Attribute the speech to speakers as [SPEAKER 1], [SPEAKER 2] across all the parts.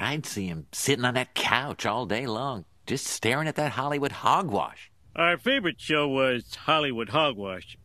[SPEAKER 1] I'd see him sitting on that couch all day long, just staring at that Hollywood hogwash.
[SPEAKER 2] Our favorite show was Hollywood Hogwash.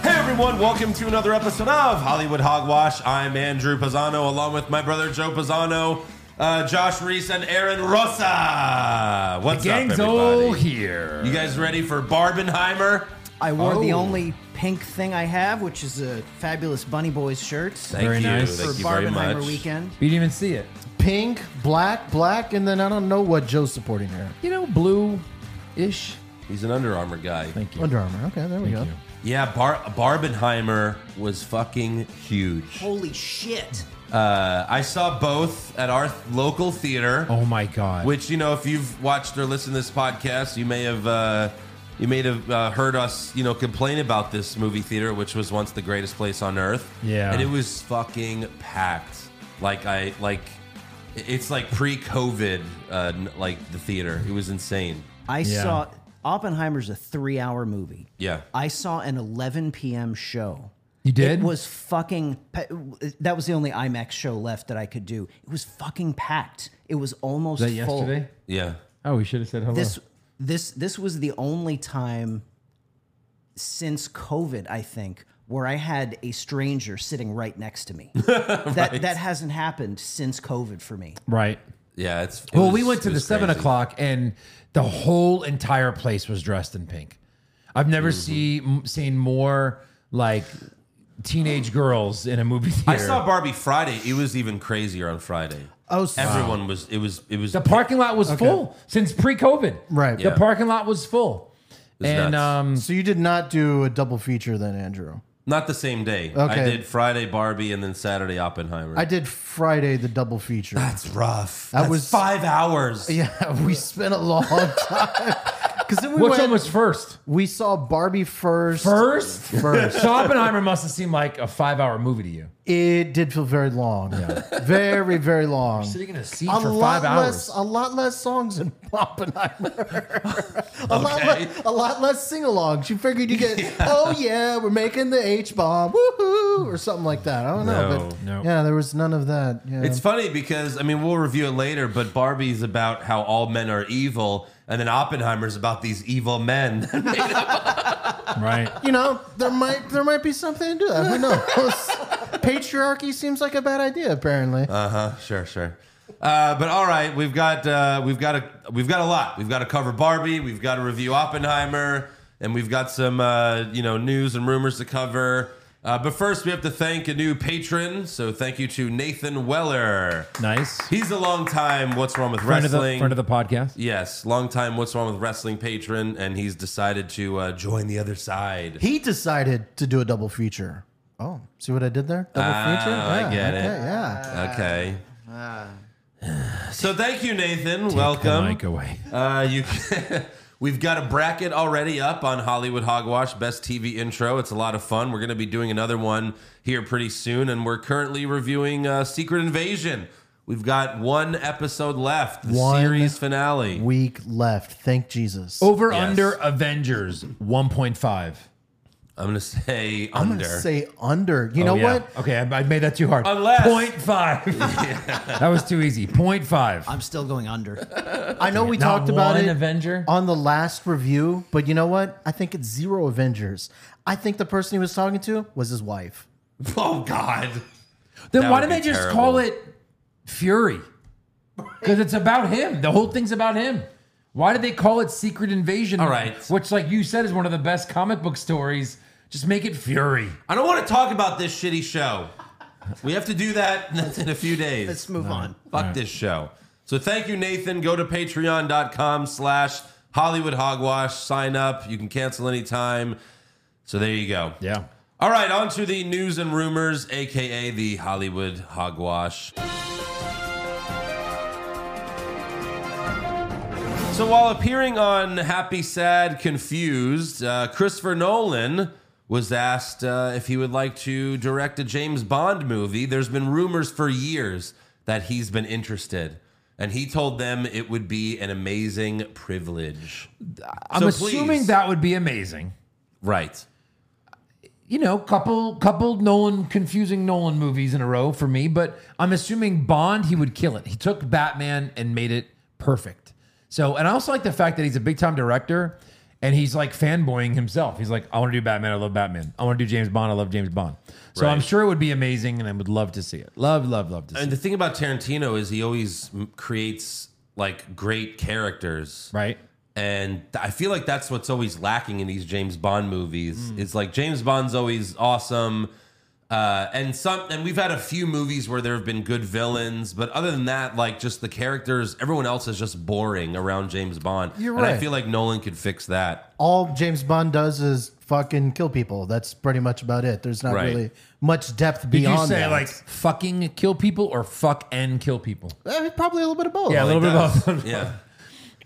[SPEAKER 3] Hey everyone, welcome to another episode of Hollywood Hogwash. I'm Andrew Pisano along with my brother Joe Pisano, uh, Josh Reese, and Aaron Rosa. What's
[SPEAKER 4] Gang's
[SPEAKER 3] up,
[SPEAKER 4] all
[SPEAKER 3] everybody?
[SPEAKER 4] here.
[SPEAKER 3] You guys ready for Barbenheimer?
[SPEAKER 5] I wore the
[SPEAKER 4] Oh.
[SPEAKER 5] only pink thing I have, which is a fabulous Bunny Boys shirt
[SPEAKER 3] Thank
[SPEAKER 4] Very
[SPEAKER 3] you.
[SPEAKER 4] nice.
[SPEAKER 3] Thank
[SPEAKER 5] for
[SPEAKER 3] you very
[SPEAKER 5] Barbenheimer
[SPEAKER 3] much.
[SPEAKER 5] weekend.
[SPEAKER 4] You didn't even see it.
[SPEAKER 6] pink, black, black, and then I don't know what Joe's supporting there.
[SPEAKER 4] You know, blue ish.
[SPEAKER 3] He's an Under Armour guy.
[SPEAKER 4] Thank you.
[SPEAKER 6] Under Armour. Okay, there we go.
[SPEAKER 4] you.
[SPEAKER 3] Yeah, Bar- Barbenheimer was fucking huge.
[SPEAKER 5] Holy shit!
[SPEAKER 3] Uh, I saw both at our th- local theater.
[SPEAKER 4] Oh my god.
[SPEAKER 3] Which you know, if you've watched or listened to this podcast, you may have uh, you may have uh, heard us you know complain about this movie theater, which was once the greatest place on earth.
[SPEAKER 4] Yeah.
[SPEAKER 3] and it was fucking packed. Like I like, it's like pre-COVID, uh, n- like the theater. It was insane.
[SPEAKER 5] I
[SPEAKER 4] Yeah.
[SPEAKER 5] saw Oppenheimer's a three-hour movie.
[SPEAKER 3] Yeah.
[SPEAKER 5] I saw an 11 p.m. show.
[SPEAKER 4] You did?
[SPEAKER 5] It was fucking. pa- That was the only IMAX show left that I could do. It was fucking packed. It was almost
[SPEAKER 4] Was that
[SPEAKER 5] full.
[SPEAKER 4] yesterday?
[SPEAKER 3] Yeah,
[SPEAKER 4] Oh, we should have said hello.
[SPEAKER 5] This this this was the only time since COVID, I think, where I had a stranger sitting right next to me. That that hasn't happened since COVID for me.
[SPEAKER 4] right.
[SPEAKER 3] yeah. It's it
[SPEAKER 4] Well,
[SPEAKER 3] was-
[SPEAKER 4] we went to
[SPEAKER 3] it
[SPEAKER 4] the
[SPEAKER 3] was
[SPEAKER 4] seven
[SPEAKER 3] crazy.
[SPEAKER 4] o'clock, and the whole entire place was dressed in pink. I've never see m seen more like teenage girls in a movie theater.
[SPEAKER 3] I saw Barbie Friday. It was even crazier on Friday.
[SPEAKER 6] Oh, so
[SPEAKER 3] Everyone was. It was. It was.
[SPEAKER 4] the parking lot was full since pre-COVID.
[SPEAKER 6] Right.
[SPEAKER 3] Yeah.
[SPEAKER 4] The parking lot was full,
[SPEAKER 3] was
[SPEAKER 4] and
[SPEAKER 3] nuts.
[SPEAKER 4] um,
[SPEAKER 6] so you did not do a double feature then, Andrew.
[SPEAKER 3] Not the same day. I
[SPEAKER 6] Okay.
[SPEAKER 3] did Friday Barbie and then Saturday Oppenheimer.
[SPEAKER 6] I did Friday the double feature.
[SPEAKER 4] Ah,
[SPEAKER 3] That's rough.
[SPEAKER 6] That
[SPEAKER 3] That's
[SPEAKER 6] was-
[SPEAKER 3] five hours.
[SPEAKER 6] yeah, we spent a long time. Because then we
[SPEAKER 4] which
[SPEAKER 6] went,
[SPEAKER 4] one was first?
[SPEAKER 6] we saw Barbie first.
[SPEAKER 4] First,
[SPEAKER 6] First.
[SPEAKER 4] So Oppenheimer must have seemed like a five-hour movie to you.
[SPEAKER 6] It did feel very long. Very, very long.
[SPEAKER 4] Sitting in a seat
[SPEAKER 6] a
[SPEAKER 4] for
[SPEAKER 6] lot
[SPEAKER 4] five hours.
[SPEAKER 6] less, a lot less songs in Oppenheimer. a, lot less, a lot less sing-alongs. You figured you get, oh yeah, we're making the H bomb, woohoo, or something like that. I don't know, but
[SPEAKER 4] No. No.
[SPEAKER 6] yeah, there was none of that. Yeah.
[SPEAKER 3] It's funny because I mean we'll review it later, but Barbie's about how all men are evil, and then Oppenheimer's about these evil men.
[SPEAKER 4] right.
[SPEAKER 6] you know, there might there might be something to that. Who knows? Patriarchy seems like a bad idea, apparently.
[SPEAKER 3] sure, sure. Uh, but all right, we've got uh, we've got a we've got a lot. We've got to cover Barbie. We've got to review Oppenheimer, and we've got some uh, you know news and rumors to cover. Uh, but first, we have to thank a new patron. So thank you to Nathan Weller.
[SPEAKER 4] Nice.
[SPEAKER 3] He's a long time. What's wrong with
[SPEAKER 4] Friend of, the,
[SPEAKER 3] wrestling?
[SPEAKER 4] friend of the podcast.
[SPEAKER 3] Yes, long time. What's wrong with wrestling patron? And he's decided to uh, join the other side.
[SPEAKER 6] he decided to do a double feature. Oh, see what I did there? Double feature.
[SPEAKER 3] Ah, I get it.
[SPEAKER 6] okay, Yeah.
[SPEAKER 3] Okay. So thank you, Nathan. Welcome.
[SPEAKER 4] Mic away.
[SPEAKER 3] Uh, you. We've got a bracket already up on Hollywood Hogwash Best TV Intro. It's a lot of fun. We're going to be doing another one here pretty soon, and we're currently reviewing uh, Secret Invasion. We've got one episode left, the
[SPEAKER 6] One
[SPEAKER 3] series finale.
[SPEAKER 6] Week left. Thank Jesus.
[SPEAKER 4] Over
[SPEAKER 3] Yes.
[SPEAKER 4] under Avengers 1.5.
[SPEAKER 3] I'm going to say
[SPEAKER 6] I'm
[SPEAKER 3] under.
[SPEAKER 6] gonna say under. You know
[SPEAKER 4] Oh, yeah.
[SPEAKER 6] what?
[SPEAKER 4] Okay, I, I made that too hard.
[SPEAKER 3] Unless-
[SPEAKER 4] 0.5. that was too easy. 0.5.
[SPEAKER 5] I'm still going under.
[SPEAKER 6] I know we
[SPEAKER 4] Not
[SPEAKER 6] talked about
[SPEAKER 4] one
[SPEAKER 6] it
[SPEAKER 4] Avenger?
[SPEAKER 6] on the last review, but you know what? I think it's zero Avengers. I think the person he was talking to was his wife.
[SPEAKER 3] oh, God.
[SPEAKER 4] then
[SPEAKER 3] That
[SPEAKER 4] why
[SPEAKER 3] would
[SPEAKER 4] did they
[SPEAKER 3] be
[SPEAKER 4] just
[SPEAKER 3] terrible.
[SPEAKER 4] call it Fury? Because it's about him. The whole thing's about him. Why did they call it Secret Invasion?
[SPEAKER 3] All right.
[SPEAKER 4] Which, like you said, is one of the best comic book stories. Just make it Fury.
[SPEAKER 3] I don't want to talk about this shitty show. We have to do that in a few days.
[SPEAKER 5] Let's move on.
[SPEAKER 3] Fuck this show. So thank you, Nathan. Go to patreon.com slash Hollywood Hogwash. Sign up. You can cancel anytime. So there you go.
[SPEAKER 4] Yeah.
[SPEAKER 3] All right, on to the news and rumors, aka the Hollywood Hogwash. So while appearing on Happy, Sad, Confused, uh, Christopher Nolan was asked uh, if he would like to direct a James Bond movie. There's been rumors for years that he's been interested, and he told them it would be an amazing privilege.
[SPEAKER 4] I'm
[SPEAKER 3] So
[SPEAKER 4] assuming
[SPEAKER 3] please-
[SPEAKER 4] that would be amazing.
[SPEAKER 3] Right.
[SPEAKER 4] you know, couple couple Nolan confusing Nolan movies in a row for me, but I'm assuming Bond he would kill it. He took Batman and made it perfect. So, and I also like the fact that he's a big time director and he's like fanboying himself. He's like, I want to do Batman. I love Batman. I want to do James Bond. I love James Bond. So
[SPEAKER 3] Right.
[SPEAKER 4] I'm sure it would be amazing, and I would love to see it. Love, love, love to see
[SPEAKER 3] And the thing about Tarantino is he always m- creates like great characters,
[SPEAKER 4] it. Right?
[SPEAKER 3] And th- I feel like that's what's always lacking in these James Bond movies. It's like James Bond's always awesome, uh, and some, and we've had a few movies where there have been good villains, but other than that, like just the characters, everyone else is just boring around James Bond.
[SPEAKER 6] You're
[SPEAKER 3] And I
[SPEAKER 6] right.
[SPEAKER 3] feel like Nolan could fix that.
[SPEAKER 6] all James Bond does is fucking kill people. That's pretty much about it. There's not
[SPEAKER 3] Right.
[SPEAKER 6] really much depth
[SPEAKER 4] Did you
[SPEAKER 6] beyond
[SPEAKER 4] say
[SPEAKER 6] that.
[SPEAKER 4] like fucking kill people or fuck and kill people?
[SPEAKER 6] Eh, probably a little bit of both.
[SPEAKER 4] Yeah, a little bit
[SPEAKER 3] does.
[SPEAKER 4] of both.
[SPEAKER 3] Yeah.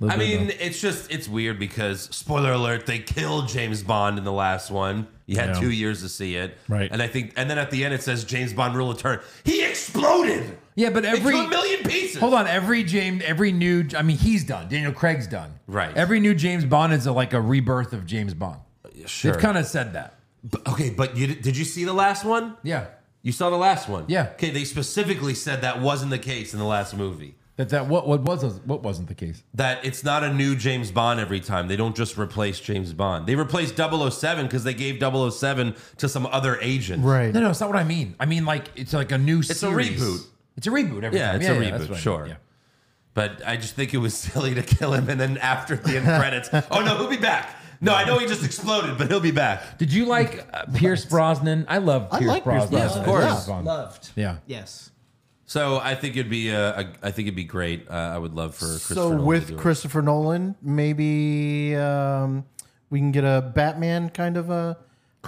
[SPEAKER 3] I mean, it's just it's weird because spoiler alert, they killed James Bond in the last one. You had
[SPEAKER 4] Yeah.
[SPEAKER 3] two years to see it,
[SPEAKER 4] Right.
[SPEAKER 3] And I think, and then at the end it says James Bond rule of turn. He exploded.
[SPEAKER 4] Yeah, but every
[SPEAKER 3] into a million pieces.
[SPEAKER 4] Hold on, every James, every new, I mean, he's done. Daniel Craig's done.
[SPEAKER 3] Right.
[SPEAKER 4] Every new James Bond is a, like a rebirth of James Bond.
[SPEAKER 3] sure.
[SPEAKER 4] They've kind of said that.
[SPEAKER 3] But- okay, but you did you see the last one?
[SPEAKER 4] Yeah.
[SPEAKER 3] You saw the last one.
[SPEAKER 4] Yeah.
[SPEAKER 3] Okay, they specifically said that wasn't the case in the last movie.
[SPEAKER 4] That that what what was what wasn't the case.
[SPEAKER 3] That it's not a new James Bond every time. They don't just replace James Bond. They replace 007 because they gave 007 to some other agent.
[SPEAKER 6] Right.
[SPEAKER 4] No, no, it's not what I mean. I mean like it's like a new. It's
[SPEAKER 3] a reboot.
[SPEAKER 4] It's a reboot. Every
[SPEAKER 3] Yeah,
[SPEAKER 4] time.
[SPEAKER 3] it's a
[SPEAKER 4] that's
[SPEAKER 3] reboot,
[SPEAKER 4] what I mean,
[SPEAKER 3] sure.
[SPEAKER 4] yeah.
[SPEAKER 3] But I just think it was silly to kill him and then after the end credits, oh no, he'll be back. No, I know he just exploded, but he'll be back.
[SPEAKER 4] Did you like uh, Pierce Brosnan? I love Pierce
[SPEAKER 6] like Pierce
[SPEAKER 4] Brosnan.
[SPEAKER 6] Brosnan. Yes, of
[SPEAKER 4] as
[SPEAKER 6] course.
[SPEAKER 4] James Bond.
[SPEAKER 5] Loved.
[SPEAKER 4] Yeah.
[SPEAKER 5] Yes.
[SPEAKER 3] So I think it'd be uh, I- I think it'd be great. Uh, I would love for Christopher
[SPEAKER 6] So
[SPEAKER 3] Nolan to
[SPEAKER 6] with
[SPEAKER 3] do it.
[SPEAKER 6] Christopher Nolan, maybe um, we can get a Batman kind of a um,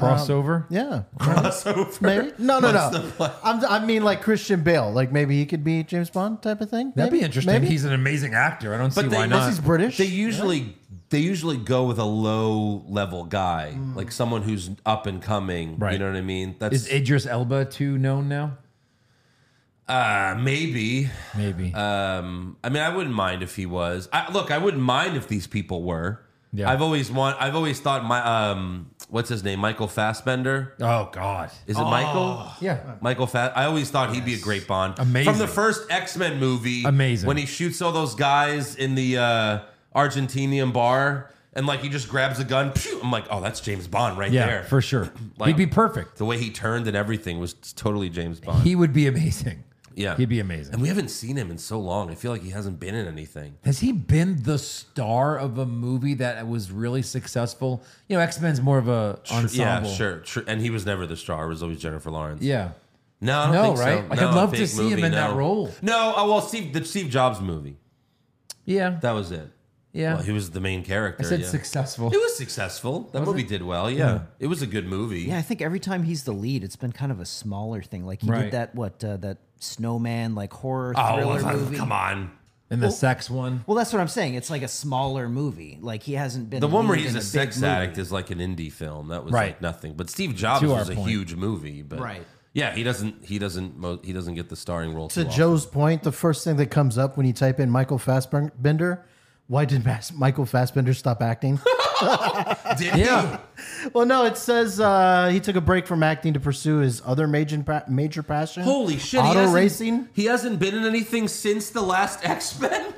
[SPEAKER 4] Crossover.
[SPEAKER 6] yeah.
[SPEAKER 3] crossover,
[SPEAKER 6] Maybe no, no, no. I'm, I mean, like Christian Bale, like maybe he could be James Bond type of thing.
[SPEAKER 4] That'd
[SPEAKER 6] Maybe?
[SPEAKER 4] be interesting.
[SPEAKER 6] Maybe?
[SPEAKER 4] He's an amazing actor. I don't see
[SPEAKER 3] But
[SPEAKER 4] why
[SPEAKER 3] they-
[SPEAKER 4] not.
[SPEAKER 6] he's British.
[SPEAKER 3] They usually they usually go with a low level guy, like someone who's up and coming. You
[SPEAKER 4] Mm. Right.
[SPEAKER 3] know what I mean?
[SPEAKER 4] Is
[SPEAKER 3] That's
[SPEAKER 4] Idris Elba too known now?
[SPEAKER 3] uh, maybe.
[SPEAKER 4] Maybe.
[SPEAKER 3] Um, I mean, I wouldn't mind if he was. I, look, I wouldn't mind if these people were.
[SPEAKER 4] Yeah.
[SPEAKER 3] I've always want. I've always thought my um, what's his name, Michael Fassbender.
[SPEAKER 4] oh God.
[SPEAKER 3] Is it Michael?
[SPEAKER 4] Yeah.
[SPEAKER 3] Michael Fass. I always thought he'd be a great Bond.
[SPEAKER 4] Amazing.
[SPEAKER 3] From the first X Men movie.
[SPEAKER 4] Amazing.
[SPEAKER 3] When he shoots all those guys in the uh, Argentinian bar and like he just grabs a gun. Pew, I'm like, oh, that's James Bond right
[SPEAKER 4] Yeah,
[SPEAKER 3] there.
[SPEAKER 4] for sure.
[SPEAKER 3] Like-
[SPEAKER 4] He'd be perfect.
[SPEAKER 3] The way he turned and everything was totally James Bond.
[SPEAKER 4] He would be amazing.
[SPEAKER 3] yeah.
[SPEAKER 4] He'd be amazing.
[SPEAKER 3] And we haven't seen him in so long. I feel like he hasn't been in anything.
[SPEAKER 4] Has he been the star of a movie that was really successful? You know, X Men's more of a ensemble.
[SPEAKER 3] Yeah, sure. Tr- And he was never the star. It was always Jennifer Lawrence.
[SPEAKER 4] Yeah.
[SPEAKER 3] No, I don't
[SPEAKER 4] No,
[SPEAKER 3] think so.
[SPEAKER 4] right? Like, I'd
[SPEAKER 3] No,
[SPEAKER 4] love to
[SPEAKER 3] big
[SPEAKER 4] see him in that role.
[SPEAKER 3] No, oh, well, Steve, the Steve Jobs movie.
[SPEAKER 4] Yeah.
[SPEAKER 3] That was it.
[SPEAKER 4] yeah.
[SPEAKER 3] Well, he was the main character.
[SPEAKER 4] I said
[SPEAKER 3] yeah.
[SPEAKER 4] successful.
[SPEAKER 3] It was successful. That movie did well. Yeah. it was a good movie.
[SPEAKER 5] Yeah, I think every time he's the lead, it's been kind of a smaller thing. Like he
[SPEAKER 4] Right.
[SPEAKER 5] did that what uh, that snowman like horror
[SPEAKER 3] Oh,
[SPEAKER 5] thriller
[SPEAKER 3] well,
[SPEAKER 5] movie.
[SPEAKER 3] come on.
[SPEAKER 4] And the sex one.
[SPEAKER 5] Well, that's what I'm saying. It's like a smaller movie. Like he hasn't been
[SPEAKER 3] The one where
[SPEAKER 5] lead
[SPEAKER 3] he's
[SPEAKER 5] in
[SPEAKER 3] a
[SPEAKER 5] big
[SPEAKER 3] sex
[SPEAKER 5] movie.
[SPEAKER 3] addict is like an indie film. That was like
[SPEAKER 4] Right.
[SPEAKER 3] nothing. But Steve Jobs
[SPEAKER 4] To our
[SPEAKER 3] was a
[SPEAKER 4] point.
[SPEAKER 3] huge movie. But
[SPEAKER 5] Right.
[SPEAKER 3] Yeah, he doesn't. He doesn't. Mo- he doesn't get the starring role.
[SPEAKER 6] to
[SPEAKER 3] too often.
[SPEAKER 6] Joe's point, the first thing that comes up when you type in Michael Fassbender, why did Mas- Michael Fassbender stop acting?
[SPEAKER 3] Did yeah.
[SPEAKER 6] well, no, it says uh, he took a break from acting to pursue his other major pa- major passion.
[SPEAKER 3] Holy shit! he
[SPEAKER 6] Auto
[SPEAKER 3] hasn't-
[SPEAKER 6] racing?
[SPEAKER 3] He hasn't been in anything since the last X Men.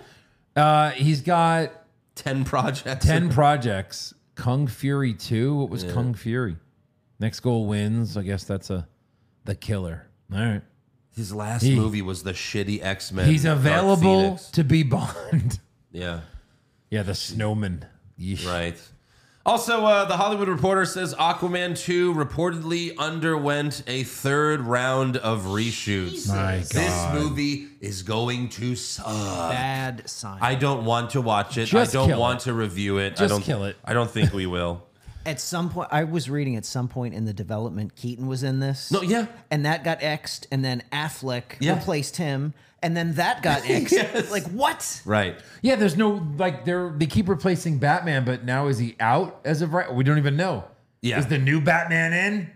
[SPEAKER 4] Uh, he's got
[SPEAKER 3] Ten projects.
[SPEAKER 4] 10 projects. Kung Fury 2. What was Kung Fury? Next goal wins. I guess that's a the killer. All right.
[SPEAKER 3] His last movie was the shitty X Men.
[SPEAKER 4] He's available to be Bond.
[SPEAKER 3] Yeah.
[SPEAKER 4] yeah, the snowman. Yeesh.
[SPEAKER 3] Right. Also, uh, the Hollywood Reporter says Aquaman 2 reportedly underwent a third round of reshoots.
[SPEAKER 4] My
[SPEAKER 3] This
[SPEAKER 4] God.
[SPEAKER 3] movie is going to suck.
[SPEAKER 5] Bad sign.
[SPEAKER 3] I don't want to watch it.
[SPEAKER 4] Just
[SPEAKER 3] I don't
[SPEAKER 4] kill
[SPEAKER 3] want to review it. I
[SPEAKER 4] Just
[SPEAKER 3] don't
[SPEAKER 4] kill it.
[SPEAKER 3] I don't think we will.
[SPEAKER 5] at some point, I was reading at some point in the development, Keaton was in this.
[SPEAKER 3] No, yeah.
[SPEAKER 5] And that got X'd, and then Affleck
[SPEAKER 3] Yeah.
[SPEAKER 5] replaced him, and then that got X'd. Like what?
[SPEAKER 3] Right.
[SPEAKER 4] Yeah, there's no like they're they keep replacing Batman, but now is he out as of right? We don't even know.
[SPEAKER 3] Yeah.
[SPEAKER 4] Is the new Batman in?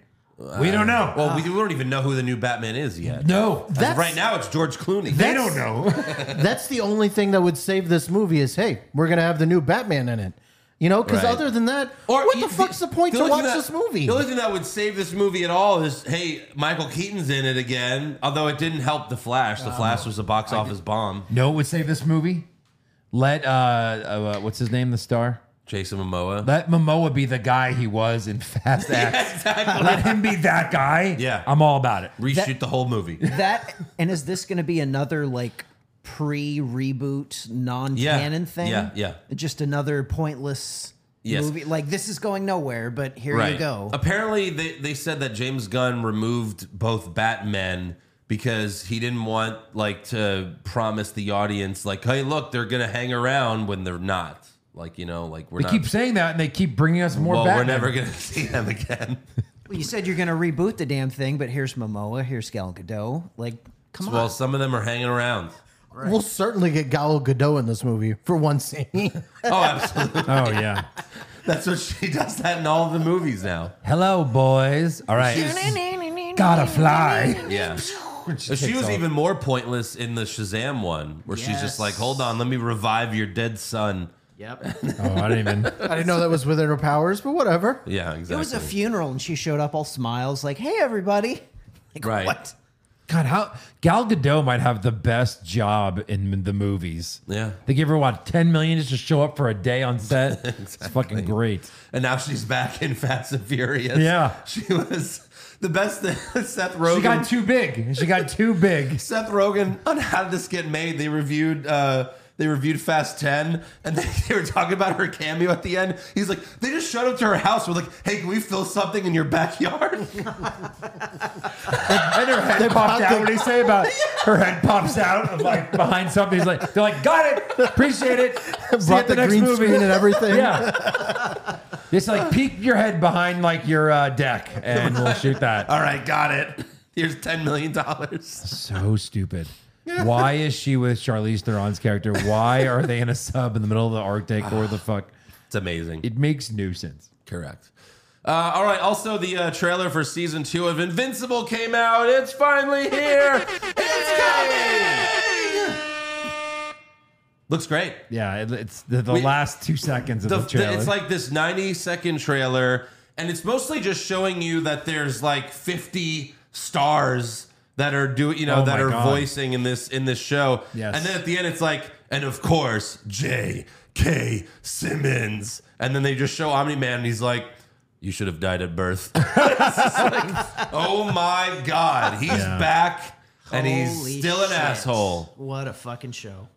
[SPEAKER 4] we don't know.
[SPEAKER 3] Well, we, we don't even know who the new Batman is yet.
[SPEAKER 4] Ah. no.
[SPEAKER 3] As of right now, it's George Clooney.
[SPEAKER 4] they don't know.
[SPEAKER 6] That's the only thing that would save this movie is hey, we're gonna have the new Batman in it. You know, because
[SPEAKER 3] Right.
[SPEAKER 6] other than that,
[SPEAKER 3] Or
[SPEAKER 6] what
[SPEAKER 3] you-
[SPEAKER 6] the fuck's the point to
[SPEAKER 3] only
[SPEAKER 6] watch
[SPEAKER 3] thing that-
[SPEAKER 6] this movie?
[SPEAKER 3] The only thing that would save this movie at all is hey, Michael Keaton's in it again. Although it didn't help the Flash.
[SPEAKER 6] Oh,
[SPEAKER 3] The Flash was a box office bomb.
[SPEAKER 4] No, it would save this movie. Let uh, uh what's his name, the star?
[SPEAKER 3] Jason Momoa.
[SPEAKER 4] Let Momoa be the guy he was in Fast X. Let him be that guy.
[SPEAKER 3] Yeah.
[SPEAKER 4] I'm all about it.
[SPEAKER 3] Reshoot the whole movie.
[SPEAKER 5] that and is this going to be another like pre-reboot non-canon
[SPEAKER 3] Yeah,
[SPEAKER 5] thing?
[SPEAKER 3] yeah, yeah.
[SPEAKER 5] Just another pointless
[SPEAKER 3] Yes. Uh,
[SPEAKER 5] movie. Like this is going nowhere, but here you go.
[SPEAKER 3] Apparently, they, they said that James Gunn removed both Batmen because he didn't want like to promise the audience like, hey, look, they're gonna hang around when they're not. Like you know, like we're
[SPEAKER 4] They
[SPEAKER 3] not.
[SPEAKER 4] keep saying that, and they keep bringing us more.
[SPEAKER 3] well,
[SPEAKER 4] Batman.
[SPEAKER 3] we're never gonna see them again.
[SPEAKER 5] Well, you said you're going to reboot the damn thing, but here's Momoa, here's Gal Gadot. Like, come
[SPEAKER 3] well,
[SPEAKER 5] on.
[SPEAKER 3] some of them are hanging around.
[SPEAKER 6] We'll certainly get Gal Gadot in this movie for one scene.
[SPEAKER 3] Oh, absolutely.
[SPEAKER 4] Oh yeah.
[SPEAKER 3] That's what she does. That in all of the movies now.
[SPEAKER 4] Hello, boys. All right. Gotta fly.
[SPEAKER 3] Yeah. She was even more pointless in the Shazam one, where she's just
[SPEAKER 5] Yes.
[SPEAKER 3] like, "Hold on, let me revive your dead son."
[SPEAKER 5] Yep.
[SPEAKER 4] Oh, I didn't even.
[SPEAKER 6] I didn't know that was within her powers, but whatever.
[SPEAKER 3] Yeah, exactly.
[SPEAKER 5] It was a funeral, and she showed up all smiles, like, "Hey, everybody!" Like,
[SPEAKER 3] Right.
[SPEAKER 5] What?
[SPEAKER 4] God, how Gal Gadot might have the best job in the movies.
[SPEAKER 3] Yeah.
[SPEAKER 4] They give her what ten million just to show up for a day on set. It's fucking great.
[SPEAKER 3] and now she's back in Fast and Furious.
[SPEAKER 4] Yeah.
[SPEAKER 3] she was the best thing. Seth Rogen.
[SPEAKER 4] She got too big. She got too big.
[SPEAKER 3] Seth Rogen on how did this get made? They reviewed. uh they reviewed Fast 10 and they, they were talking about her cameo at the end. He's like, they just showed up to her house. We're like, hey, can we film something in your backyard?
[SPEAKER 4] And her head popped out. What do you say about it? Her head pops out of like behind something. He's like, they're like, got it, appreciate it. See you
[SPEAKER 6] Brought
[SPEAKER 4] at the,
[SPEAKER 6] the,
[SPEAKER 4] next
[SPEAKER 6] green
[SPEAKER 4] movie.
[SPEAKER 6] screen and everything.
[SPEAKER 4] Yeah. It's like peek your head behind like your uh, deck and we'll shoot that.
[SPEAKER 3] All right, got it. Here's $10 million.
[SPEAKER 4] So stupid. Why is she with Charlize Theron's character? Why are they in a sub in the middle of the Arctic or the fuck?
[SPEAKER 3] It's amazing.
[SPEAKER 4] It makes no sense.
[SPEAKER 3] Correct. Uh, all right. Also, the uh, trailer for season two of Invincible came out. It's finally here. it's coming. Looks great.
[SPEAKER 4] Yeah, it, it's the, the
[SPEAKER 3] We-
[SPEAKER 4] last two seconds of the,
[SPEAKER 3] The-
[SPEAKER 4] trailer.
[SPEAKER 3] the- it's like this 90 second trailer, and it's mostly just showing you that there's like 50 stars that are doing, you know,
[SPEAKER 4] Oh
[SPEAKER 3] that
[SPEAKER 4] my
[SPEAKER 3] are
[SPEAKER 4] God.
[SPEAKER 3] voicing in this in this show.
[SPEAKER 4] Yes.
[SPEAKER 3] And then at the end, it's like, and of course, J. K. Simmons, and then they just show Omni Man, and he's like. You should have died at birth. It's just like, oh my God, he's back and he's
[SPEAKER 5] Holy
[SPEAKER 3] still an
[SPEAKER 5] shit.
[SPEAKER 3] asshole.
[SPEAKER 5] What a fucking show!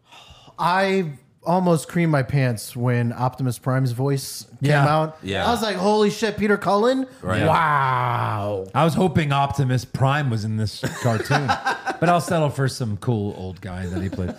[SPEAKER 6] I almost creamed my pants when Optimus Prime's voice
[SPEAKER 4] Yeah.
[SPEAKER 6] came out.
[SPEAKER 3] Yeah.
[SPEAKER 6] I was like, holy shit, Peter Cullen?
[SPEAKER 3] Right.
[SPEAKER 6] Wow.
[SPEAKER 4] I was hoping Optimus Prime was in this cartoon, but I'll settle for some cool old guy that he played.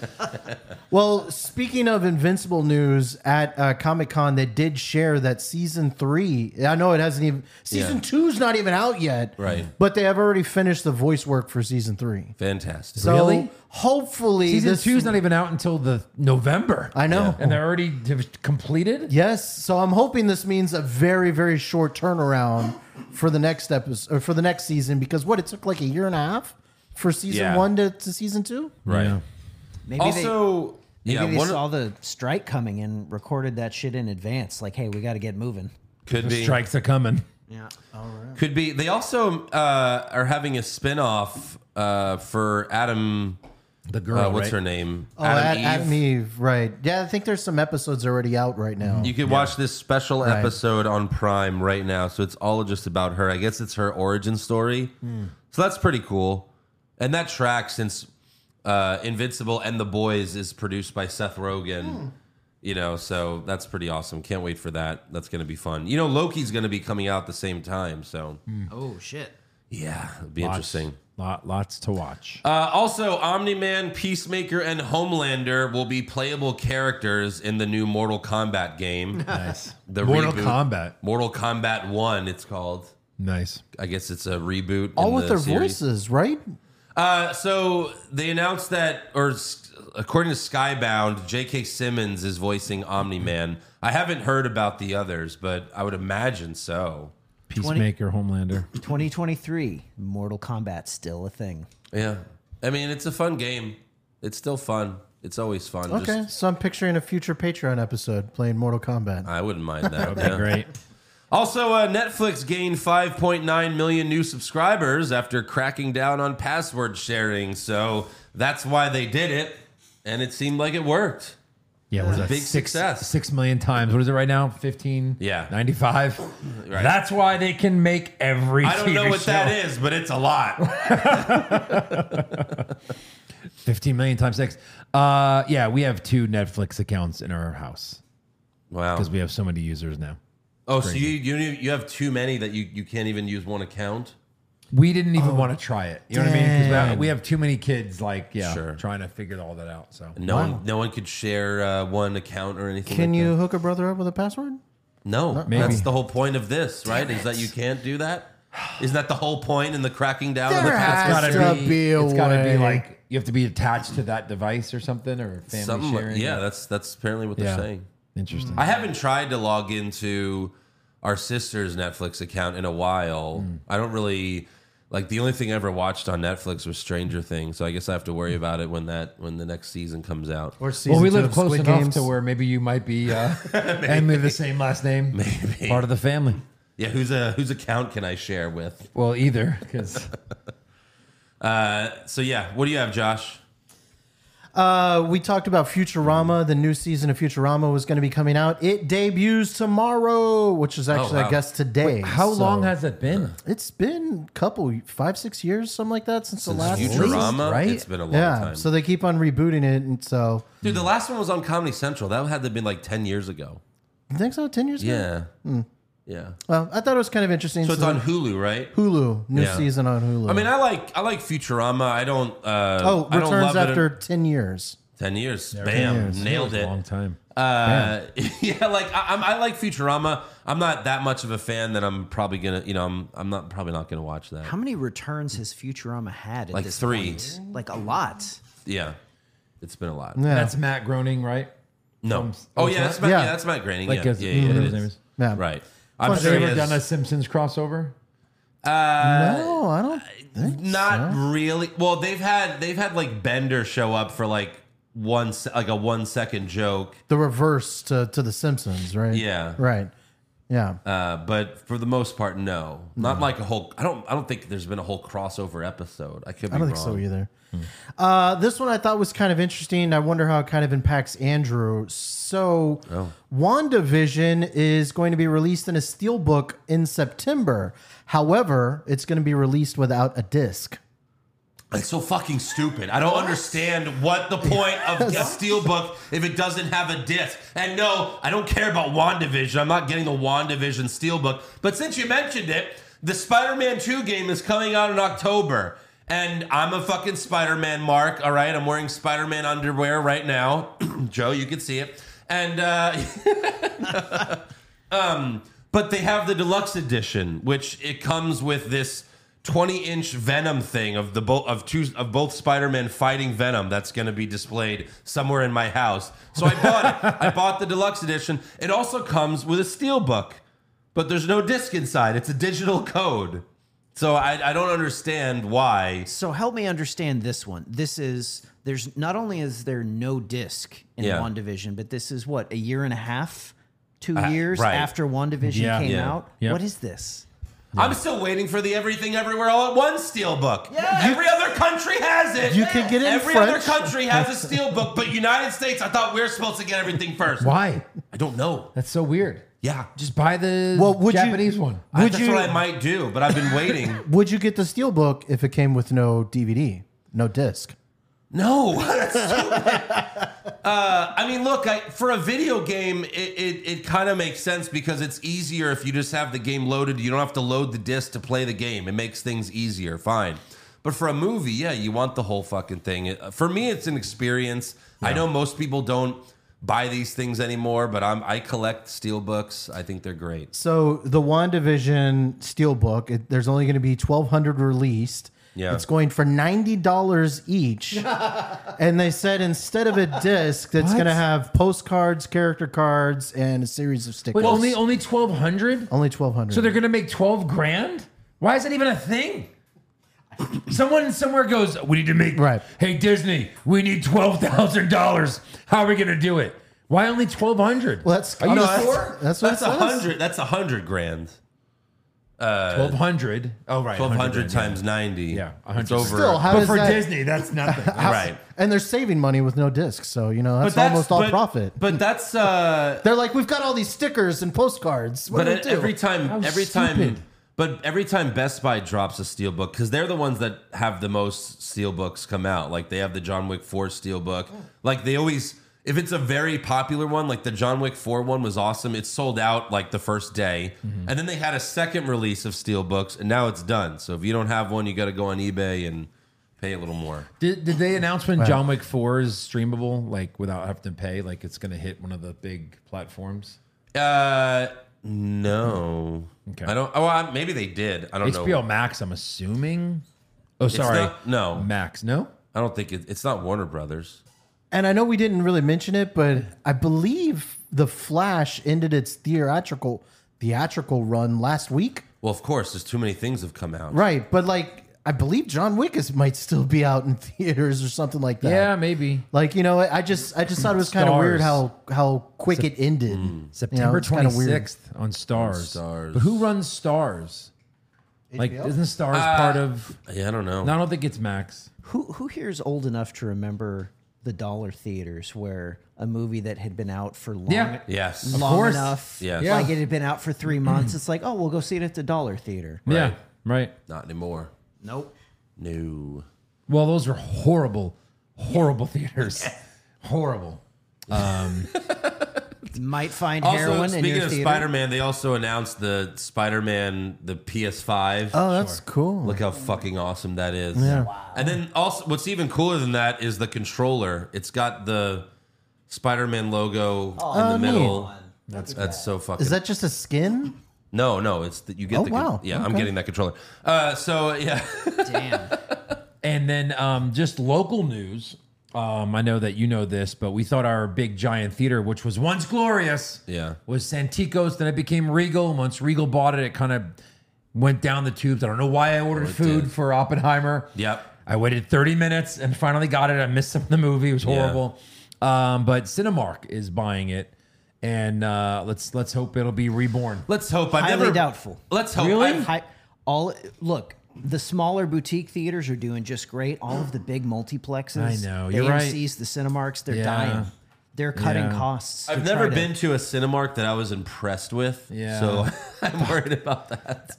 [SPEAKER 6] Well, speaking of Invincible news at uh, Comic Con, they did share that season three. I know it hasn't even season
[SPEAKER 3] Yeah.
[SPEAKER 6] two's not even out yet,
[SPEAKER 3] Right.
[SPEAKER 6] But they have already finished the voice work for season three.
[SPEAKER 3] Fantastic.
[SPEAKER 6] So
[SPEAKER 4] Really?
[SPEAKER 6] hopefully,
[SPEAKER 4] Season
[SPEAKER 6] this
[SPEAKER 4] two's not even out until the November,
[SPEAKER 6] I know.
[SPEAKER 4] and they're already div- completed.
[SPEAKER 6] Yes, so I'm hoping this means a very very short turnaround for the next episode or for the next season because what it took like a year and a half for season
[SPEAKER 3] Yeah.
[SPEAKER 6] one to, to season two.
[SPEAKER 3] right.
[SPEAKER 4] Yeah.
[SPEAKER 5] Maybe they,
[SPEAKER 3] Also,
[SPEAKER 5] maybe
[SPEAKER 3] yeah,
[SPEAKER 5] they
[SPEAKER 3] one,
[SPEAKER 5] saw the strike coming and recorded that shit in advance. Like, hey, we got to get moving.
[SPEAKER 3] could be.
[SPEAKER 4] Strikes are coming.
[SPEAKER 5] Yeah.
[SPEAKER 3] Could be. They also uh, are having a spinoff uh, for Adam.
[SPEAKER 4] The girl,
[SPEAKER 3] Uh, what's
[SPEAKER 4] right?
[SPEAKER 3] her name?
[SPEAKER 6] Oh, Adam, Adam Eve, right? Yeah, I think there's some episodes already out right now.
[SPEAKER 3] You could watch this special episode on Prime right now. So it's all just about her. I guess it's her origin story.
[SPEAKER 6] Hmm.
[SPEAKER 3] So that's pretty cool. And that track, since uh, Invincible and the Boys is produced by Seth Rogen,
[SPEAKER 6] Hmm.
[SPEAKER 3] you know, so that's pretty awesome. Can't wait for that. That's going to be fun. You know, Loki's going to be coming out at the same time. So
[SPEAKER 6] Hmm.
[SPEAKER 5] Oh shit.
[SPEAKER 3] yeah, it'll be interesting.
[SPEAKER 4] Lot, lots to watch.
[SPEAKER 3] Uh, also, Omni Man, Peacemaker, and Homelander will be playable characters in the new Mortal Kombat game.
[SPEAKER 4] nice.
[SPEAKER 3] The
[SPEAKER 4] Mortal
[SPEAKER 3] reboot-
[SPEAKER 4] Kombat.
[SPEAKER 3] Mortal Kombat 1, it's called.
[SPEAKER 4] Nice.
[SPEAKER 3] I guess it's a reboot.
[SPEAKER 6] All
[SPEAKER 3] in
[SPEAKER 6] with
[SPEAKER 3] the
[SPEAKER 6] their
[SPEAKER 3] series.
[SPEAKER 6] voices, right?
[SPEAKER 3] Uh, so they announced that, or s- according to Skybound, J.K. Simmons is voicing Omni Man. I haven't heard about the others, but I would imagine so.
[SPEAKER 4] Peacemaker, Homelander.
[SPEAKER 5] 2023, Mortal Kombat still a thing.
[SPEAKER 3] Yeah. I mean, it's a fun game, it's still fun. It's always fun.
[SPEAKER 6] Okay,
[SPEAKER 3] Just,
[SPEAKER 6] so I'm picturing a future Patreon episode playing Mortal Kombat.
[SPEAKER 3] I wouldn't mind that. yeah.
[SPEAKER 4] Great.
[SPEAKER 3] Also, uh, Netflix gained 5.9 million new subscribers after cracking down on password sharing. So that's why they did it, and it seemed like it worked.
[SPEAKER 4] Yeah, what is that?
[SPEAKER 3] big success.
[SPEAKER 4] Six million times. What is it right now? Fifteen.
[SPEAKER 3] Yeah.
[SPEAKER 4] ninety-five. That's why they can make every.
[SPEAKER 3] I don't know what that is, but it's a lot.
[SPEAKER 4] Fifteen million times six. Uh, yeah, we have two Netflix accounts in our house
[SPEAKER 3] Wow.
[SPEAKER 4] because we have so many users now.
[SPEAKER 3] Oh, so you you don't even- you have too many that you you can't even use one account.
[SPEAKER 4] We didn't
[SPEAKER 3] Oh.
[SPEAKER 4] even want to try it. You know what I mean? Because
[SPEAKER 6] Dang.
[SPEAKER 4] we, have too many kids. Like, yeah,
[SPEAKER 3] Sure.
[SPEAKER 4] trying to figure all that out. So
[SPEAKER 3] No one no one could share uh, one account or anything.
[SPEAKER 6] Can
[SPEAKER 3] like
[SPEAKER 6] you
[SPEAKER 3] that.
[SPEAKER 6] hook a brother up with a password?
[SPEAKER 3] No,
[SPEAKER 4] Maybe.
[SPEAKER 3] that's the whole point of this, right? Is that you can't do that. Isn't that the whole point in the cracking down on the
[SPEAKER 6] There
[SPEAKER 3] password?
[SPEAKER 6] has
[SPEAKER 4] gotta
[SPEAKER 6] to be a
[SPEAKER 4] it's gotta be
[SPEAKER 6] way.
[SPEAKER 4] like you have to be attached to that device or something or family
[SPEAKER 3] Something like-
[SPEAKER 4] sharing.
[SPEAKER 3] yeah, that's that's apparently what
[SPEAKER 4] Yeah.
[SPEAKER 3] they're saying.
[SPEAKER 4] interesting.
[SPEAKER 3] I haven't tried to log into our sister's Netflix account in a while. I don't really like the only thing I ever watched on Netflix was Stranger Things, so I guess I have to worry about it when that when the next season comes out.
[SPEAKER 6] Or season
[SPEAKER 4] well, we
[SPEAKER 6] two
[SPEAKER 4] live
[SPEAKER 6] of
[SPEAKER 4] close
[SPEAKER 6] Squid
[SPEAKER 4] enough
[SPEAKER 6] Games?
[SPEAKER 4] to where maybe you might be uh, and we have the same last name,
[SPEAKER 3] Maybe.
[SPEAKER 4] part of the family.
[SPEAKER 3] Yeah, whose uh, whose account can I share with?
[SPEAKER 4] Well, either because
[SPEAKER 3] So yeah, what do you have, Josh?
[SPEAKER 6] Uh, we talked about Futurama. The new season of Futurama was going to be coming out. It debuts tomorrow, which is actually,
[SPEAKER 3] Oh, wow.
[SPEAKER 6] I guess, today.
[SPEAKER 4] how
[SPEAKER 6] So-
[SPEAKER 4] long has it been?
[SPEAKER 6] it's been? A couple, five, six years, something like that, since, the last season.
[SPEAKER 3] Futurama,
[SPEAKER 4] right?
[SPEAKER 3] It's been a long
[SPEAKER 6] Yeah,
[SPEAKER 3] time.
[SPEAKER 6] so they keep on rebooting it, and so
[SPEAKER 3] Dude, the last one was on Comedy Central. That had to have been like ten years ago.
[SPEAKER 6] I think so. Ten years. ago?
[SPEAKER 3] Yeah, yeah.
[SPEAKER 6] Well, I thought it was kind of interesting.
[SPEAKER 3] So it's on Hulu, right?
[SPEAKER 6] Hulu. New
[SPEAKER 3] Yeah.
[SPEAKER 6] season on Hulu.
[SPEAKER 3] I mean, I like I like Futurama. I don't. Uh,
[SPEAKER 6] oh,
[SPEAKER 3] I don't
[SPEAKER 6] returns
[SPEAKER 3] love it-
[SPEAKER 6] after ten years.
[SPEAKER 3] ten years. Bam,
[SPEAKER 6] years.
[SPEAKER 3] Um, nailed
[SPEAKER 4] A
[SPEAKER 3] it.
[SPEAKER 4] long time.
[SPEAKER 3] Uh, yeah, like I, I'm, I like Futurama. I'm not that much of a fan that I'm probably gonna, you know, I'm, I'm not probably not gonna watch that.
[SPEAKER 5] How many returns has Futurama had? At
[SPEAKER 3] Like
[SPEAKER 5] this
[SPEAKER 3] three.
[SPEAKER 5] point? Like a lot.
[SPEAKER 3] Yeah, it's been a lot.
[SPEAKER 6] Yeah.
[SPEAKER 4] That's Matt Groening, right?
[SPEAKER 3] No, oh yeah, that's Matt, yeah.
[SPEAKER 6] Yeah.
[SPEAKER 3] that's Matt Groening.
[SPEAKER 4] Like
[SPEAKER 3] yeah,
[SPEAKER 4] as- mm-hmm,
[SPEAKER 3] yeah, yeah,
[SPEAKER 4] whatever
[SPEAKER 3] it
[SPEAKER 4] his name
[SPEAKER 3] is.
[SPEAKER 4] is.
[SPEAKER 6] Yeah.
[SPEAKER 3] Right. I'm
[SPEAKER 4] Have they
[SPEAKER 3] sure he
[SPEAKER 4] ever done a
[SPEAKER 3] has,
[SPEAKER 4] Simpsons crossover? Uh,
[SPEAKER 6] No, I don't. Think
[SPEAKER 3] not really. Well, they've had they've had like Bender show up for like one se- like a one second joke.
[SPEAKER 6] the reverse to, to the Simpsons, right?
[SPEAKER 3] Yeah.
[SPEAKER 6] Right. Yeah.
[SPEAKER 3] Uh, but for the most part, no, not like a whole. I don't. I don't think there's been a whole crossover episode. I could be
[SPEAKER 6] I don't
[SPEAKER 3] wrong. Hmm.
[SPEAKER 6] think so either. Uh, this one I thought was kind of interesting. I wonder how it kind of impacts Andrew. So,
[SPEAKER 3] Oh.
[SPEAKER 6] WandaVision is going to be released in a steelbook in September. However, it's going to be released without a disc.
[SPEAKER 3] It's so fucking stupid. I don't understand what the point of a steelbook if it doesn't have a disc. And no, I don't care about WandaVision. I'm not getting the WandaVision steelbook. But since you mentioned it, the Spider-Man 2 game is coming out in October. And I'm a fucking Spider-Man mark, all right? I'm wearing Spider-Man underwear right now. Joe, you can see it. And uh But they have the deluxe edition, which it comes with this 20-inch Venom thing of the bo- of two of both Spider-Man fighting Venom that's going to be displayed somewhere in my house. So I bought it. I bought the deluxe edition. It also comes with a steelbook, but there's no disc inside. It's a digital code. So I, I don't understand why.
[SPEAKER 5] So help me understand this one. This is there's not only is there no disc in
[SPEAKER 3] Yeah.
[SPEAKER 5] WandaVision, but this is what a year and a half, two years
[SPEAKER 3] Uh, right.
[SPEAKER 5] after WandaVision
[SPEAKER 4] Yeah.
[SPEAKER 5] came
[SPEAKER 3] Yeah.
[SPEAKER 5] out.
[SPEAKER 4] Yep.
[SPEAKER 5] What is this?
[SPEAKER 3] I'm still waiting for the Everything Everywhere All at Once steelbook. Every other country has it.
[SPEAKER 6] You could get it in
[SPEAKER 3] Every other
[SPEAKER 6] French.
[SPEAKER 3] country has a steelbook, but United States, I thought we were supposed to get everything first.
[SPEAKER 4] Why?
[SPEAKER 3] I don't know.
[SPEAKER 4] That's so weird.
[SPEAKER 3] Yeah.
[SPEAKER 4] Just buy the
[SPEAKER 6] Well, would you-
[SPEAKER 4] Japanese one.
[SPEAKER 3] I-
[SPEAKER 6] Would
[SPEAKER 3] that's
[SPEAKER 6] you-
[SPEAKER 3] what I might do, but I've been waiting.
[SPEAKER 6] Would you get the steelbook if it came with no DVD, no disc?
[SPEAKER 3] no, that's stupid. Uh, I mean, look, I, for a video game, it, it, it kind of makes sense because it's easier if you just have the game loaded. You don't have to load the disc to play the game. It makes things easier. Fine. But for a movie, yeah, you want the whole fucking thing. It- for me, it's an experience. I know most people don't buy these things anymore, but I'm, I collect steelbooks. I think they're great.
[SPEAKER 6] So the WandaVision Steelbook, it, there's only going to be 1,200 released.
[SPEAKER 3] Yeah.
[SPEAKER 6] It's going for $90 each. and they said instead of a disc, that's
[SPEAKER 4] What?
[SPEAKER 6] going to have postcards, character cards, and a series of stickers.
[SPEAKER 4] Wait, only only twelve hundred.
[SPEAKER 6] Only 1,200.
[SPEAKER 4] So they're gonna make twelve grand? Why is that even a thing? Someone somewhere goes, we need to make.
[SPEAKER 6] Right.
[SPEAKER 4] Hey Disney, we need twelve thousand dollars. How are we gonna do it? Why only twelve hundred?
[SPEAKER 6] Well, that's-
[SPEAKER 4] are you
[SPEAKER 6] no,
[SPEAKER 3] that's,
[SPEAKER 4] sure?
[SPEAKER 6] that's what
[SPEAKER 3] that's
[SPEAKER 6] it
[SPEAKER 3] a
[SPEAKER 6] says.
[SPEAKER 3] hundred. That's a hundred grand.
[SPEAKER 4] Twelve hundred. Oh right,
[SPEAKER 3] Twelve hundred
[SPEAKER 4] grand,
[SPEAKER 3] times ninety.
[SPEAKER 4] Yeah, a
[SPEAKER 3] it's
[SPEAKER 4] hundred.
[SPEAKER 3] over.
[SPEAKER 6] Still, how
[SPEAKER 4] yeah. But
[SPEAKER 6] does
[SPEAKER 4] for
[SPEAKER 6] that?
[SPEAKER 4] Disney, that's nothing.
[SPEAKER 6] how-
[SPEAKER 3] Right.
[SPEAKER 6] And they're saving money with no discs, so you know that's, almost all
[SPEAKER 3] but-
[SPEAKER 6] profit.
[SPEAKER 3] But that's uh.
[SPEAKER 6] they're like, we've got all these stickers and postcards.
[SPEAKER 3] but
[SPEAKER 6] What do we
[SPEAKER 3] e-
[SPEAKER 6] do?
[SPEAKER 3] every time,
[SPEAKER 4] How
[SPEAKER 3] every
[SPEAKER 4] stupid.
[SPEAKER 3] time, but every time Best Buy drops a steelbook, because they're the ones that have the most steelbooks come out. Like they have the John Wick Four steelbook.
[SPEAKER 6] Oh.
[SPEAKER 3] Like they always, if it's a very popular one, like the John Wick Four one was awesome. It sold out like the first day,
[SPEAKER 4] Mm-hmm.
[SPEAKER 3] and then they had a second release of steelbooks, and now it's done. So if you don't have one, you got to go on eBay and pay a little more.
[SPEAKER 4] Did, did they announce when John Wick Four is streamable, like without having to pay, like it's gonna hit one of the big platforms?
[SPEAKER 3] Uh, no,
[SPEAKER 4] Okay.
[SPEAKER 3] I don't. Oh, I, maybe they did. I don't
[SPEAKER 4] HBO
[SPEAKER 3] know.
[SPEAKER 4] Max, I'm assuming. Oh, sorry,
[SPEAKER 3] not- no.
[SPEAKER 4] Max, no.
[SPEAKER 3] I don't think it, it's not Warner Brothers.
[SPEAKER 6] and I know we didn't really mention it, but I believe the Flash ended its theatrical theatrical run last week.
[SPEAKER 3] Well, of course, there's too many things have come out.
[SPEAKER 6] Right, but like I believe John Wick is, might still be out in theaters or something like that.
[SPEAKER 4] Yeah, maybe
[SPEAKER 6] Like you know, I just I just thought it was kind of weird
[SPEAKER 4] Stars. Hmm.
[SPEAKER 6] how how quick it ended.
[SPEAKER 4] September
[SPEAKER 6] it's kinda
[SPEAKER 4] twenty
[SPEAKER 6] weird.
[SPEAKER 4] sixth on Stars.
[SPEAKER 3] Stars.
[SPEAKER 4] But who runs Stars? Like, isn't Stars
[SPEAKER 3] Uh,
[SPEAKER 4] part of?
[SPEAKER 3] Yeah, I don't know.
[SPEAKER 4] No, I don't think it's Max.
[SPEAKER 5] Who who here is old enough to remember the dollar theaters where a movie that had been out for long
[SPEAKER 4] Yeah.
[SPEAKER 3] Yes.
[SPEAKER 5] long
[SPEAKER 4] course.
[SPEAKER 5] enough.
[SPEAKER 3] Yes. Yeah. Mm-hmm.
[SPEAKER 5] Like it had been out for three months. It's like, oh, we'll go see it at the dollar theater.
[SPEAKER 4] Yeah, right.
[SPEAKER 3] Not anymore.
[SPEAKER 5] Nope.
[SPEAKER 3] No.
[SPEAKER 4] Well, those were horrible, horrible theaters. Horrible.
[SPEAKER 5] Might find
[SPEAKER 3] Also,
[SPEAKER 5] heroin in
[SPEAKER 3] speaking
[SPEAKER 5] your
[SPEAKER 3] of
[SPEAKER 5] theater.
[SPEAKER 3] Spider Man, they also announced the Spider Man, the PS5.
[SPEAKER 6] Oh, that's cool.
[SPEAKER 3] Look how fucking awesome that is. Yeah. And then also, what's even cooler than that is the controller. It's got the Spider Man logo in the middle. That's that's so fucking.
[SPEAKER 6] is that just a skin?
[SPEAKER 3] no, no? It's that you get
[SPEAKER 6] Oh,
[SPEAKER 3] the con-
[SPEAKER 6] wow.
[SPEAKER 3] yeah. I'm
[SPEAKER 6] Okay.
[SPEAKER 3] getting that controller. Uh, so yeah,
[SPEAKER 5] Damn.
[SPEAKER 4] And then um, just local news. Um, I know that you know this, but we thought our big giant theater, which was once glorious,
[SPEAKER 3] Yeah.
[SPEAKER 4] was Santikos. Then it became Regal. And once Regal bought it, it kind of went down the tubes. I don't know why I ordered
[SPEAKER 3] it
[SPEAKER 4] food
[SPEAKER 3] did.
[SPEAKER 4] for Oppenheimer.
[SPEAKER 3] yep.
[SPEAKER 4] I waited 30 minutes and finally got it. I missed some of the movie. It was
[SPEAKER 3] Yeah.
[SPEAKER 4] horrible. Um, but Cinemark is buying it, and uh, let's let's hope it'll be reborn.
[SPEAKER 3] Let's hope. I've
[SPEAKER 5] Highly
[SPEAKER 3] never
[SPEAKER 5] doubtful.
[SPEAKER 3] Let's hope.
[SPEAKER 4] Really?
[SPEAKER 3] I've-
[SPEAKER 5] Hi- all look, the smaller boutique theaters are doing just great. All of the big multiplexes,
[SPEAKER 4] I know,
[SPEAKER 5] the
[SPEAKER 4] you're right.
[SPEAKER 5] AMC's, the Cinemarks, they're
[SPEAKER 4] Yeah.
[SPEAKER 5] dying. They're cutting
[SPEAKER 4] Yeah.
[SPEAKER 5] costs. to
[SPEAKER 3] I've
[SPEAKER 5] try
[SPEAKER 3] never
[SPEAKER 5] to-
[SPEAKER 3] been to a Cinemark that I was impressed with.
[SPEAKER 4] Yeah.
[SPEAKER 3] So I'm worried about that.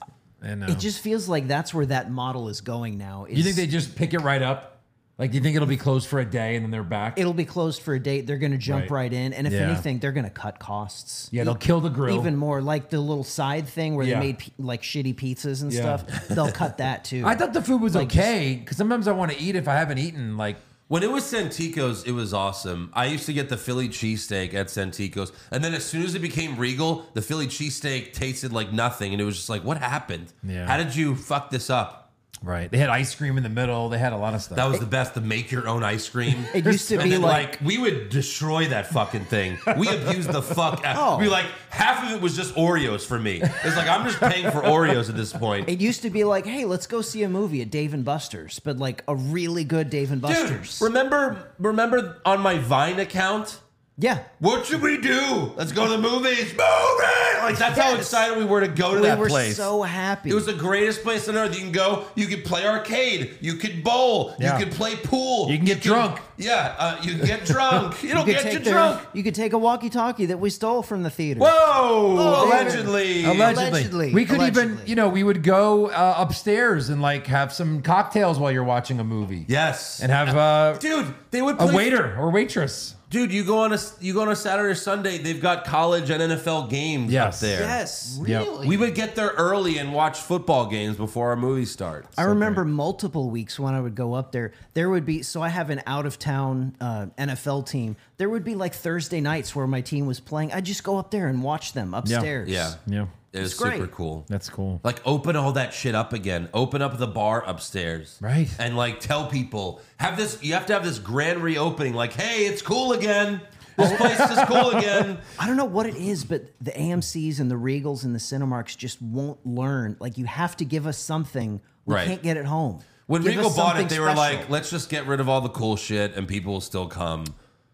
[SPEAKER 4] And, uh,
[SPEAKER 5] It just feels like that's where that model is going now. Is
[SPEAKER 4] you think they just pick it right up? Like, do you think it'll be closed for a day and then they're back?
[SPEAKER 5] it'll be closed for a date. They're going to jump
[SPEAKER 4] Right.
[SPEAKER 5] right. in, and if
[SPEAKER 4] Yeah.
[SPEAKER 5] anything, they're going to cut costs.
[SPEAKER 4] yeah, they'll
[SPEAKER 5] E-
[SPEAKER 4] kill the grill.
[SPEAKER 5] even more. Like the little side thing where
[SPEAKER 4] Yeah.
[SPEAKER 5] they made p- like shitty pizzas and
[SPEAKER 4] Yeah.
[SPEAKER 5] stuff. They'll cut that too.
[SPEAKER 4] I thought the food was
[SPEAKER 5] Like,
[SPEAKER 4] okay because sometimes I want to eat if I haven't eaten. Like,
[SPEAKER 3] When it was Santico's, it was awesome. I used to get the Philly cheesesteak at Santico's. And then as soon as it became Regal, the Philly cheesesteak tasted like nothing. And it was just like, what happened?
[SPEAKER 4] Yeah.
[SPEAKER 3] How did you fuck this up?
[SPEAKER 4] right? They had ice cream in the middle. They had a lot of stuff.
[SPEAKER 3] That was the best, the make your own ice cream.
[SPEAKER 5] It used to
[SPEAKER 3] And
[SPEAKER 5] be
[SPEAKER 3] then,
[SPEAKER 5] like,
[SPEAKER 3] like, we would destroy that fucking thing. We abused the fuck
[SPEAKER 5] Oh.
[SPEAKER 3] out. We like half of it was just Oreos for me. It's like I'm just paying for Oreos at this point.
[SPEAKER 5] it used to be like, hey, let's go see a movie at Dave and Buster's, but like a really good Dave and
[SPEAKER 3] Dude,
[SPEAKER 5] Buster's.
[SPEAKER 3] remember remember on my Vine account?
[SPEAKER 5] yeah.
[SPEAKER 3] What should we do? Let's go to the movies. Movie! Like that's how
[SPEAKER 5] Yes.
[SPEAKER 3] excited we were to go to
[SPEAKER 5] We
[SPEAKER 3] that
[SPEAKER 5] were
[SPEAKER 3] place.
[SPEAKER 5] so happy.
[SPEAKER 3] it was the greatest place on earth. You can go. You can play arcade. You could bowl.
[SPEAKER 4] Yeah.
[SPEAKER 3] You could play pool.
[SPEAKER 4] You can get drunk.
[SPEAKER 3] Yeah, uh, you can get drunk. It'll
[SPEAKER 5] could
[SPEAKER 3] get you
[SPEAKER 5] take their-
[SPEAKER 3] drunk.
[SPEAKER 5] You could take a walkie-talkie that we stole from the theater.
[SPEAKER 3] Whoa!
[SPEAKER 5] David.
[SPEAKER 3] allegedly.
[SPEAKER 4] allegedly.
[SPEAKER 5] Allegedly.
[SPEAKER 4] We could even,
[SPEAKER 5] Allegedly.
[SPEAKER 4] you know, we would go uh, upstairs and like have some cocktails while you're watching a movie.
[SPEAKER 3] Yes.
[SPEAKER 4] and have uh,
[SPEAKER 3] dude, they would
[SPEAKER 4] a
[SPEAKER 3] play
[SPEAKER 4] waiter or waitress.
[SPEAKER 3] Dude, you go on a you go on a Saturday or Sunday. They've got college and NFL games
[SPEAKER 4] Yes.
[SPEAKER 3] up there.
[SPEAKER 5] Yes.
[SPEAKER 4] Really?
[SPEAKER 3] We would get there early and watch football games before our movies start.
[SPEAKER 5] I remember multiple weeks when I would go up there. There would be so I have an out of town uh, NFL team. There would be like Thursday nights where my team was playing. I'd just go up there and watch them upstairs.
[SPEAKER 3] Yeah.
[SPEAKER 4] Yeah,
[SPEAKER 3] It was
[SPEAKER 5] It's great.
[SPEAKER 3] super cool.
[SPEAKER 4] that's cool.
[SPEAKER 3] Like open all that shit up again. Open up the bar upstairs.
[SPEAKER 4] Right.
[SPEAKER 3] And like tell people, have this you have to have this grand reopening, like, hey, it's cool again. This place is cool again.
[SPEAKER 5] I don't know what it is, but the AMC's and the Regals and the Cinemarks just won't learn. Like you have to give us something. We
[SPEAKER 3] Right.
[SPEAKER 5] can't get it home.
[SPEAKER 3] When
[SPEAKER 5] Give
[SPEAKER 3] Regal
[SPEAKER 5] us
[SPEAKER 3] bought it,
[SPEAKER 5] something
[SPEAKER 3] they were
[SPEAKER 5] special.
[SPEAKER 3] like, let's just get rid of all the cool shit and people will still come.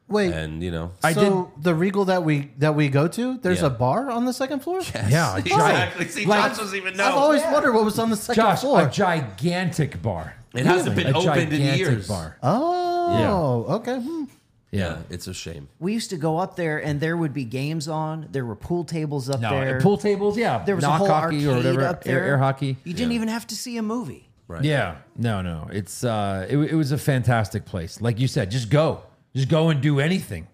[SPEAKER 6] Wait,
[SPEAKER 3] And, you know.
[SPEAKER 4] I
[SPEAKER 6] so the Regal that we that we go to, there's
[SPEAKER 3] Yeah.
[SPEAKER 6] a bar on the second floor.
[SPEAKER 4] Yeah, a giant,
[SPEAKER 3] Exactly. See,
[SPEAKER 6] Like-
[SPEAKER 3] Josh doesn't even
[SPEAKER 6] I've
[SPEAKER 3] know.
[SPEAKER 6] always wondered what was on the second
[SPEAKER 4] Josh,
[SPEAKER 6] floor.
[SPEAKER 4] a gigantic bar.
[SPEAKER 3] It hasn't
[SPEAKER 4] A
[SPEAKER 3] been opened in
[SPEAKER 4] gigantic
[SPEAKER 3] years.
[SPEAKER 4] bar.
[SPEAKER 6] oh, okay. hmm.
[SPEAKER 4] Yeah.
[SPEAKER 3] Yeah, it's a shame.
[SPEAKER 5] We used to go up there, and there would be games on. There were pool tables up
[SPEAKER 4] No,
[SPEAKER 5] there.
[SPEAKER 4] pool tables, yeah.
[SPEAKER 5] there was
[SPEAKER 4] knock
[SPEAKER 5] a whole
[SPEAKER 4] hockey
[SPEAKER 5] arcade
[SPEAKER 4] or whatever,
[SPEAKER 5] up there.
[SPEAKER 4] air, air hockey.
[SPEAKER 5] You didn't even have to see a movie.
[SPEAKER 3] Right.
[SPEAKER 4] Yeah. No, no. It's uh it, it was a fantastic place. Like you said, just go. Just go and do anything.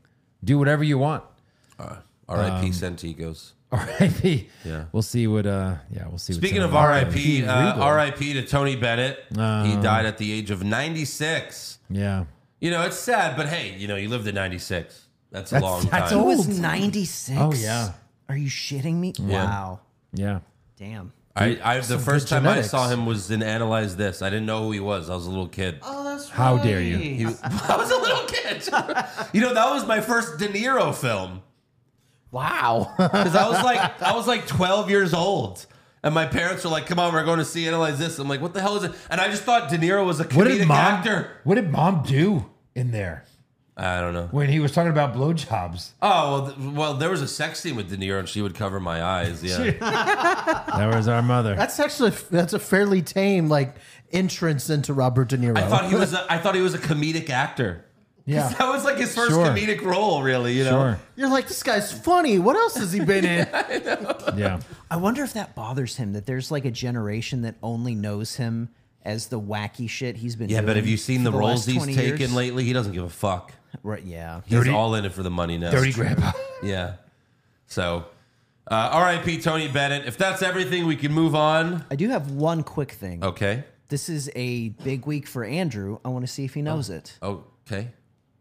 [SPEAKER 4] Do whatever you want.
[SPEAKER 3] R.I.P. Santigos.
[SPEAKER 4] R.I.P. Yeah. We'll see what uh yeah, we'll see
[SPEAKER 3] Speaking
[SPEAKER 4] what's
[SPEAKER 3] of
[SPEAKER 4] in it.
[SPEAKER 3] R.I.P., uh, R.I.P. to Tony Bennett.
[SPEAKER 4] Uh-huh.
[SPEAKER 3] he died at the age of 96.
[SPEAKER 4] Yeah.
[SPEAKER 3] You know, it's sad, but hey, you know, you lived at 96. That's a
[SPEAKER 4] That's-
[SPEAKER 3] long
[SPEAKER 4] that's
[SPEAKER 3] time.
[SPEAKER 5] It
[SPEAKER 4] old.
[SPEAKER 5] was 96.
[SPEAKER 4] Oh, yeah.
[SPEAKER 5] Are you shitting me? Wow.
[SPEAKER 4] Yeah.
[SPEAKER 5] Damn.
[SPEAKER 3] I, I, the first
[SPEAKER 4] good
[SPEAKER 3] time
[SPEAKER 4] genetics.
[SPEAKER 3] I saw him was in Analyze This. I didn't know who he was. I was a little kid.
[SPEAKER 5] Oh.
[SPEAKER 4] How dare you?
[SPEAKER 3] He was- I was a little kid. you know, that was my first De Niro film.
[SPEAKER 6] Wow.
[SPEAKER 3] Because I was like, I was like 12 years old. And my parents were like, come on, we're going to see Analyze This. I'm like, what the hell is it? And I just thought De Niro was a comedic
[SPEAKER 4] What did mom
[SPEAKER 3] actor.
[SPEAKER 4] What did mom do in there
[SPEAKER 3] I don't know.
[SPEAKER 4] when he was talking about blowjobs?
[SPEAKER 3] Oh, well, th- well, there was a sex scene with De Niro and she would cover my eyes. Yeah.
[SPEAKER 4] That was our mother.
[SPEAKER 6] that's actually that's a fairly tame like entrance into Robert De Niro.
[SPEAKER 3] I thought he was a, I thought he was a comedic actor.
[SPEAKER 4] Yeah.
[SPEAKER 3] That was like his first
[SPEAKER 4] Sure.
[SPEAKER 3] comedic role, really, you know.
[SPEAKER 4] Sure.
[SPEAKER 6] You're like this guy's funny. What else has he been in?
[SPEAKER 4] Yeah.
[SPEAKER 5] I wonder if that bothers him that there's like a generation that only knows him as the wacky shit he's been
[SPEAKER 3] Yeah,
[SPEAKER 5] doing
[SPEAKER 3] but have you seen
[SPEAKER 5] for
[SPEAKER 3] the, roles
[SPEAKER 5] last
[SPEAKER 3] he's
[SPEAKER 5] 20
[SPEAKER 3] taken
[SPEAKER 5] years?
[SPEAKER 3] lately? He doesn't give a fuck.
[SPEAKER 5] Right, yeah.
[SPEAKER 3] He's
[SPEAKER 4] Dirty-
[SPEAKER 3] all in it for the money now.
[SPEAKER 4] Dirty grandpa.
[SPEAKER 3] Yeah. So, uh, R.I.P. Tony Bennett. If that's everything, we can move on.
[SPEAKER 5] I do have one quick thing.
[SPEAKER 3] Okay.
[SPEAKER 5] This is a big week for Andrew. I want to see if he
[SPEAKER 3] Oh.
[SPEAKER 5] knows it.
[SPEAKER 3] Okay.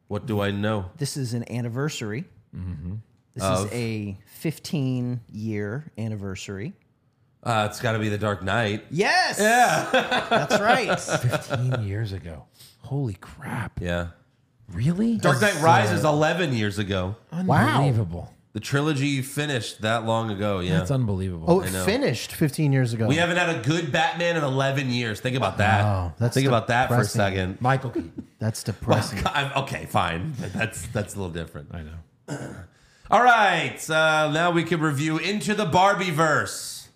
[SPEAKER 3] What do I know?
[SPEAKER 5] This is an anniversary. This
[SPEAKER 3] Mm-hmm. Of?
[SPEAKER 5] is a 15 year anniversary.
[SPEAKER 3] Uh, it's got to be The Dark Knight.
[SPEAKER 5] Yes. Yeah. That's right.
[SPEAKER 4] 15 years ago. Holy crap.
[SPEAKER 3] Yeah.
[SPEAKER 4] Really?
[SPEAKER 3] Dark Knight Rises 11 years ago.
[SPEAKER 4] Unbelievable.
[SPEAKER 3] The trilogy finished that long ago. Yeah.
[SPEAKER 4] That's unbelievable.
[SPEAKER 6] Oh, it finished 15 years ago.
[SPEAKER 3] we haven't had a good Batman in 11 years. Think about that.
[SPEAKER 6] Wow, that's
[SPEAKER 3] Think about that for a
[SPEAKER 6] depressing.
[SPEAKER 3] second.
[SPEAKER 4] Michael Keaton.
[SPEAKER 6] that's depressing.
[SPEAKER 3] I'm, okay, fine. That's that's a little different.
[SPEAKER 4] I know.
[SPEAKER 3] All right, uh, now we can review Into the Barbie Verse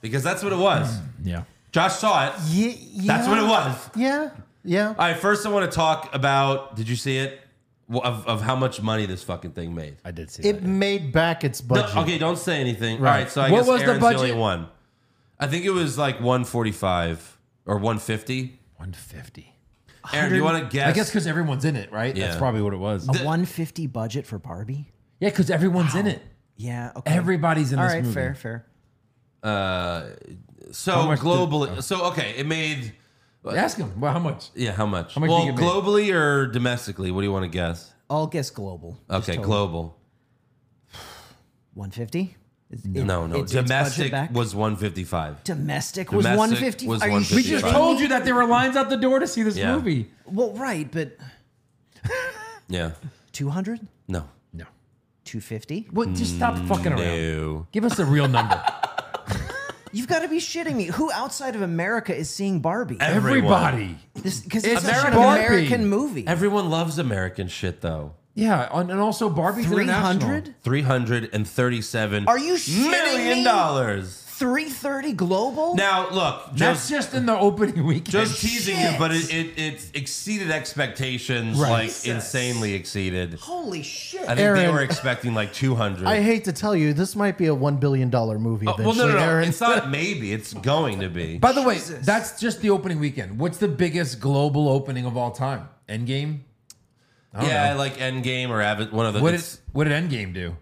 [SPEAKER 3] because that's what it was.
[SPEAKER 4] Yeah.
[SPEAKER 3] Josh saw it.
[SPEAKER 6] Ye- yeah,
[SPEAKER 3] That's what it was.
[SPEAKER 6] Yeah, yeah.
[SPEAKER 3] All right, first I want to talk about. Did you see it? Well, Of, of how much money this fucking thing made.
[SPEAKER 4] I did see that.
[SPEAKER 6] It made back its
[SPEAKER 3] No,
[SPEAKER 6] budget.
[SPEAKER 3] okay, don't say anything. All right, so I
[SPEAKER 4] What
[SPEAKER 3] guess
[SPEAKER 4] was the
[SPEAKER 3] Aaron's the, only
[SPEAKER 4] budget?
[SPEAKER 3] one. I think it was like 145 or 150.
[SPEAKER 4] 150.
[SPEAKER 3] Aaron, do you want to guess?
[SPEAKER 4] I guess because everyone's in it, right?
[SPEAKER 3] Yeah.
[SPEAKER 4] That's probably what it was.
[SPEAKER 5] A 150 budget for Barbie?
[SPEAKER 4] yeah, because everyone's in it.
[SPEAKER 5] Yeah. Okay.
[SPEAKER 4] Everybody's in
[SPEAKER 5] All
[SPEAKER 4] this
[SPEAKER 5] right.
[SPEAKER 4] movie.
[SPEAKER 5] Fair. Fair.
[SPEAKER 3] so.
[SPEAKER 4] much did-
[SPEAKER 3] Globally, so okay, it made
[SPEAKER 4] Ask him. Well, how much?
[SPEAKER 3] yeah. How much?
[SPEAKER 4] much do
[SPEAKER 3] well,
[SPEAKER 4] you think it made?
[SPEAKER 3] globally or domestically? What do you want to guess?
[SPEAKER 5] I'll guess global. Just
[SPEAKER 3] Okay,
[SPEAKER 5] total.
[SPEAKER 3] global.
[SPEAKER 5] 150. Is- it-
[SPEAKER 3] No, no.
[SPEAKER 5] it's- it's budget
[SPEAKER 3] domestic
[SPEAKER 5] back?
[SPEAKER 3] was 155.
[SPEAKER 5] domestic was
[SPEAKER 3] Domestic
[SPEAKER 5] 150.
[SPEAKER 3] was
[SPEAKER 5] Are you
[SPEAKER 3] 155.
[SPEAKER 4] We
[SPEAKER 5] shitting
[SPEAKER 4] just
[SPEAKER 3] Right.
[SPEAKER 4] told you that there were lines out the door to see this
[SPEAKER 3] Yeah.
[SPEAKER 4] movie.
[SPEAKER 5] Well, right, but
[SPEAKER 3] Yeah.
[SPEAKER 5] 200,
[SPEAKER 3] No.
[SPEAKER 4] No.
[SPEAKER 5] 250.
[SPEAKER 4] What? Just stop
[SPEAKER 3] Mm,
[SPEAKER 4] fucking around.
[SPEAKER 3] No.
[SPEAKER 4] Give us a real number.
[SPEAKER 5] You've got to be shitting me. Who outside of America is seeing Barbie?
[SPEAKER 4] Everybody.
[SPEAKER 5] This because
[SPEAKER 4] It's
[SPEAKER 5] it's, such an
[SPEAKER 4] Barbie.
[SPEAKER 5] American movie.
[SPEAKER 3] Everyone loves American shit though.
[SPEAKER 4] Yeah, and and also Barbie's
[SPEAKER 5] 300,
[SPEAKER 3] 337
[SPEAKER 5] Are you shitting
[SPEAKER 3] million
[SPEAKER 5] me?
[SPEAKER 3] dollars.
[SPEAKER 5] 330 global.
[SPEAKER 3] Now, look,
[SPEAKER 4] That's
[SPEAKER 3] just
[SPEAKER 4] just in the opening weekend.
[SPEAKER 3] just teasing you, but it, it it exceeded expectations like insanely exceeded.
[SPEAKER 5] Holy shit!
[SPEAKER 3] I think they
[SPEAKER 6] Aaron.
[SPEAKER 3] were expecting like 200.
[SPEAKER 6] I hate to tell you, this might be a one billion dollar movie
[SPEAKER 3] Oh,
[SPEAKER 6] eventually.
[SPEAKER 3] well, no, no, no.
[SPEAKER 6] Aaron.
[SPEAKER 3] It's not maybe. It's going to be.
[SPEAKER 4] By the way, that's just the opening weekend. What's the biggest global opening of all time? Endgame. I don't
[SPEAKER 3] yeah,
[SPEAKER 4] know.
[SPEAKER 3] like Endgame or Avid, one of the.
[SPEAKER 4] What did
[SPEAKER 3] it's-
[SPEAKER 4] What did Endgame do?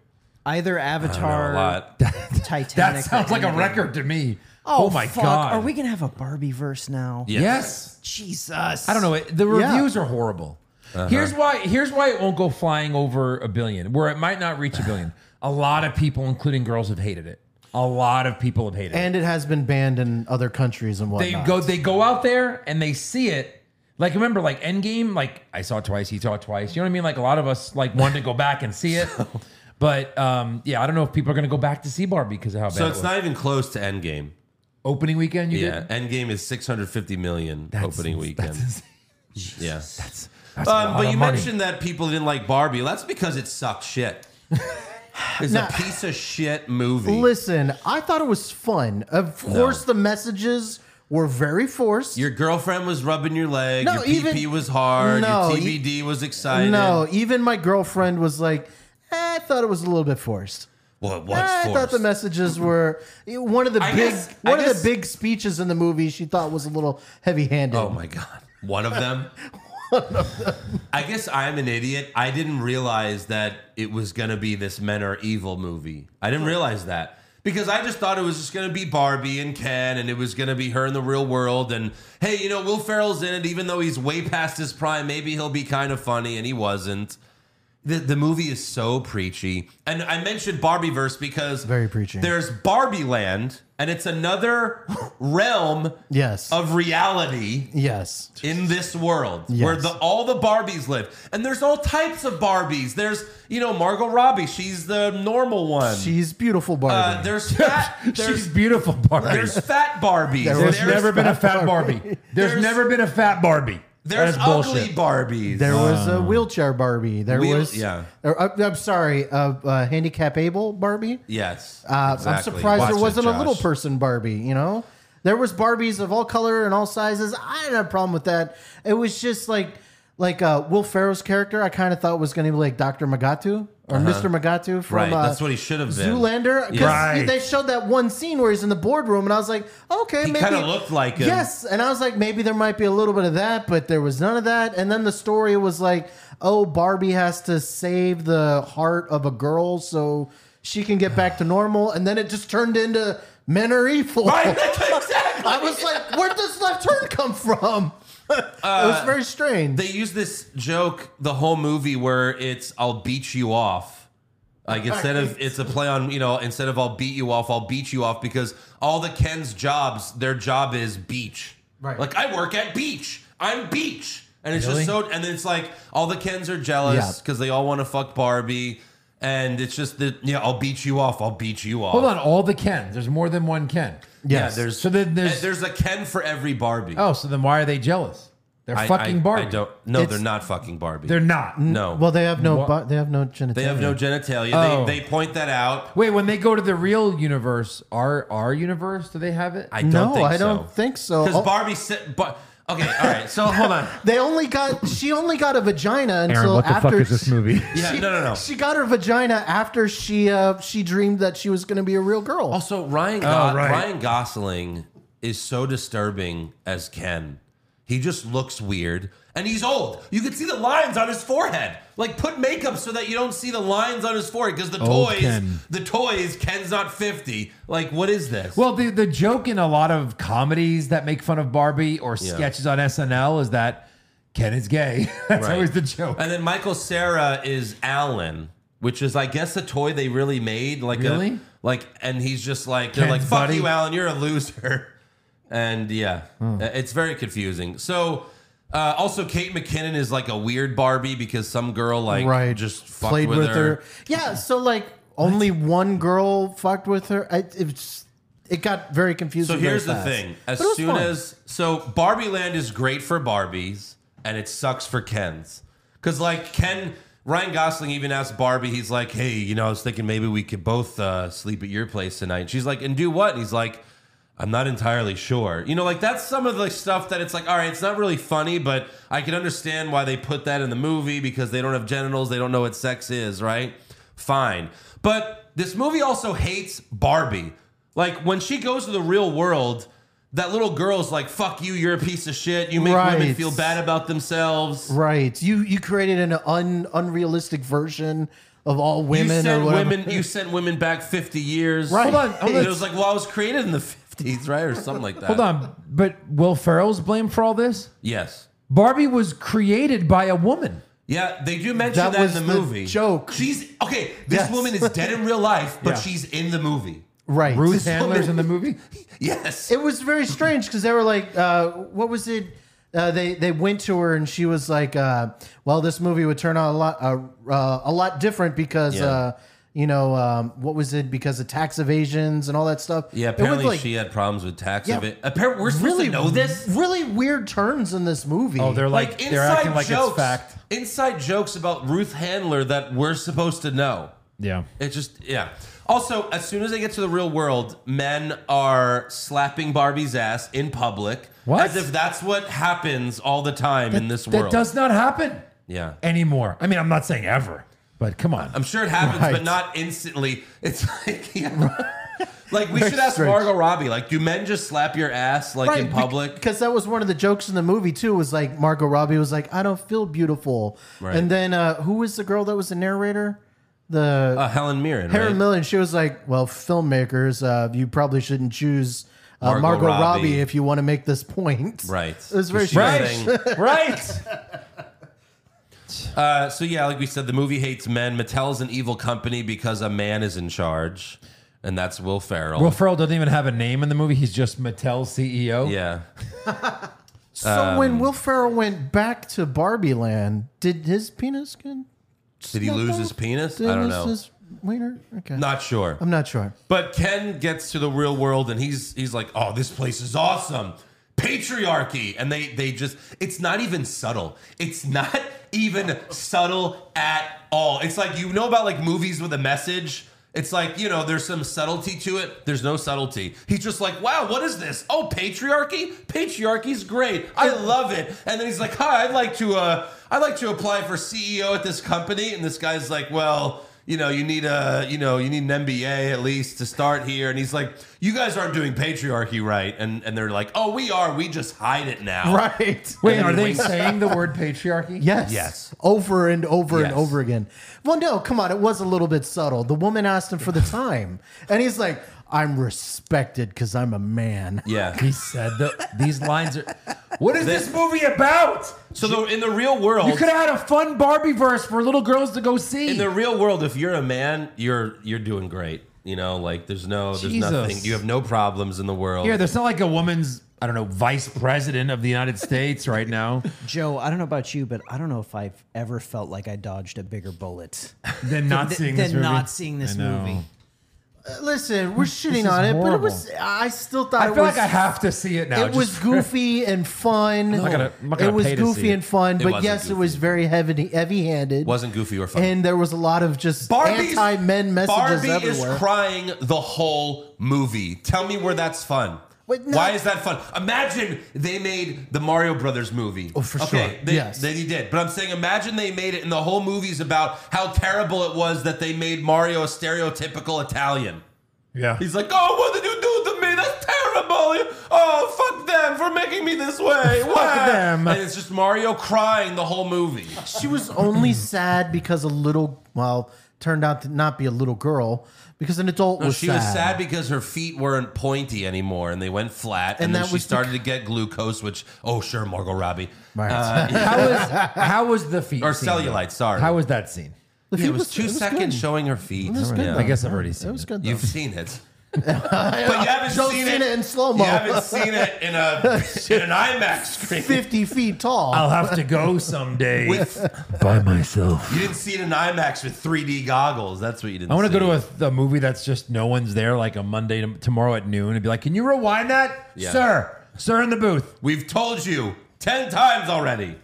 [SPEAKER 5] Either
[SPEAKER 3] I don't know,
[SPEAKER 5] Avatar,
[SPEAKER 3] a lot.
[SPEAKER 5] Titanic.
[SPEAKER 4] That sounds
[SPEAKER 5] or
[SPEAKER 4] like a
[SPEAKER 5] Endgame.
[SPEAKER 4] record to me.
[SPEAKER 5] Oh,
[SPEAKER 4] Oh, my
[SPEAKER 5] fuck.
[SPEAKER 4] god.
[SPEAKER 5] Are we gonna have a Barbie verse now?
[SPEAKER 3] Yeah.
[SPEAKER 4] Yes.
[SPEAKER 5] Jesus.
[SPEAKER 4] I don't know. It- The
[SPEAKER 6] Yeah.
[SPEAKER 4] reviews are horrible. Here's why. Here's why it won't go flying over a billion, where it might not reach a billion. A lot of people, including girls, have hated it. A lot of people have hated it.
[SPEAKER 6] and it has been banned in other countries and
[SPEAKER 4] they
[SPEAKER 6] whatnot.
[SPEAKER 4] go they go out there and they see it like remember like endgame like i saw it twice he saw it twice you know what i mean like a lot of us like wanted to go back and see it but um yeah i don't know if people are gonna go back to see barbie because of how bad
[SPEAKER 3] So
[SPEAKER 4] it
[SPEAKER 3] it's
[SPEAKER 4] was
[SPEAKER 3] not even close to Endgame.
[SPEAKER 4] opening weekend you
[SPEAKER 3] Yeah,
[SPEAKER 4] did?
[SPEAKER 3] Endgame is 650 million opening weekend. yeah.
[SPEAKER 4] That's a
[SPEAKER 3] um,
[SPEAKER 4] lot
[SPEAKER 3] but
[SPEAKER 4] of
[SPEAKER 3] you
[SPEAKER 4] money.
[SPEAKER 3] mentioned that people didn't like Barbie. That's because it sucks shit. It's a piece of shit movie.
[SPEAKER 6] Listen, I thought it was fun. Of course, the messages were very forced.
[SPEAKER 3] your girlfriend was rubbing your leg.
[SPEAKER 6] No,
[SPEAKER 3] your PP
[SPEAKER 6] even-
[SPEAKER 3] was hard.
[SPEAKER 6] No,
[SPEAKER 3] your
[SPEAKER 6] e-
[SPEAKER 3] TBD was excited.
[SPEAKER 6] no, even my girlfriend was like, eh, I thought it was a little bit forced. Eh,
[SPEAKER 3] well, it was
[SPEAKER 6] I thought
[SPEAKER 3] forced.
[SPEAKER 6] the messages were one of the
[SPEAKER 3] I
[SPEAKER 6] big
[SPEAKER 3] guess- I
[SPEAKER 6] one of
[SPEAKER 3] guess-
[SPEAKER 6] the big speeches in the movie. She thought was a little heavy handed.
[SPEAKER 3] Oh my god. One of them. I guess I'm an idiot. I didn't realize that it was going to be this men are evil movie. I didn't realize that. Because I just thought it was just going to be Barbie and Ken and it was going to be her in the real world and hey, you know, Will Ferrell's in it even though he's way past his prime, maybe he'll be kind of funny and he wasn't. The, the movie is so preachy. And I mentioned Barbieverse because
[SPEAKER 6] Very preachy.
[SPEAKER 3] There's Barbie Land and it's another realm
[SPEAKER 6] Yes.
[SPEAKER 3] of reality
[SPEAKER 6] yes.
[SPEAKER 3] in this world where the all the Barbies live, and there's all types of Barbies. There's you know Margot Robbie, she's the normal one.
[SPEAKER 6] She's beautiful Barbie.
[SPEAKER 3] uh, there's fat. There's,
[SPEAKER 4] She's beautiful, Barbie.
[SPEAKER 3] there's fat Barbies.
[SPEAKER 4] There's,
[SPEAKER 3] there's
[SPEAKER 4] never been a fat Barbie. There's,
[SPEAKER 3] There's-
[SPEAKER 4] never been a fat Barbie.
[SPEAKER 3] there's
[SPEAKER 4] That is
[SPEAKER 3] ugly
[SPEAKER 4] bullshit.
[SPEAKER 3] Barbies.
[SPEAKER 6] there was a wheelchair Barbie. There
[SPEAKER 3] Wheel-
[SPEAKER 6] was
[SPEAKER 3] yeah.
[SPEAKER 6] Or, uh, I'm sorry, uh, uh, handicap able Barbie.
[SPEAKER 3] yes,
[SPEAKER 6] Uh,
[SPEAKER 3] exactly.
[SPEAKER 6] I'm surprised
[SPEAKER 3] Watch
[SPEAKER 6] there
[SPEAKER 3] it,
[SPEAKER 6] wasn't a
[SPEAKER 3] Josh.
[SPEAKER 6] little person Barbie. You know, there was Barbies of all color and all sizes. I didn't have a problem with that. It was just like like uh, Will Ferrell's character. I kind of thought was going to be like Doctor Magatu or Mister Magatu
[SPEAKER 3] Uh-huh.
[SPEAKER 6] from
[SPEAKER 3] Right,
[SPEAKER 6] uh,
[SPEAKER 3] that's what he should have been.
[SPEAKER 6] Zoolander. 'Cause
[SPEAKER 3] Yeah.
[SPEAKER 6] he- They showed that one scene where he's in the boardroom, and I was like, okay,
[SPEAKER 3] He
[SPEAKER 6] maybe
[SPEAKER 3] kinda looked like him.
[SPEAKER 6] Yes, and I was like, maybe there might be a little bit of that, but there was none of that. And then the story was like, oh, Barbie has to save the heart of a girl so she can get back to normal, and then it just turned into men are evil.
[SPEAKER 3] Right, that's exactly.
[SPEAKER 6] I was like, where'd this left turn come from? it was very strange.
[SPEAKER 3] Uh, They use this joke the whole movie where it's "I'll beat you off." Like instead of it's a play on you know instead of "I'll beat you off," "I'll beat you off" because all the Ken's jobs, their job is beach.
[SPEAKER 6] Right.
[SPEAKER 3] Like I work at beach. I'm beach, and it's
[SPEAKER 4] Really?
[SPEAKER 3] just so. And then it's like all the Kens are jealous
[SPEAKER 6] Yeah.
[SPEAKER 3] because they all want to fuck Barbie, and it's just that yeah, I'll beat you off. I'll beat you off.
[SPEAKER 4] Hold on, all the Kens. There's more than one Ken.
[SPEAKER 3] Yeah,
[SPEAKER 6] Yes.
[SPEAKER 3] there's
[SPEAKER 4] So then
[SPEAKER 3] there's,
[SPEAKER 4] there's,
[SPEAKER 3] there's a Ken for every Barbie.
[SPEAKER 4] oh, so then why are they jealous? They're
[SPEAKER 3] I-
[SPEAKER 4] fucking
[SPEAKER 3] I,
[SPEAKER 4] Barbie.
[SPEAKER 3] I don't. No,
[SPEAKER 6] It's-
[SPEAKER 3] they're not fucking Barbie.
[SPEAKER 4] They're not.
[SPEAKER 3] no.
[SPEAKER 6] well, they have no,
[SPEAKER 4] What?
[SPEAKER 6] bu- they have no genitalia.
[SPEAKER 3] They have no genitalia.
[SPEAKER 4] Oh.
[SPEAKER 3] They, they point that out.
[SPEAKER 4] Wait, when they go to the real universe, our our universe, do they have it?
[SPEAKER 3] I don't
[SPEAKER 6] No,
[SPEAKER 3] think
[SPEAKER 6] I
[SPEAKER 3] so.
[SPEAKER 6] don't think so.
[SPEAKER 3] Because
[SPEAKER 6] Oh,
[SPEAKER 3] Barbie said, but okay, all right. So hold on.
[SPEAKER 6] They only got she only got a vagina until after
[SPEAKER 4] movie?
[SPEAKER 3] Yeah,
[SPEAKER 6] She,
[SPEAKER 3] no, no, no.
[SPEAKER 6] She got her vagina after she uh, she dreamed that she was going to be a real girl.
[SPEAKER 3] Also, Ryan
[SPEAKER 6] Oh,
[SPEAKER 3] Go-
[SPEAKER 4] right.
[SPEAKER 3] Ryan Gosling is so disturbing as Ken. He just looks weird, and he's old. You can see the lines on his forehead. Like put makeup so that you don't see the lines on his forehead. Because the
[SPEAKER 4] Old
[SPEAKER 3] toys,
[SPEAKER 4] Ken.
[SPEAKER 3] the toys, Ken's not fifty. Like what is this?
[SPEAKER 4] Well, the the joke in a lot of comedies that make fun of Barbie or sketches on SNL is that Ken is gay. That's
[SPEAKER 3] Right. Uh,
[SPEAKER 4] always the joke.
[SPEAKER 3] And then Michael Sarah is Alan, which is I guess a toy they really made. Like a-
[SPEAKER 4] Really?
[SPEAKER 3] like, and he's just like they're
[SPEAKER 4] Ken's
[SPEAKER 3] like, "Fuck
[SPEAKER 4] buddy?
[SPEAKER 3] you, Alan, you're a loser." And yeah, Uh, it's very confusing. So. Uh, also, Kate McKinnon is like a weird Barbie because some girl like
[SPEAKER 6] right,
[SPEAKER 3] just fucked with, her.
[SPEAKER 6] Yeah, so like only one girl fucked with her. I, it's it got very confusing.
[SPEAKER 3] So
[SPEAKER 6] very
[SPEAKER 3] here's the
[SPEAKER 6] fast.
[SPEAKER 3] thing: as
[SPEAKER 6] But it was
[SPEAKER 3] soon
[SPEAKER 6] fun.
[SPEAKER 3] as so, Barbie Land is great for Barbies, and it sucks for Kens, because like Ken. Ryan Gosling even asked Barbie, he's like, hey, you know, I was thinking maybe we could both uh, sleep at your place tonight. And she's like, and do what? And he's like, I'm not entirely sure. You know, like that's some of the stuff that it's like, all right, it's not really funny, but I can understand why they put that in the movie because they don't have genitals, they don't know what sex is, right? Fine. But this movie also hates Barbie. Like when she goes to the real world, that little girl's like, fuck you, you're a piece of shit. You make women
[SPEAKER 6] Right.
[SPEAKER 3] feel bad about themselves.
[SPEAKER 6] right? You you created an un, unrealistic version of all women
[SPEAKER 3] you sent
[SPEAKER 6] or whatever.
[SPEAKER 3] women you sent women back 50 years.
[SPEAKER 6] Right.
[SPEAKER 4] Hold on, hold
[SPEAKER 3] And
[SPEAKER 4] on.
[SPEAKER 3] it was like, well, I was created in the 50s, right? Or something like that.
[SPEAKER 4] Hold on, but Will Ferrell's blamed for all this?
[SPEAKER 3] Yes.
[SPEAKER 4] Barbie was created by a woman.
[SPEAKER 3] Yeah, they do mention that,
[SPEAKER 6] That was
[SPEAKER 3] in the,
[SPEAKER 6] the
[SPEAKER 3] movie.
[SPEAKER 6] joke.
[SPEAKER 3] She's okay. This
[SPEAKER 6] Yes.
[SPEAKER 3] woman is dead in real life, but
[SPEAKER 4] Yeah.
[SPEAKER 3] she's in the movie.
[SPEAKER 6] right?
[SPEAKER 4] Ruth Handler's in the movie.
[SPEAKER 3] Yes.
[SPEAKER 6] it was very strange because they were like, uh, what was it? Uh, they they went to her and she was like, uh, well, this movie would turn out a lot uh, uh, a lot different because
[SPEAKER 3] Yeah.
[SPEAKER 6] uh, you know, um, what was it? Because of tax evasions and all that stuff.
[SPEAKER 3] Yeah,
[SPEAKER 6] It was,
[SPEAKER 3] apparently
[SPEAKER 6] like,
[SPEAKER 3] she had problems with tax.
[SPEAKER 6] Yeah.
[SPEAKER 3] Yeah, apparently we're supposed
[SPEAKER 6] really
[SPEAKER 3] to know this.
[SPEAKER 6] Really weird turns in this movie.
[SPEAKER 4] Oh, they're like,
[SPEAKER 3] Like,
[SPEAKER 4] they're acting
[SPEAKER 3] inside
[SPEAKER 4] like
[SPEAKER 3] jokes,
[SPEAKER 4] it's fact.
[SPEAKER 3] inside jokes about Ruth Handler that we're supposed to know.
[SPEAKER 4] Yeah.
[SPEAKER 3] It just yeah. Also, as soon as they get to the real world, men are slapping Barbie's ass in public,
[SPEAKER 4] What?
[SPEAKER 3] as if that's what happens all the time in this
[SPEAKER 4] That
[SPEAKER 3] world.
[SPEAKER 4] does not happen
[SPEAKER 3] yeah,
[SPEAKER 4] anymore. I mean, I'm not saying ever, but come on.
[SPEAKER 3] I'm sure it happens,
[SPEAKER 6] Right.
[SPEAKER 3] but not instantly. It's like yeah. like we
[SPEAKER 6] Very
[SPEAKER 3] should ask
[SPEAKER 6] strange.
[SPEAKER 3] Margot Robbie. Like, do men just slap your ass like in public?
[SPEAKER 6] because that was one of the jokes in the movie too. Was like Margot Robbie was like, "I don't feel beautiful,"
[SPEAKER 3] Right.
[SPEAKER 6] and then uh, who was the girl that was the narrator? The
[SPEAKER 3] Uh, Helen Mirren.
[SPEAKER 6] Karen
[SPEAKER 3] right?
[SPEAKER 6] Millen, she was like, "Well, filmmakers, uh, you probably shouldn't choose uh,
[SPEAKER 3] Margot
[SPEAKER 6] Margot, Robbie.
[SPEAKER 3] Robbie.
[SPEAKER 6] if you want to make this point."
[SPEAKER 3] Right.
[SPEAKER 6] It was very
[SPEAKER 3] She was
[SPEAKER 6] strange.
[SPEAKER 3] saying-
[SPEAKER 4] right.
[SPEAKER 3] Uh, so yeah, like we said, the movie hates men. Mattel's an evil company because a man is in charge, and that's Will Ferrell.
[SPEAKER 4] Will Ferrell doesn't even have a name in the movie. He's just Mattel E CEO.
[SPEAKER 3] yeah.
[SPEAKER 6] So
[SPEAKER 3] um,
[SPEAKER 6] when Will Ferrell went back to Barbie Land, did his penis get?
[SPEAKER 3] Did he lose his penis? I don't know.
[SPEAKER 6] His wiener? Okay,
[SPEAKER 3] Not sure.
[SPEAKER 6] I'm not sure.
[SPEAKER 3] But Ken gets to the real world, and he's he's like, "Oh, this place is awesome, patriarchy." And they they just it's not even subtle. It's not even subtle at all. It's like you know about like movies with a message. It's like you know there's some subtlety to it. There's no subtlety. He's just like, "Wow, what is this? Oh, patriarchy. Patriarchy's great. I love it." And then he's like, "Hi, I'd like to uh I'd like to apply for CEO at this company." And this guy's like, "Well." you know, you need a, you know, you need an MBA at least to start here. And he's like, you guys aren't doing patriarchy right. And and they're like, oh, we are. We just hide it now.
[SPEAKER 6] Right.
[SPEAKER 4] Wait, are they saying the word patriarchy?
[SPEAKER 6] Yes.
[SPEAKER 3] Yes.
[SPEAKER 6] Over and over
[SPEAKER 3] Yes.
[SPEAKER 6] and over again. Well, no, come on. It was a little bit subtle. The woman asked him for the time, and he's like, "I'm respected because I'm a man."
[SPEAKER 3] Yeah.
[SPEAKER 4] He said the, these lines are. What is this movie about?
[SPEAKER 3] So the, in the real world,
[SPEAKER 4] You could have had a fun Barbie verse for little girls to go see.
[SPEAKER 3] in the real world, if you're a man, you're you're doing great. You know, like there's no, there's
[SPEAKER 4] Jesus.
[SPEAKER 3] nothing. You have no problems in the world.
[SPEAKER 4] Here, there's not like a woman's, I don't know, vice president of the United States right now
[SPEAKER 5] Joe, I don't know about you, but I don't know if I've ever felt like I dodged a bigger bullet
[SPEAKER 4] than not
[SPEAKER 5] th-
[SPEAKER 4] seeing
[SPEAKER 5] than
[SPEAKER 4] this movie.
[SPEAKER 5] not seeing this
[SPEAKER 4] I know.
[SPEAKER 5] movie.
[SPEAKER 6] Listen, we're shitting
[SPEAKER 4] is
[SPEAKER 6] on it, but it
[SPEAKER 4] horrible.
[SPEAKER 6] was. I still thought
[SPEAKER 4] I
[SPEAKER 6] it
[SPEAKER 4] feel
[SPEAKER 6] was.
[SPEAKER 4] like I have to see it now.
[SPEAKER 6] it was
[SPEAKER 4] just-
[SPEAKER 6] goofy and fun.
[SPEAKER 4] not gonna- I'm not
[SPEAKER 6] it
[SPEAKER 4] gonna
[SPEAKER 6] was
[SPEAKER 4] pay to see
[SPEAKER 6] goofy
[SPEAKER 4] it.
[SPEAKER 6] and fun,
[SPEAKER 3] It
[SPEAKER 6] but
[SPEAKER 3] wasn't
[SPEAKER 6] yes, it was
[SPEAKER 3] goofy.
[SPEAKER 6] very heavy, heavy-handed.
[SPEAKER 3] wasn't goofy or funny.
[SPEAKER 6] and there was a lot of just
[SPEAKER 3] Barbie's-
[SPEAKER 6] anti-men messages
[SPEAKER 3] Barbie
[SPEAKER 6] everywhere.
[SPEAKER 3] is crying the whole movie. Tell me where that's fun.
[SPEAKER 6] Wait, no.
[SPEAKER 3] Why is that fun? Imagine they made the Mario Brothers movie. Oh,
[SPEAKER 6] for sure.
[SPEAKER 3] They,
[SPEAKER 6] Yes.
[SPEAKER 3] they did. But I'm saying, imagine they made it, and the whole movie's about how terrible it was that they made Mario a stereotypical Italian.
[SPEAKER 4] Yeah.
[SPEAKER 3] He's like, "Oh, what did you do to me? That's terrible! Oh, fuck them for making me this way! fuck
[SPEAKER 4] them.
[SPEAKER 3] And it's just Mario crying the whole movie.
[SPEAKER 6] She was only sad because a little, well, turned out to not be a little girl because an adult was
[SPEAKER 3] she
[SPEAKER 6] sad.
[SPEAKER 3] was sad because her feet weren't pointy anymore and they went flat. And,
[SPEAKER 6] And
[SPEAKER 3] then
[SPEAKER 6] that
[SPEAKER 3] she
[SPEAKER 6] was
[SPEAKER 3] started to get glucose, which, oh, sure, Margot Robbie. Uh,
[SPEAKER 6] Right.
[SPEAKER 4] How was how was the feet
[SPEAKER 3] Or
[SPEAKER 4] scene, though?
[SPEAKER 3] cellulite, sorry.
[SPEAKER 4] How was that scene?
[SPEAKER 6] The
[SPEAKER 3] Yeah,
[SPEAKER 6] feet
[SPEAKER 3] it was, two
[SPEAKER 6] it
[SPEAKER 3] seconds
[SPEAKER 6] good.
[SPEAKER 3] showing her feet.
[SPEAKER 6] It was good.
[SPEAKER 3] Yeah.
[SPEAKER 6] though.
[SPEAKER 4] I guess I've already seen
[SPEAKER 6] it was
[SPEAKER 4] it.
[SPEAKER 6] good. Though.
[SPEAKER 3] You've seen it. but you haven't
[SPEAKER 6] Joe's
[SPEAKER 3] seen,
[SPEAKER 6] seen
[SPEAKER 3] it
[SPEAKER 6] it in slow-mo.
[SPEAKER 3] You haven't seen it in, a, in an IMAX screen.
[SPEAKER 6] Fifty feet tall.
[SPEAKER 4] I'll have to go someday
[SPEAKER 3] With,
[SPEAKER 4] by myself.
[SPEAKER 3] you didn't see it in IMAX with 3D goggles. That's what you didn't
[SPEAKER 4] I want to
[SPEAKER 3] see.
[SPEAKER 4] go to a, a movie that's just no one's there, like a Monday to, tomorrow at noon, and be like, "Can you rewind that,
[SPEAKER 3] Yeah.
[SPEAKER 4] sir? Sir in the booth."
[SPEAKER 3] We've told you 10 times already.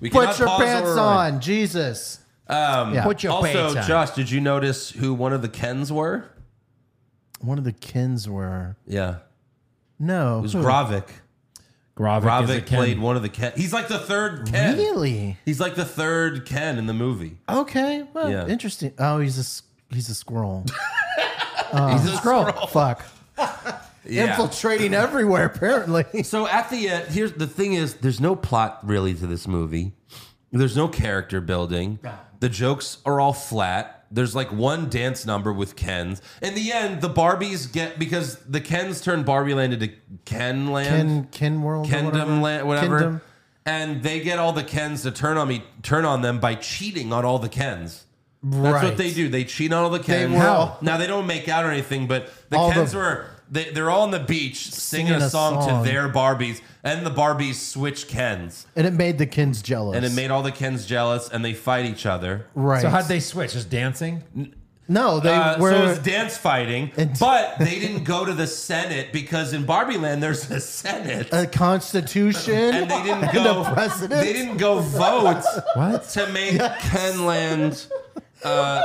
[SPEAKER 3] We cannot
[SPEAKER 6] Put your
[SPEAKER 3] pause or
[SPEAKER 6] pants
[SPEAKER 3] rewind.
[SPEAKER 6] on, Jesus.
[SPEAKER 3] Um,
[SPEAKER 6] Yeah.
[SPEAKER 4] Put your
[SPEAKER 3] also,
[SPEAKER 4] pants on.
[SPEAKER 3] Josh, did you notice who one of the Kens were?
[SPEAKER 6] One of the kins were
[SPEAKER 3] Yeah.
[SPEAKER 6] no.
[SPEAKER 3] It was Gravik.
[SPEAKER 4] Gravik, is a
[SPEAKER 3] Gravik
[SPEAKER 4] Ken.
[SPEAKER 3] played one of the Ken. He's like the third Ken.
[SPEAKER 6] Really?
[SPEAKER 3] He's like the third Ken in the movie.
[SPEAKER 6] Okay. Well,
[SPEAKER 3] Yeah.
[SPEAKER 6] interesting. Oh, he's a s- he's a squirrel.
[SPEAKER 4] Uh, He's a scroll.
[SPEAKER 6] Fuck. Infiltrating everywhere. Apparently.
[SPEAKER 3] So at the uh, here's the thing is there's no plot really to this movie. There's no character building. The jokes are all flat. There's like one dance number with Ken's. In the end, the Barbies get because the Kens turn Barbie Land into Ken
[SPEAKER 6] Ken
[SPEAKER 3] Land,
[SPEAKER 6] Ken World. or
[SPEAKER 3] Kendom
[SPEAKER 6] whatever.
[SPEAKER 3] Land, whatever.
[SPEAKER 6] Kendom.
[SPEAKER 3] And they get all the Kens to turn on me, turn on them by cheating on all the Kens. That's
[SPEAKER 6] right.
[SPEAKER 3] what they do. They cheat on all the
[SPEAKER 6] They
[SPEAKER 3] Kens.
[SPEAKER 6] will.
[SPEAKER 3] Now they don't make out or anything, but the
[SPEAKER 6] All
[SPEAKER 3] Kens
[SPEAKER 6] the-
[SPEAKER 3] were they, they're all on the beach singing,
[SPEAKER 6] Singing
[SPEAKER 3] a,
[SPEAKER 6] a
[SPEAKER 3] song,
[SPEAKER 6] song.
[SPEAKER 3] to their Barbies, and the Barbies switch Kens,
[SPEAKER 6] And it made the kins jealous.
[SPEAKER 3] and it made all the Kens jealous, and they fight each other.
[SPEAKER 6] right.
[SPEAKER 4] So how'd they switch? Just dancing?
[SPEAKER 6] No, they
[SPEAKER 3] Uh,
[SPEAKER 6] were.
[SPEAKER 3] so it's dance fighting,
[SPEAKER 6] And-
[SPEAKER 3] but they didn't go to the Senate because in Barbie Land there's a Senate,
[SPEAKER 6] a constitution
[SPEAKER 3] and they didn't
[SPEAKER 6] and
[SPEAKER 3] go.
[SPEAKER 6] a president.
[SPEAKER 3] They didn't go vote
[SPEAKER 4] What?
[SPEAKER 3] to make Kenland uh,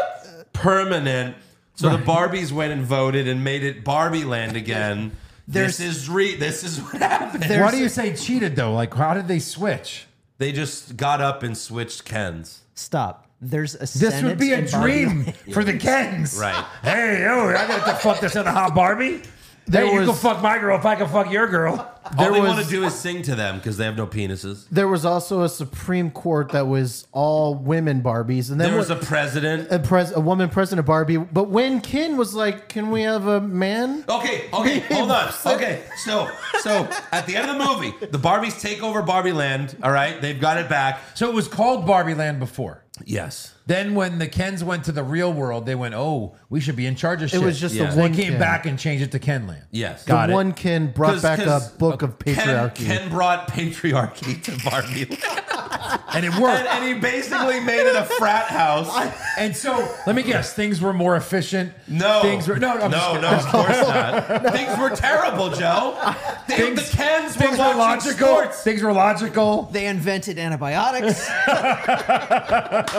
[SPEAKER 3] permanent. So the Barbies went and voted and made it Barbie Land again.
[SPEAKER 5] There's-
[SPEAKER 3] this is re- this is what happened.
[SPEAKER 4] Why do you say cheated though? Like, how did they switch?
[SPEAKER 3] They just got up and switched Kens.
[SPEAKER 5] Stop. There's a
[SPEAKER 4] This would be a dream
[SPEAKER 5] Land.
[SPEAKER 4] for the Kens.
[SPEAKER 3] Right.
[SPEAKER 4] Hey, yo, I got to fuck this in a hot Barbie.
[SPEAKER 6] There
[SPEAKER 4] hey, you
[SPEAKER 6] was-
[SPEAKER 4] can fuck my girl if I can fuck your girl.
[SPEAKER 3] All they
[SPEAKER 6] was-
[SPEAKER 3] want to do is sing to them because they have no penises.
[SPEAKER 6] There was also a Supreme Court that was all women Barbies, and then
[SPEAKER 3] There was a
[SPEAKER 6] a,
[SPEAKER 3] president.
[SPEAKER 6] a, pres- a woman president Barbie. But when Ken was like, "Can we have a man?"
[SPEAKER 3] Okay, okay, hold on. Okay, so so at the end of the movie, the Barbies take over Barbie Land. All right, they've got it back.
[SPEAKER 4] So it was called Barbie Land before.
[SPEAKER 3] Yes,
[SPEAKER 4] Then when the Kens went to the real world, they went, "Oh, we should be in charge of shit."
[SPEAKER 6] was just
[SPEAKER 3] the
[SPEAKER 4] So
[SPEAKER 6] one
[SPEAKER 4] They came
[SPEAKER 6] Ken.
[SPEAKER 4] back and changed it to Kenland.
[SPEAKER 3] yes.
[SPEAKER 4] Got
[SPEAKER 6] the
[SPEAKER 4] it.
[SPEAKER 6] one Ken brought
[SPEAKER 3] 'Cause-
[SPEAKER 6] back a
[SPEAKER 3] 'cause uh,
[SPEAKER 6] book of
[SPEAKER 3] Ken,
[SPEAKER 6] patriarchy.
[SPEAKER 3] Ken brought patriarchy to Barbie Land,
[SPEAKER 4] and it worked.
[SPEAKER 3] and, and he basically made it a frat house.
[SPEAKER 4] And so, let me guess, things were more efficient.
[SPEAKER 3] No,
[SPEAKER 4] things were no, no, I'm just
[SPEAKER 3] no,
[SPEAKER 4] kidding.
[SPEAKER 3] no, of course not. Things were terrible, Joe. They,
[SPEAKER 4] Things-
[SPEAKER 3] the Kens were
[SPEAKER 4] Things were
[SPEAKER 3] watching
[SPEAKER 4] logical.
[SPEAKER 3] sports.
[SPEAKER 4] Things were logical.
[SPEAKER 5] They invented antibiotics.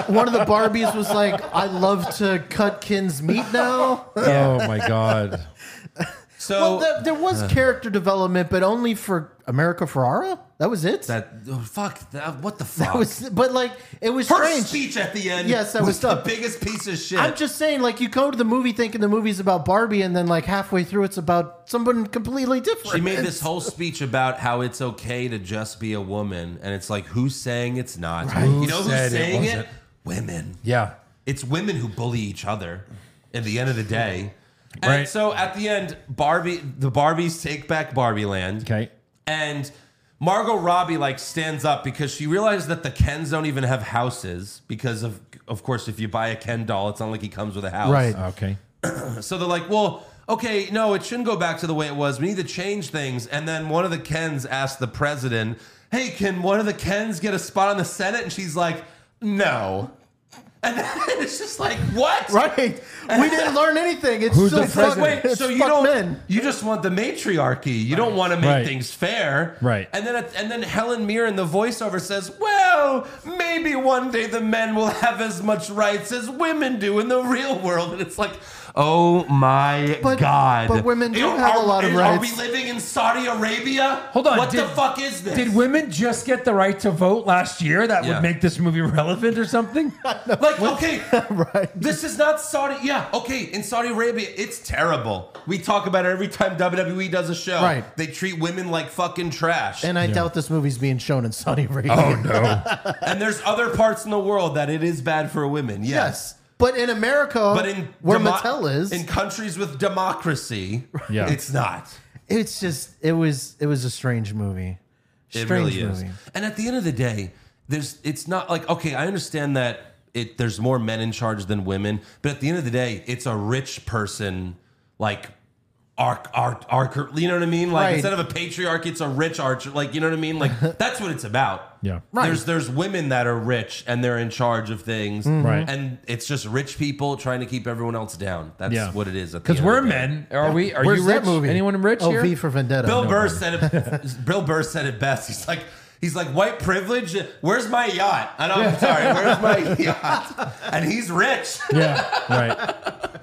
[SPEAKER 6] one of the Barbies was like, "I love to cut Ken's meat now."
[SPEAKER 4] Oh my god.
[SPEAKER 3] So uh.
[SPEAKER 6] Well, there, there was character development, but only for America Ferrara. That was it.
[SPEAKER 3] that oh, fuck. That, what the fuck?
[SPEAKER 6] That was, but like, it was
[SPEAKER 3] Her
[SPEAKER 6] strange.
[SPEAKER 3] speech at the end.
[SPEAKER 6] Yes, that was
[SPEAKER 3] the
[SPEAKER 6] tough.
[SPEAKER 3] biggest piece of shit.
[SPEAKER 6] I'm just saying, like, you go to the movie thinking the movie's about Barbie, and then like halfway through, it's about someone completely different.
[SPEAKER 3] She made this whole speech about how it's okay to just be a woman, and it's like who's saying it's not? You
[SPEAKER 4] Who
[SPEAKER 3] know who's
[SPEAKER 4] said it
[SPEAKER 3] saying it?
[SPEAKER 4] wasn't?
[SPEAKER 3] Women.
[SPEAKER 4] Yeah.
[SPEAKER 3] It's women who bully each other. At the end of the day, and
[SPEAKER 4] Right.
[SPEAKER 3] so at the end, Barbie, the Barbies take back Barbie Land.
[SPEAKER 4] Okay.
[SPEAKER 3] And Margot Robbie like stands up because she realized that the Kens don't even have houses because of of course if you buy a Ken doll, it's not like he comes with a house.
[SPEAKER 6] Right.
[SPEAKER 4] Okay.
[SPEAKER 3] So they're like, well, okay, no, it shouldn't go back to the way it was. We need to change things. And then one of the Kens asked the president, hey, can one of the Kens get a spot on the Senate? And she's like, no. And it's just like, what?
[SPEAKER 6] right? We didn't learn anything. It's
[SPEAKER 4] Who's
[SPEAKER 6] so
[SPEAKER 4] the
[SPEAKER 6] fuck-
[SPEAKER 4] president?
[SPEAKER 3] Wait,
[SPEAKER 6] it's
[SPEAKER 3] so you
[SPEAKER 6] fuck
[SPEAKER 3] don't
[SPEAKER 6] men.
[SPEAKER 3] you just want the matriarchy. You don't want to make
[SPEAKER 4] Right.
[SPEAKER 3] things fair.
[SPEAKER 4] Right.
[SPEAKER 3] And then at- and then Helen Mirren the voiceover says, "Well, maybe one day the men will have as much rights as women do in the real world." And it's like, "Oh my
[SPEAKER 6] But-
[SPEAKER 3] god."
[SPEAKER 6] but women do have a lot of
[SPEAKER 3] Are we
[SPEAKER 6] rights.
[SPEAKER 3] living in Saudi Arabia?
[SPEAKER 4] Hold on,
[SPEAKER 3] What the
[SPEAKER 4] did-
[SPEAKER 3] fuck is this?
[SPEAKER 4] Did women just get the right to vote last year that
[SPEAKER 3] Yeah.
[SPEAKER 4] would make this movie relevant or something?
[SPEAKER 3] Like, okay, This is not Saudi. Yeah, okay. In Saudi Arabia, it's terrible. We talk about it every time WWE does a show.
[SPEAKER 6] Right.
[SPEAKER 3] They treat women like fucking trash. And,
[SPEAKER 6] And I doubt this movie's being shown in Saudi Arabia.
[SPEAKER 3] Oh,
[SPEAKER 4] no.
[SPEAKER 3] there's other parts in the world that it is bad for women. Yes.
[SPEAKER 6] yes, but in America,
[SPEAKER 3] But in
[SPEAKER 6] where
[SPEAKER 3] demo-
[SPEAKER 6] Mattel is,
[SPEAKER 3] in countries with democracy,
[SPEAKER 4] Yeah.
[SPEAKER 3] it's not.
[SPEAKER 6] it's just it was it was a strange movie.
[SPEAKER 3] It
[SPEAKER 6] Strange
[SPEAKER 3] really is.
[SPEAKER 6] movie.
[SPEAKER 3] And at the end of the day, there's it's not like okay, I understand that it there's more men in charge than women, but at the end of the day, it's a rich person like arc arc arc you know what I mean? Like
[SPEAKER 6] Right.
[SPEAKER 3] instead of a patriarch, it's a rich archer like you know what I mean? Like that's what it's about.
[SPEAKER 4] Yeah.
[SPEAKER 6] Right.
[SPEAKER 3] There's there's women that are rich and they're in charge of things.
[SPEAKER 6] Mm-hmm.
[SPEAKER 4] Right.
[SPEAKER 3] And it's just rich people trying to keep everyone else down. That's
[SPEAKER 4] Yeah.
[SPEAKER 3] what it is at the
[SPEAKER 4] Because
[SPEAKER 3] end of
[SPEAKER 4] we're
[SPEAKER 3] the day.
[SPEAKER 4] men. Are we? Are
[SPEAKER 6] Where's
[SPEAKER 4] you
[SPEAKER 6] that
[SPEAKER 4] rich?
[SPEAKER 6] movie?
[SPEAKER 4] Anyone rich
[SPEAKER 6] oh,
[SPEAKER 4] here?
[SPEAKER 6] V for Vendetta.
[SPEAKER 3] Bill
[SPEAKER 6] No.
[SPEAKER 3] Burr said it. Bill Burr said it best. He's like, he's like white privilege. Where's my yacht? And I'm sorry, where's my yacht? And he's rich.
[SPEAKER 4] Yeah. Right.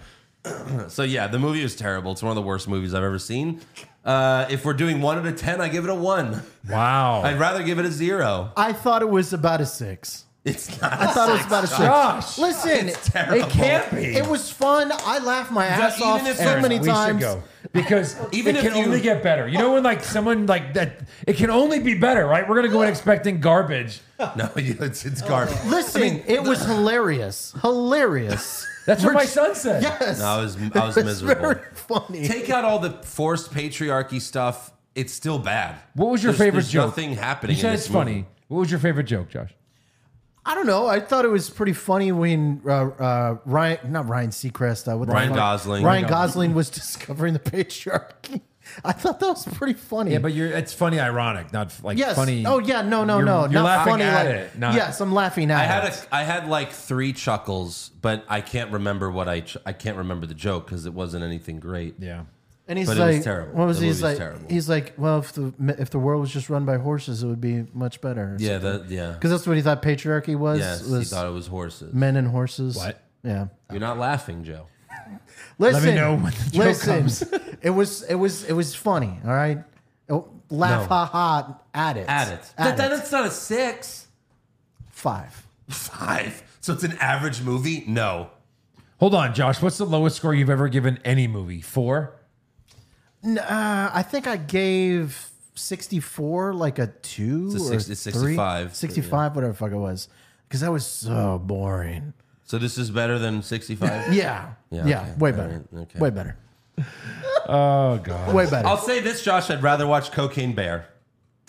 [SPEAKER 3] So yeah, the movie is terrible. It's one of the worst movies I've ever seen. Uh, if we're doing one out of ten, I give it a one.
[SPEAKER 4] Wow.
[SPEAKER 3] I'd rather give it a zero.
[SPEAKER 6] I thought it was about a six.
[SPEAKER 3] It's not.
[SPEAKER 6] I thought it was about a six.
[SPEAKER 4] Josh.
[SPEAKER 6] Listen,
[SPEAKER 3] It's terrible.
[SPEAKER 4] It can't be.
[SPEAKER 6] it was fun. I laughed my ass
[SPEAKER 3] even
[SPEAKER 6] off
[SPEAKER 3] if
[SPEAKER 6] so
[SPEAKER 3] there's-
[SPEAKER 6] many
[SPEAKER 4] we should
[SPEAKER 6] times.
[SPEAKER 4] go because
[SPEAKER 3] Even
[SPEAKER 4] it
[SPEAKER 3] if
[SPEAKER 4] can
[SPEAKER 3] you-
[SPEAKER 4] only get better. You know when like someone like that, it can only be better, right? We're gonna go in expecting garbage.
[SPEAKER 3] No, it's, it's garbage.
[SPEAKER 6] Listen, it was hilarious. Hilarious.
[SPEAKER 4] That's what my son said.
[SPEAKER 6] yes.
[SPEAKER 3] No, I was I was
[SPEAKER 6] It's
[SPEAKER 3] miserable.
[SPEAKER 6] very funny.
[SPEAKER 3] Take out all the forced patriarchy stuff. It's still bad.
[SPEAKER 4] What was your
[SPEAKER 3] There's-
[SPEAKER 4] favorite
[SPEAKER 3] there's
[SPEAKER 4] joke?
[SPEAKER 3] Nothing happening.
[SPEAKER 4] You said
[SPEAKER 3] in
[SPEAKER 4] it's
[SPEAKER 3] this movie.
[SPEAKER 4] funny. What was your favorite joke, Josh?
[SPEAKER 6] I don't know. I thought it was pretty funny when uh, uh, Ryan, not Ryan Seacrest, uh, what the
[SPEAKER 3] Ryan
[SPEAKER 6] fuck?
[SPEAKER 3] Gosling.
[SPEAKER 6] Ryan Gosling was discovering the patriarchy. I thought that was pretty funny.
[SPEAKER 4] Yeah, but you're it's funny, ironic, not like
[SPEAKER 6] yes.
[SPEAKER 4] funny.
[SPEAKER 6] Oh yeah, no, no,
[SPEAKER 4] You're-
[SPEAKER 6] no,
[SPEAKER 4] you're
[SPEAKER 6] not
[SPEAKER 4] laughing
[SPEAKER 6] funny.
[SPEAKER 4] at
[SPEAKER 6] like,
[SPEAKER 4] it, not-
[SPEAKER 6] yes, I'm laughing at
[SPEAKER 3] I had
[SPEAKER 6] it.
[SPEAKER 3] a, I had like three chuckles, but I can't remember what I ch- I can't remember the joke because it wasn't anything great.
[SPEAKER 4] Yeah.
[SPEAKER 6] And he's
[SPEAKER 3] But it
[SPEAKER 6] like,
[SPEAKER 3] was terrible.
[SPEAKER 6] what was
[SPEAKER 3] The
[SPEAKER 6] he? he's
[SPEAKER 3] movie's
[SPEAKER 6] like?
[SPEAKER 3] terrible.
[SPEAKER 6] He's like, well, if the if the world was just run by horses, it would be much better.
[SPEAKER 3] Yeah, that yeah.
[SPEAKER 6] because that's what he thought patriarchy was.
[SPEAKER 3] Yes, he
[SPEAKER 6] was
[SPEAKER 3] thought it was horses.
[SPEAKER 6] men and horses.
[SPEAKER 4] What?
[SPEAKER 6] Yeah.
[SPEAKER 3] You're not laughing, Joe.
[SPEAKER 6] Listen,
[SPEAKER 4] know when the joke
[SPEAKER 6] listen,
[SPEAKER 4] comes.
[SPEAKER 6] it was it was it was funny. All right, Oh, laugh
[SPEAKER 3] No.
[SPEAKER 6] ha ha at it
[SPEAKER 3] At it.
[SPEAKER 6] at it.
[SPEAKER 3] That's not a six.
[SPEAKER 6] five.
[SPEAKER 3] Five. So it's an average movie. No.
[SPEAKER 4] Hold on, Josh. What's the lowest score you've ever given any movie? Four?
[SPEAKER 6] N- uh, I think I gave 64 like a two
[SPEAKER 3] It's a
[SPEAKER 6] or
[SPEAKER 3] six- it's
[SPEAKER 6] three?
[SPEAKER 3] 65, but
[SPEAKER 6] 65, whatever the fuck it was, because that was so boring.
[SPEAKER 3] So this is better than sixty-five.
[SPEAKER 6] Yeah, yeah,
[SPEAKER 3] okay.
[SPEAKER 6] way
[SPEAKER 3] All
[SPEAKER 6] better,
[SPEAKER 3] right, okay.
[SPEAKER 6] way better,
[SPEAKER 4] Oh god.
[SPEAKER 6] way better.
[SPEAKER 3] I'll say this, Josh. I'd rather watch Cocaine Bear.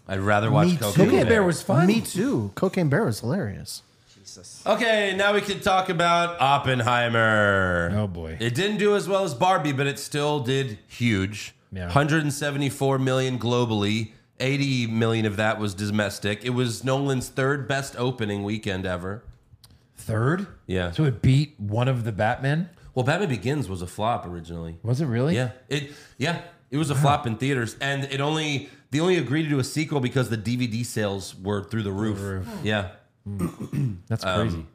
[SPEAKER 3] I'd rather watch
[SPEAKER 6] Me
[SPEAKER 3] Cocaine,
[SPEAKER 6] too.
[SPEAKER 4] Cocaine Bear was fun.
[SPEAKER 6] Me too. Cocaine Bear was hilarious.
[SPEAKER 3] Okay, now we can talk about Oppenheimer.
[SPEAKER 4] Oh, boy.
[SPEAKER 3] It didn't do as well as Barbie, but it still did huge.
[SPEAKER 4] Yeah.
[SPEAKER 3] 174 million globally. 80 million of that was domestic. It was Nolan's third best opening weekend ever.
[SPEAKER 4] Third?
[SPEAKER 3] Yeah.
[SPEAKER 4] So it beat one of the Batman?
[SPEAKER 3] Well, Batman Begins was a flop originally.
[SPEAKER 4] Was it really?
[SPEAKER 3] Yeah. It yeah, it was a flop in theaters and it only they only agreed to do a sequel because the DVD sales were through the roof. Yeah.
[SPEAKER 4] That's crazy.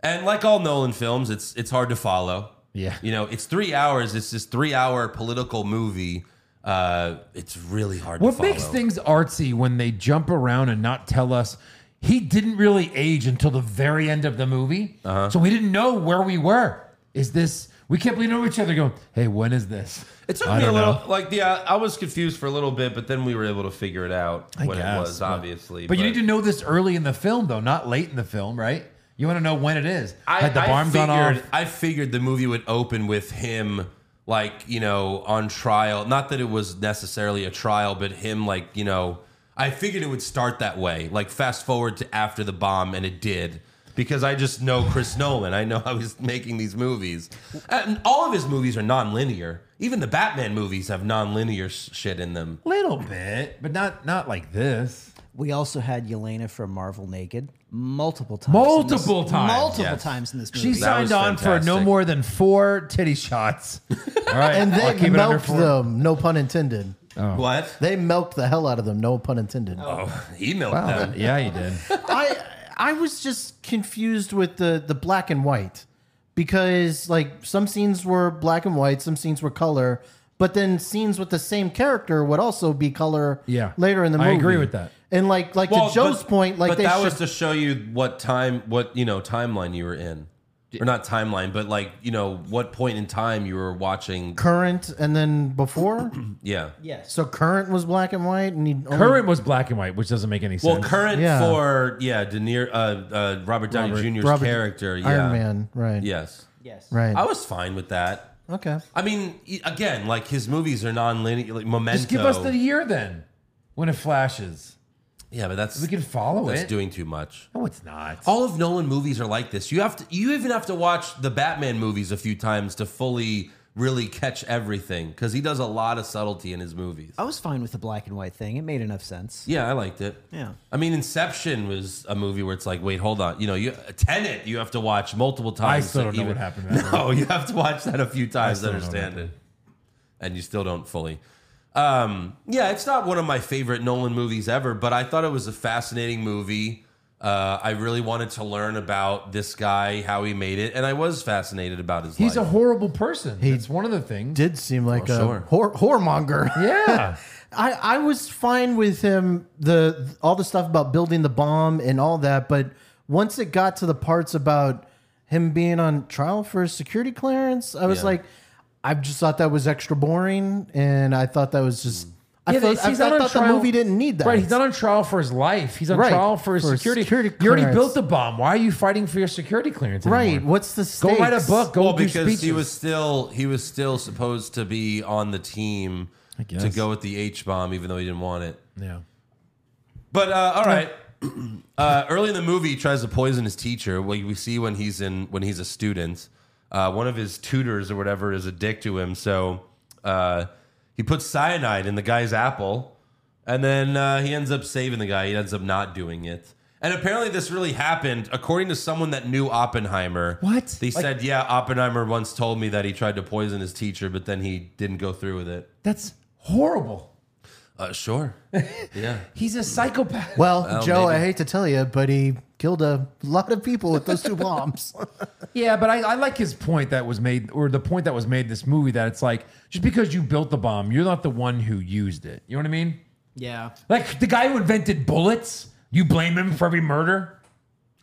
[SPEAKER 3] And like all Nolan films, it's it's hard to follow.
[SPEAKER 4] Yeah.
[SPEAKER 3] You know, it's three hours. It's this three hour political movie. Uh, it's really hard to
[SPEAKER 4] what
[SPEAKER 3] follow.
[SPEAKER 4] makes things artsy when they jump around and not tell us he didn't really age until the very end of the movie?
[SPEAKER 3] Uh-huh.
[SPEAKER 4] So we didn't know where we were. Is this we kept leaning over each other going, Hey, when is this?
[SPEAKER 3] it took
[SPEAKER 4] I
[SPEAKER 3] me a
[SPEAKER 4] don't
[SPEAKER 3] little
[SPEAKER 4] know.
[SPEAKER 3] like yeah, I was confused for a little bit, but then we were able to figure it out
[SPEAKER 4] I
[SPEAKER 3] when
[SPEAKER 4] guess,
[SPEAKER 3] it was,
[SPEAKER 4] but-
[SPEAKER 3] obviously.
[SPEAKER 4] But, you need to know this early in the film, though, not late in the film, right? You want to know when it is.
[SPEAKER 3] I,
[SPEAKER 4] Had the
[SPEAKER 3] I
[SPEAKER 4] bomb
[SPEAKER 3] figured,
[SPEAKER 4] gone off?
[SPEAKER 3] I figured the movie would open with him, like you know, on trial. Not that it was necessarily a trial, but him, like you know, I figured it would start that way. Like fast forward to after the bomb, and it did. Because I just know Chris Nolan. I know how he's making these movies. And all of his movies are non-linear. Even the Batman movies have non-linear sh- shit in them.
[SPEAKER 4] Little bit, but not not like this.
[SPEAKER 5] We also had Yelena from Marvel Naked multiple times. in
[SPEAKER 4] Multiple
[SPEAKER 5] this,
[SPEAKER 4] times.
[SPEAKER 5] Multiple
[SPEAKER 3] Yes.
[SPEAKER 5] times in this movie.
[SPEAKER 3] That
[SPEAKER 4] She signed
[SPEAKER 3] was
[SPEAKER 4] on for no
[SPEAKER 3] fantastic.
[SPEAKER 4] more than four titty shots. All right,
[SPEAKER 6] And
[SPEAKER 4] I'll
[SPEAKER 6] they
[SPEAKER 4] keep it under
[SPEAKER 6] milked
[SPEAKER 4] four.
[SPEAKER 6] them, no pun intended.
[SPEAKER 4] Oh.
[SPEAKER 3] What?
[SPEAKER 6] They milked the hell out of them, no pun intended.
[SPEAKER 3] Oh, he milked them.
[SPEAKER 4] Yeah, you did.
[SPEAKER 6] I I was just confused with the the black and white because like some scenes were black and white, some scenes were color, but then scenes with the same character would also be color.
[SPEAKER 4] Yeah.
[SPEAKER 6] later in the
[SPEAKER 4] I
[SPEAKER 6] movie.
[SPEAKER 4] agree with that.
[SPEAKER 6] And like like
[SPEAKER 3] Well,
[SPEAKER 6] to Joe's
[SPEAKER 3] but-
[SPEAKER 6] point, like
[SPEAKER 3] but
[SPEAKER 6] they
[SPEAKER 3] that
[SPEAKER 6] should,
[SPEAKER 3] was to show you what time, what you know, timeline you were in, or not timeline, but like you know, what point in time you were watching.
[SPEAKER 6] current and then before.
[SPEAKER 3] Yeah.
[SPEAKER 5] yes.
[SPEAKER 6] so current was black and white, and he only-
[SPEAKER 4] Current was black and white, which doesn't make any sense.
[SPEAKER 3] Well, current
[SPEAKER 6] Yeah.
[SPEAKER 3] for yeah, De Niro, uh, uh, Robert Downey Jr.'s
[SPEAKER 6] Robert-
[SPEAKER 3] character. Yeah.
[SPEAKER 6] Iron Man, right?
[SPEAKER 3] Yes.
[SPEAKER 5] yes.
[SPEAKER 6] right.
[SPEAKER 3] I was fine with that.
[SPEAKER 6] okay.
[SPEAKER 3] I mean, e- again, like his movies are non-linear. Like Memento.
[SPEAKER 4] just give us the year then when it flashes.
[SPEAKER 3] yeah, but that's
[SPEAKER 4] We can follow
[SPEAKER 3] that's
[SPEAKER 4] it.
[SPEAKER 3] doing too much.
[SPEAKER 4] no, it's not.
[SPEAKER 6] Oh,
[SPEAKER 3] All of Nolan movies are like this. You have to you even have to watch the Batman movies a few times to fully really catch everything cuz he does a lot of subtlety in his movies.
[SPEAKER 5] I was fine with the black and white thing. It made enough sense.
[SPEAKER 3] Yeah, I liked it.
[SPEAKER 5] Yeah.
[SPEAKER 3] I mean Inception was a movie where it's like, "Wait, hold on. You know, you Tenet you have to watch multiple
[SPEAKER 4] I
[SPEAKER 3] times."
[SPEAKER 4] still
[SPEAKER 3] to
[SPEAKER 4] don't know
[SPEAKER 3] even-
[SPEAKER 4] what happened. to that movie.
[SPEAKER 3] No, you have to watch that a few times to
[SPEAKER 4] still don't know what
[SPEAKER 3] understand it.
[SPEAKER 4] happened.
[SPEAKER 3] And you still don't fully. Um, yeah, it's not one of my favorite Nolan movies ever, but I thought it was a fascinating movie. Uh, I really wanted to learn about this guy, how he made it, and I was fascinated about his
[SPEAKER 4] He's a
[SPEAKER 3] life.
[SPEAKER 4] horrible person. It's one of the things.
[SPEAKER 6] Did seem like
[SPEAKER 3] Oh,
[SPEAKER 6] a
[SPEAKER 3] sure.
[SPEAKER 6] whore, whoremonger.
[SPEAKER 4] yeah.
[SPEAKER 6] I, I was fine with him the all the stuff about building the bomb and all that, but once it got to the parts about him being on trial for his security clearance, I was
[SPEAKER 3] Yeah.
[SPEAKER 6] like, I just thought that was extra boring, and I thought that was just. I
[SPEAKER 4] Yeah,
[SPEAKER 6] thought,
[SPEAKER 4] he's
[SPEAKER 6] I
[SPEAKER 4] not
[SPEAKER 6] thought,
[SPEAKER 4] on
[SPEAKER 6] thought the
[SPEAKER 4] trial-
[SPEAKER 6] movie didn't need that.
[SPEAKER 4] Right, he's not on trial for his life. He's on
[SPEAKER 6] Right,
[SPEAKER 4] trial for his
[SPEAKER 6] for
[SPEAKER 4] security.
[SPEAKER 6] security
[SPEAKER 4] You already
[SPEAKER 6] clearance.
[SPEAKER 4] built the bomb. Why are you fighting for your security clearance?
[SPEAKER 6] Right,
[SPEAKER 4] anymore?
[SPEAKER 6] What's the
[SPEAKER 4] Go
[SPEAKER 6] stakes?
[SPEAKER 4] write a book. Go
[SPEAKER 3] well,
[SPEAKER 4] do
[SPEAKER 3] because
[SPEAKER 4] speeches.
[SPEAKER 3] he was still he was still supposed to be on the team to
[SPEAKER 4] guess.
[SPEAKER 3] go with the H bomb, even though he didn't want it.
[SPEAKER 4] Yeah.
[SPEAKER 3] But uh, all right. Uh, early in the movie, he tries to poison his teacher. We, we see when he's in when he's a student, uh, one of his tutors or whatever is a dick to him. So uh, He puts cyanide in the guy's apple, and then uh, he ends up saving the guy. He ends up not doing it. And apparently, this really happened, according to someone that knew Oppenheimer.
[SPEAKER 4] What?
[SPEAKER 3] They said, yeah, Oppenheimer once told me that he tried to poison his teacher, but then he didn't go through with it.
[SPEAKER 4] That's horrible.
[SPEAKER 3] Uh, sure. yeah.
[SPEAKER 4] He's a psychopath.
[SPEAKER 6] Well,
[SPEAKER 3] Well,
[SPEAKER 6] Joe, I
[SPEAKER 3] maybe.
[SPEAKER 6] hate to tell you, but he killed a lot of people with those two bombs.
[SPEAKER 4] Yeah, but I, I like his point that was made, or the point that was made in this movie that it's like just because you built the bomb, you're not the one who used it. You know what I mean?
[SPEAKER 5] Yeah.
[SPEAKER 4] Like the guy who invented bullets, you blame him for every murder?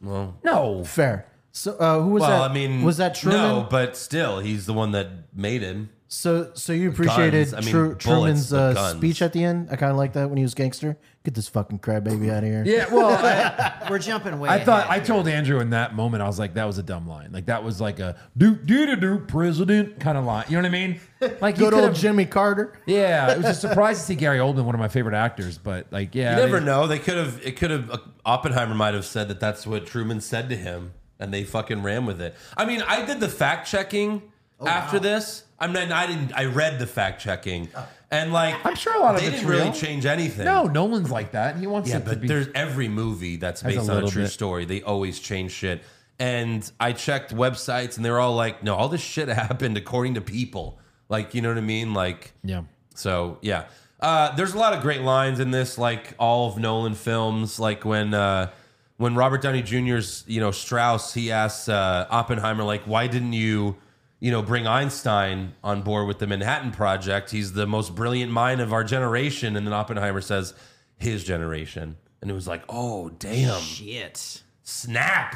[SPEAKER 3] Well,
[SPEAKER 4] No.
[SPEAKER 6] Fair. So uh, who was
[SPEAKER 3] well,
[SPEAKER 6] that?
[SPEAKER 3] I mean,
[SPEAKER 6] was that Truman?
[SPEAKER 3] No, but still, he's the one that made him.
[SPEAKER 6] So, so you appreciated
[SPEAKER 3] Guns, I mean,
[SPEAKER 6] Tru-
[SPEAKER 3] bullets,
[SPEAKER 6] Truman's
[SPEAKER 3] but
[SPEAKER 6] uh,
[SPEAKER 3] guns.
[SPEAKER 6] speech at the end? I kind of like that when he was gangster. Get this fucking crybaby out of here.
[SPEAKER 4] Yeah, well, I,
[SPEAKER 5] We're jumping way.
[SPEAKER 4] I thought I
[SPEAKER 5] ahead.
[SPEAKER 4] told Andrew in that moment, I was like, that was a dumb line. Like that was like a do do do do president kind of line. You know what I mean? Like you
[SPEAKER 6] Good old
[SPEAKER 4] could've-
[SPEAKER 6] Jimmy Carter.
[SPEAKER 4] Yeah, it was a surprise to see Gary Oldman, one of my favorite actors. But like, yeah,
[SPEAKER 3] You never
[SPEAKER 4] they-
[SPEAKER 3] know. They could have. It could have. Oppenheimer might have said that that's what Truman said to him, and they fucking ran with it. I mean, I did the fact checking
[SPEAKER 4] Oh,
[SPEAKER 3] after this. I mean, I didn't. I read the fact checking, and like,
[SPEAKER 4] Oh. I'm sure a lot of
[SPEAKER 3] they
[SPEAKER 4] it's
[SPEAKER 3] didn't really
[SPEAKER 4] real.
[SPEAKER 3] change anything.
[SPEAKER 4] No, Nolan's like that. He wants
[SPEAKER 3] Yeah,
[SPEAKER 4] it to
[SPEAKER 3] but
[SPEAKER 4] be.
[SPEAKER 3] there's every movie that's
[SPEAKER 4] Has a
[SPEAKER 3] based on a
[SPEAKER 4] little
[SPEAKER 3] true
[SPEAKER 4] bit.
[SPEAKER 3] story. They always change shit. And I checked websites, and they're all like, "No, all this shit happened according to people." Like, you know what I mean? Like,
[SPEAKER 4] yeah.
[SPEAKER 3] so yeah, uh, there's a lot of great lines in this, like all of Nolan films. Like when uh, when Robert Downey Jr.'s you know Strauss, he asks uh, Oppenheimer like, why didn't you you know bring Einstein on board with the Manhattan Project? He's the most brilliant mind of our generation, and then Oppenheimer says, his generation, and it was like, oh damn,
[SPEAKER 5] Shit.
[SPEAKER 3] snap,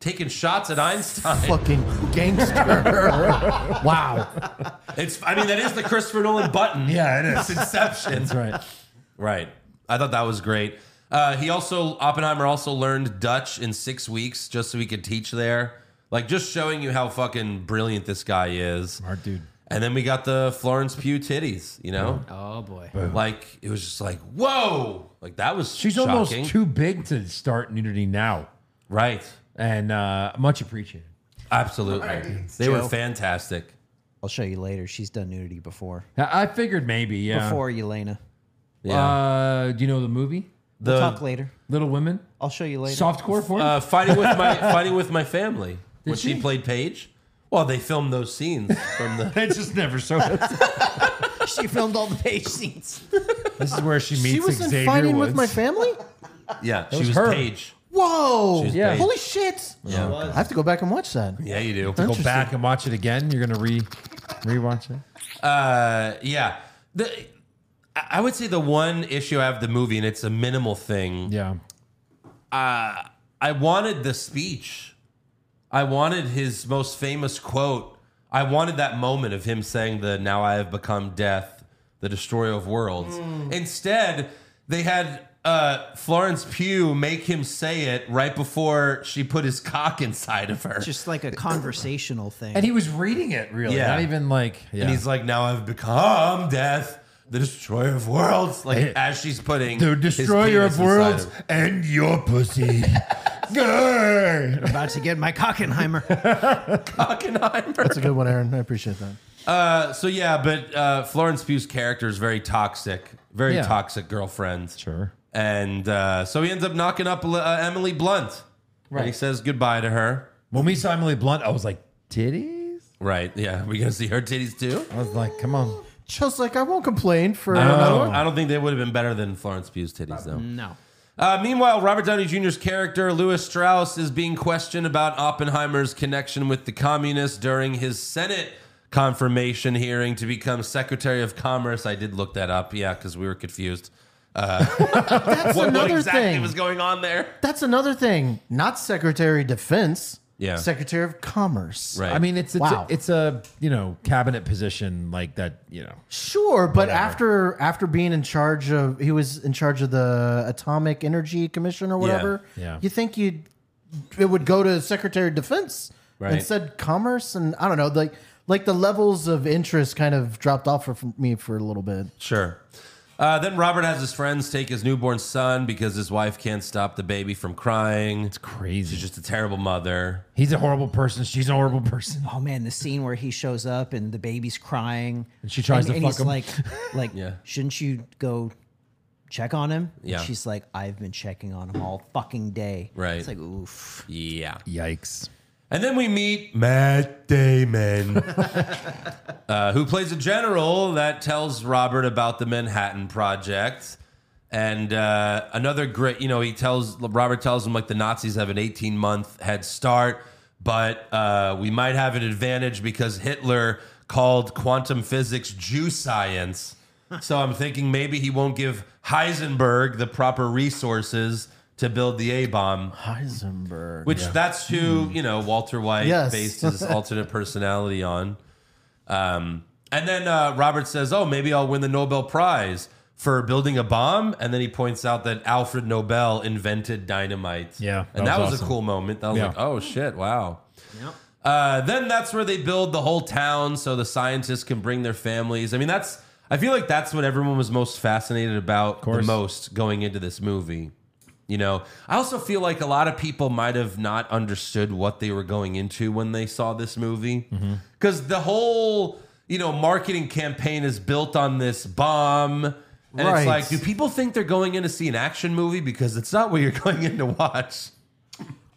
[SPEAKER 3] taking shots at Einstein.
[SPEAKER 6] Fucking gangster.
[SPEAKER 4] Wow.
[SPEAKER 3] It's I mean that is the Christopher Nolan button.
[SPEAKER 4] Yeah, it is.
[SPEAKER 3] It's Inception.
[SPEAKER 4] That's right.
[SPEAKER 3] Right. I thought that was great. Uh, he also Oppenheimer also learned Dutch in six weeks just so he could teach there. Like just showing you how fucking brilliant this guy is.
[SPEAKER 4] Smart dude.
[SPEAKER 3] And then we got the Florence Pugh titties. You know,
[SPEAKER 5] Oh boy.
[SPEAKER 3] like it was just like whoa, like that was
[SPEAKER 4] She's
[SPEAKER 3] shocking.
[SPEAKER 4] almost too big to start nudity now,
[SPEAKER 3] right.
[SPEAKER 4] and uh, much appreciated.
[SPEAKER 3] Absolutely, they were
[SPEAKER 5] Joe.
[SPEAKER 3] fantastic.
[SPEAKER 5] I'll show you later. She's done nudity before.
[SPEAKER 4] I I figured maybe, yeah.
[SPEAKER 5] Before Elena.
[SPEAKER 3] Yeah,
[SPEAKER 4] Uh, do you know the movie
[SPEAKER 5] We'll
[SPEAKER 3] the
[SPEAKER 5] talk later.
[SPEAKER 4] Little Women?
[SPEAKER 5] I'll show you later.
[SPEAKER 4] Softcore for
[SPEAKER 3] uh, fighting with my fighting with my family when she
[SPEAKER 4] she?
[SPEAKER 3] played Paige. Well, they filmed those scenes from the
[SPEAKER 4] It just never showed up.
[SPEAKER 5] she filmed all the page scenes.
[SPEAKER 4] this is where she meets
[SPEAKER 6] she was in
[SPEAKER 4] Xavier
[SPEAKER 6] fighting
[SPEAKER 4] Woods.
[SPEAKER 6] with my family.
[SPEAKER 3] yeah. She
[SPEAKER 4] was
[SPEAKER 3] was
[SPEAKER 4] her.
[SPEAKER 3] Paige.
[SPEAKER 6] Whoa!
[SPEAKER 3] She was
[SPEAKER 4] Yeah.
[SPEAKER 3] Paige.
[SPEAKER 6] Holy shit! I have to go back and watch that.
[SPEAKER 3] Yeah, you do.
[SPEAKER 4] Go back and watch it again. You're gonna re rewatch it.
[SPEAKER 3] Uh, yeah. The, I I would say the one issue I have with the movie, and it's a minimal thing.
[SPEAKER 4] Yeah.
[SPEAKER 3] I wanted the speech. I wanted his most famous quote. I wanted that moment of him saying the "Now I have become death, the destroyer of worlds."
[SPEAKER 4] Mm.
[SPEAKER 3] Instead, they had uh, Florence Pugh make him say it right before she put his cock inside of her.
[SPEAKER 5] Just like a conversational thing.
[SPEAKER 4] And he was reading it really,
[SPEAKER 3] Yeah.
[SPEAKER 4] not even like. Yeah.
[SPEAKER 3] And he's like, "Now I've become death, the destroyer of worlds." Like as she's putting
[SPEAKER 4] the
[SPEAKER 3] his
[SPEAKER 4] destroyer
[SPEAKER 3] penis
[SPEAKER 4] of
[SPEAKER 3] inside
[SPEAKER 4] worlds
[SPEAKER 3] her.
[SPEAKER 4] and your pussy. Grrr.
[SPEAKER 5] About to get my Cockenheimer.
[SPEAKER 3] Oppenheimer.
[SPEAKER 6] That's a good one, Aaron. I appreciate that.
[SPEAKER 3] Uh, so yeah, but uh, Florence Pugh's character is very toxic, very
[SPEAKER 4] Yeah.
[SPEAKER 3] toxic girlfriend.
[SPEAKER 4] Sure.
[SPEAKER 3] And uh, so he ends up knocking up uh, Emily Blunt. Right. he says goodbye to her.
[SPEAKER 4] When we saw Emily Blunt, I was like, titties.
[SPEAKER 3] Right. Yeah. We gonna see her titties too.
[SPEAKER 4] I was like, come on.
[SPEAKER 6] Just like I won't complain for.
[SPEAKER 3] I don't, I don't- I don't think they would have been better than Florence Pugh's titties though.
[SPEAKER 5] no.
[SPEAKER 3] Uh, meanwhile, Robert Downey Jr.'s character, Louis Strauss, is being questioned about Oppenheimer's connection with the communists during his Senate confirmation hearing to become Secretary of Commerce. I did look that up, yeah, because we were confused.
[SPEAKER 6] That's
[SPEAKER 3] What, what
[SPEAKER 6] another
[SPEAKER 3] exactly
[SPEAKER 6] thing.
[SPEAKER 3] was going on there?
[SPEAKER 6] That's another thing. Not Secretary of Defense.
[SPEAKER 3] Yeah.
[SPEAKER 6] Secretary of Commerce.
[SPEAKER 3] Right.
[SPEAKER 4] I mean, it's it's,
[SPEAKER 6] Wow.
[SPEAKER 4] a, it's a you know cabinet position like that. You know,
[SPEAKER 6] Sure, but after after being in charge of, he was in charge of the Atomic Energy Commission or whatever.
[SPEAKER 4] Yeah.
[SPEAKER 6] You think you, would it would go to Secretary of Defense
[SPEAKER 3] Right.
[SPEAKER 6] and said Commerce and I don't know, like like the levels of interest kind of dropped off for, for me for a little bit.
[SPEAKER 3] Sure. Uh, then Robert has his friends take his newborn son because his wife can't stop the baby from crying.
[SPEAKER 4] It's crazy.
[SPEAKER 3] She's just a terrible mother.
[SPEAKER 4] He's a horrible person. She's a horrible person.
[SPEAKER 5] Oh man, the scene where he shows up and the baby's crying, and
[SPEAKER 4] she tries to
[SPEAKER 5] and
[SPEAKER 4] fuck
[SPEAKER 5] he's
[SPEAKER 4] him.
[SPEAKER 5] Like, like,
[SPEAKER 3] Yeah.
[SPEAKER 5] shouldn't you go check on him? And
[SPEAKER 3] Yeah.
[SPEAKER 5] she's like, I've been checking on him all fucking day.
[SPEAKER 3] Right.
[SPEAKER 5] It's like, oof.
[SPEAKER 3] Yeah.
[SPEAKER 4] Yikes.
[SPEAKER 3] And then we meet Matt Damon, uh, who plays a general that tells Robert about the Manhattan Project. And uh, another great, you know, he tells Robert tells him like the Nazis have an 18 month head start, but uh, we might have an advantage because Hitler called quantum physics Jew science. So I'm thinking maybe he won't give Heisenberg the proper resources to build the A bomb.
[SPEAKER 6] Heisenberg.
[SPEAKER 3] Which that's who
[SPEAKER 4] Hmm.
[SPEAKER 3] you know Walter White
[SPEAKER 6] Yes.
[SPEAKER 3] based his alternate personality on. Um, and then uh, Robert says, "Oh, maybe I'll win the Nobel Prize for building a bomb." And then he points out that Alfred Nobel invented dynamite.
[SPEAKER 4] Yeah,
[SPEAKER 3] and
[SPEAKER 4] that
[SPEAKER 3] that
[SPEAKER 4] was
[SPEAKER 3] was,
[SPEAKER 4] awesome.
[SPEAKER 3] a cool moment. That was
[SPEAKER 4] Yeah.
[SPEAKER 3] like, "Oh shit, wow." Uh, then that's where they build the whole town so the scientists can bring their families. I mean, that's I feel like that's what everyone was most fascinated about the most going into this movie. You know, I also feel like a lot of people might have not understood what they were going into when they saw this movie
[SPEAKER 6] Mm-hmm.
[SPEAKER 3] because the whole you know marketing campaign is built on this bomb. And
[SPEAKER 6] Right.
[SPEAKER 3] it's like, do people think they're going in to see an action movie? Because it's not what you're going in to watch.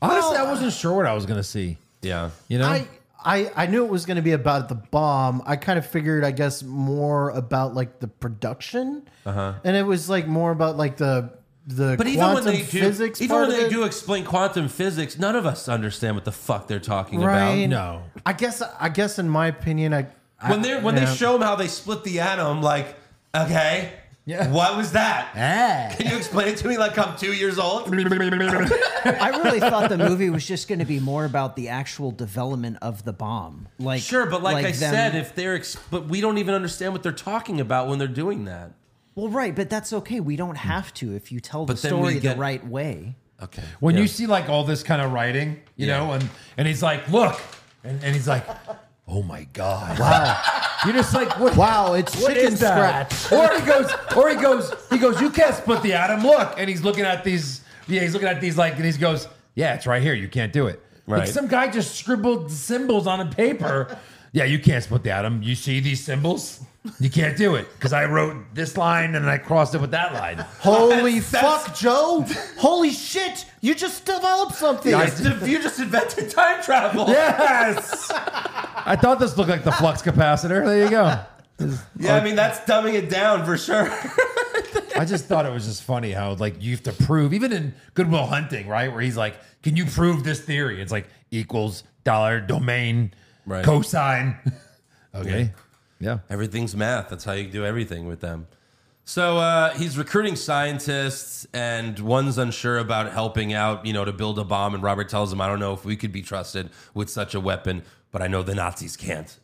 [SPEAKER 4] Honestly, I wasn't sure what I was gonna see.
[SPEAKER 3] Yeah.
[SPEAKER 4] You know,
[SPEAKER 6] I, I I knew it was going to be about the bomb. I kind of figured, I guess, more about like the production, uh-huh. and it was like more about like the the
[SPEAKER 3] But even when
[SPEAKER 6] quantum
[SPEAKER 3] they do,
[SPEAKER 6] physics
[SPEAKER 3] even
[SPEAKER 6] part
[SPEAKER 3] when
[SPEAKER 6] of
[SPEAKER 3] they
[SPEAKER 6] it.
[SPEAKER 3] do explain quantum physics, none of us understand what the fuck they're talking
[SPEAKER 6] right?
[SPEAKER 4] No.
[SPEAKER 6] I guess I guess in my opinion, I
[SPEAKER 3] about. When they when
[SPEAKER 6] yeah.
[SPEAKER 3] they show them how they split the atom, like, okay, what was that?
[SPEAKER 4] Eh.
[SPEAKER 3] Can you explain it to me like I'm two years old?
[SPEAKER 5] I really thought the movie was just going to be more about the actual development of the bomb. Like,
[SPEAKER 3] Sure, but like, I
[SPEAKER 5] them-
[SPEAKER 3] said, if they're ex- but we don't even understand what they're talking about when they're doing that.
[SPEAKER 5] well, right, but that's okay. We don't have to if you tell the
[SPEAKER 3] Hmm. But then we
[SPEAKER 5] story
[SPEAKER 3] get-
[SPEAKER 5] the right way.
[SPEAKER 3] Okay,
[SPEAKER 4] when you see like all this kind of writing, you
[SPEAKER 3] Yeah.
[SPEAKER 4] know, and and he's like, look, and, and he's like, oh my god, wow, you're just like, what?
[SPEAKER 6] wow, it's
[SPEAKER 4] what
[SPEAKER 6] chicken
[SPEAKER 4] is that?
[SPEAKER 6] scratch.
[SPEAKER 4] or he goes, or he goes, he goes, you can't split the atom. Look, and he's looking at these, yeah, he's looking at these like, and he goes, yeah, it's right here. You can't do it. Like
[SPEAKER 3] Right.
[SPEAKER 4] some guy just scribbled symbols on a paper. yeah, you can't split the atom. You see these symbols? You can't do it because I wrote this line and I crossed it with that line.
[SPEAKER 6] Holy
[SPEAKER 3] That's-
[SPEAKER 6] fuck, Joe! Holy shit! You just developed something.
[SPEAKER 3] You just- you just invented time travel.
[SPEAKER 4] Yes. I thought this looked like the flux capacitor. There you go.
[SPEAKER 3] yeah, I mean that's dumbing it down for sure.
[SPEAKER 4] I just thought it was just funny how like you have to prove even in Goodwill Hunting, right? Where he's like, "Can you prove this theory?" It's like equals dollar domain
[SPEAKER 3] Right.
[SPEAKER 4] cosine. Okay. Yeah.
[SPEAKER 3] Everything's math. That's how you do everything with them. So uh, he's recruiting scientists, and one's unsure about helping out, you know, to build a bomb. And Robert tells him, I don't know if we could be trusted with such a weapon, but I know the Nazis can't.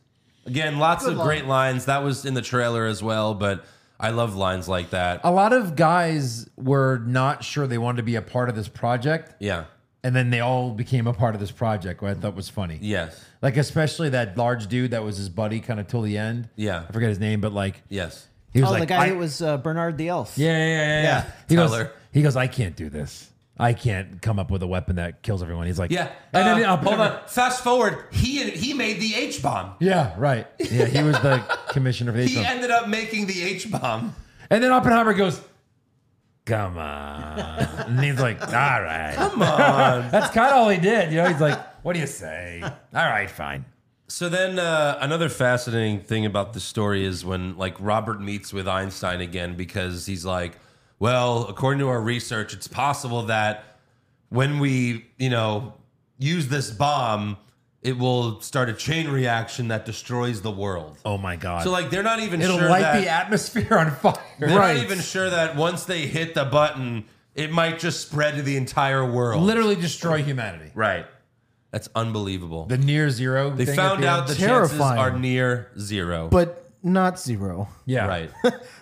[SPEAKER 3] Again, lots of great lines. That was in the trailer as well, but I love lines like that.
[SPEAKER 4] A lot of guys were not sure they wanted to be a part of this project,
[SPEAKER 3] Yeah.
[SPEAKER 4] and then they all became a part of this project. What I thought was funny.
[SPEAKER 3] Yes.
[SPEAKER 4] Like especially that large dude that was his buddy, kind of till the end.
[SPEAKER 3] Yeah.
[SPEAKER 4] I forget his name, but like
[SPEAKER 3] Yes.
[SPEAKER 4] he was
[SPEAKER 5] Oh,
[SPEAKER 4] like
[SPEAKER 5] the guy
[SPEAKER 4] "I-
[SPEAKER 5] that was uh, Bernard the Elf.
[SPEAKER 4] Yeah, yeah, yeah, yeah. yeah. He
[SPEAKER 3] Tell
[SPEAKER 4] goes,
[SPEAKER 3] her.
[SPEAKER 4] he goes, I can't do this. I can't come up with a weapon that kills everyone. He's like,
[SPEAKER 3] Yeah.
[SPEAKER 4] And then
[SPEAKER 3] Uh,
[SPEAKER 4] I'll
[SPEAKER 3] hold on. Fast forward. He he made the H bomb.
[SPEAKER 4] Yeah, right. Yeah, he was the commissioner for the
[SPEAKER 3] He
[SPEAKER 4] H-bomb.
[SPEAKER 3] ended up making the H bomb.
[SPEAKER 4] And then Oppenheimer goes, come on. And he's like, all right. Come on. That's kind of all he did. You know, he's like, what do you say? All right, fine.
[SPEAKER 3] So then, uh, another fascinating thing about the story is when like Robert meets with Einstein again because he's like, "Well, according to our research, it's possible that when we, you know, use this bomb, it will start a chain reaction that destroys the world."
[SPEAKER 4] Oh my God.
[SPEAKER 3] So like, they're not even
[SPEAKER 4] It'll
[SPEAKER 3] sure
[SPEAKER 4] light
[SPEAKER 3] that
[SPEAKER 4] the atmosphere on fire.
[SPEAKER 3] they're not even sure that once they hit the button, it might just spread to the entire world.
[SPEAKER 4] Literally destroy humanity.
[SPEAKER 3] right? That's unbelievable.
[SPEAKER 4] The near zero.
[SPEAKER 3] They
[SPEAKER 4] thing at
[SPEAKER 3] found
[SPEAKER 4] the
[SPEAKER 3] out
[SPEAKER 4] end.
[SPEAKER 3] the
[SPEAKER 6] Terrifying.
[SPEAKER 3] chances are near zero.
[SPEAKER 6] but not zero.
[SPEAKER 4] Yeah.
[SPEAKER 3] right.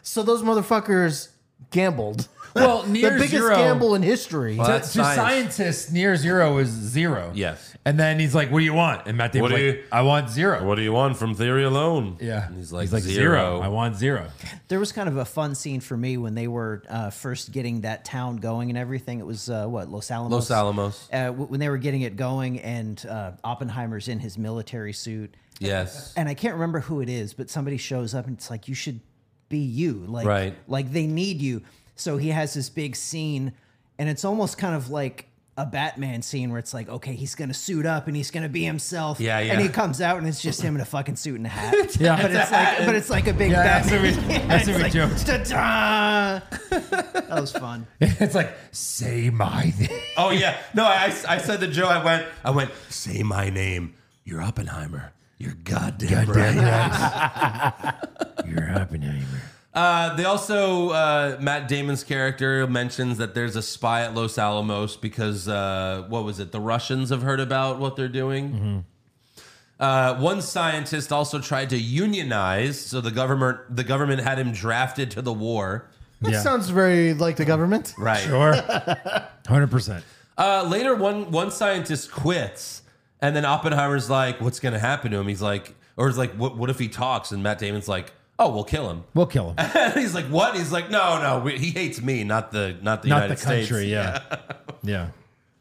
[SPEAKER 6] So those motherfuckers gambled.
[SPEAKER 4] Well, near
[SPEAKER 6] the biggest
[SPEAKER 4] zero.
[SPEAKER 6] gamble in history.
[SPEAKER 4] to,
[SPEAKER 3] that's
[SPEAKER 4] to
[SPEAKER 3] science.
[SPEAKER 4] scientists, near zero is zero.
[SPEAKER 3] Yes.
[SPEAKER 4] And then he's like, "What do you want?" And Matt Damon's
[SPEAKER 3] What do
[SPEAKER 4] like,
[SPEAKER 3] you-
[SPEAKER 4] "I want zero.
[SPEAKER 3] What do you want from theory alone?
[SPEAKER 4] Yeah.
[SPEAKER 3] And he's like,
[SPEAKER 4] I
[SPEAKER 3] zero.
[SPEAKER 4] want zero.
[SPEAKER 5] There was kind of a fun scene for me when they were uh, first getting that town going and everything. It was uh, what Los Alamos.
[SPEAKER 3] Los Alamos.
[SPEAKER 5] Uh, w- when they were getting it going, and uh, Oppenheimer's in his military suit,
[SPEAKER 3] Yes.
[SPEAKER 5] and I can't remember who it is, but somebody shows up and it's like you should be you, like
[SPEAKER 3] Right.
[SPEAKER 5] like they need you. So he has this big scene, and it's almost kind of like a Batman scene where it's like, okay, he's gonna suit up and he's gonna be himself.
[SPEAKER 3] Yeah, yeah.
[SPEAKER 5] And he comes out and it's just him in a fucking suit and a hat.
[SPEAKER 4] Yeah.
[SPEAKER 5] but it's like, but it's like a big
[SPEAKER 4] Yeah, that's
[SPEAKER 5] Batman.
[SPEAKER 4] what we- that's
[SPEAKER 5] it's
[SPEAKER 4] what we
[SPEAKER 5] like,
[SPEAKER 4] joked.
[SPEAKER 5] "Ta-da!" that was fun.
[SPEAKER 4] it's like, say my name.
[SPEAKER 3] Oh yeah. No, I, I said to Joe, I went, I went, say my name. You're Oppenheimer. You're goddamn, right.
[SPEAKER 4] You're Oppenheimer.
[SPEAKER 3] Uh, they also uh, Matt Damon's character mentions that there's a spy at Los Alamos because uh, what was it? The Russians have heard about what they're doing.
[SPEAKER 4] Mm-hmm.
[SPEAKER 3] Uh, one scientist also tried to unionize, so the government the government had him drafted to the war.
[SPEAKER 6] That
[SPEAKER 4] Yeah.
[SPEAKER 6] sounds very like the government.
[SPEAKER 3] Right.
[SPEAKER 4] Sure. Hundred percent.
[SPEAKER 3] Uh, later, one one scientist quits, and then Oppenheimer's like, "What's going to happen to him?" He's like, or he's like, "What? What if he talks?" And Matt Damon's like, "Oh, we'll kill him."
[SPEAKER 4] We'll kill him. Not
[SPEAKER 3] he's like, "What?" He's like, "No, no, we, he hates me, not the not the United
[SPEAKER 4] the country.
[SPEAKER 3] States."
[SPEAKER 4] Yeah. yeah.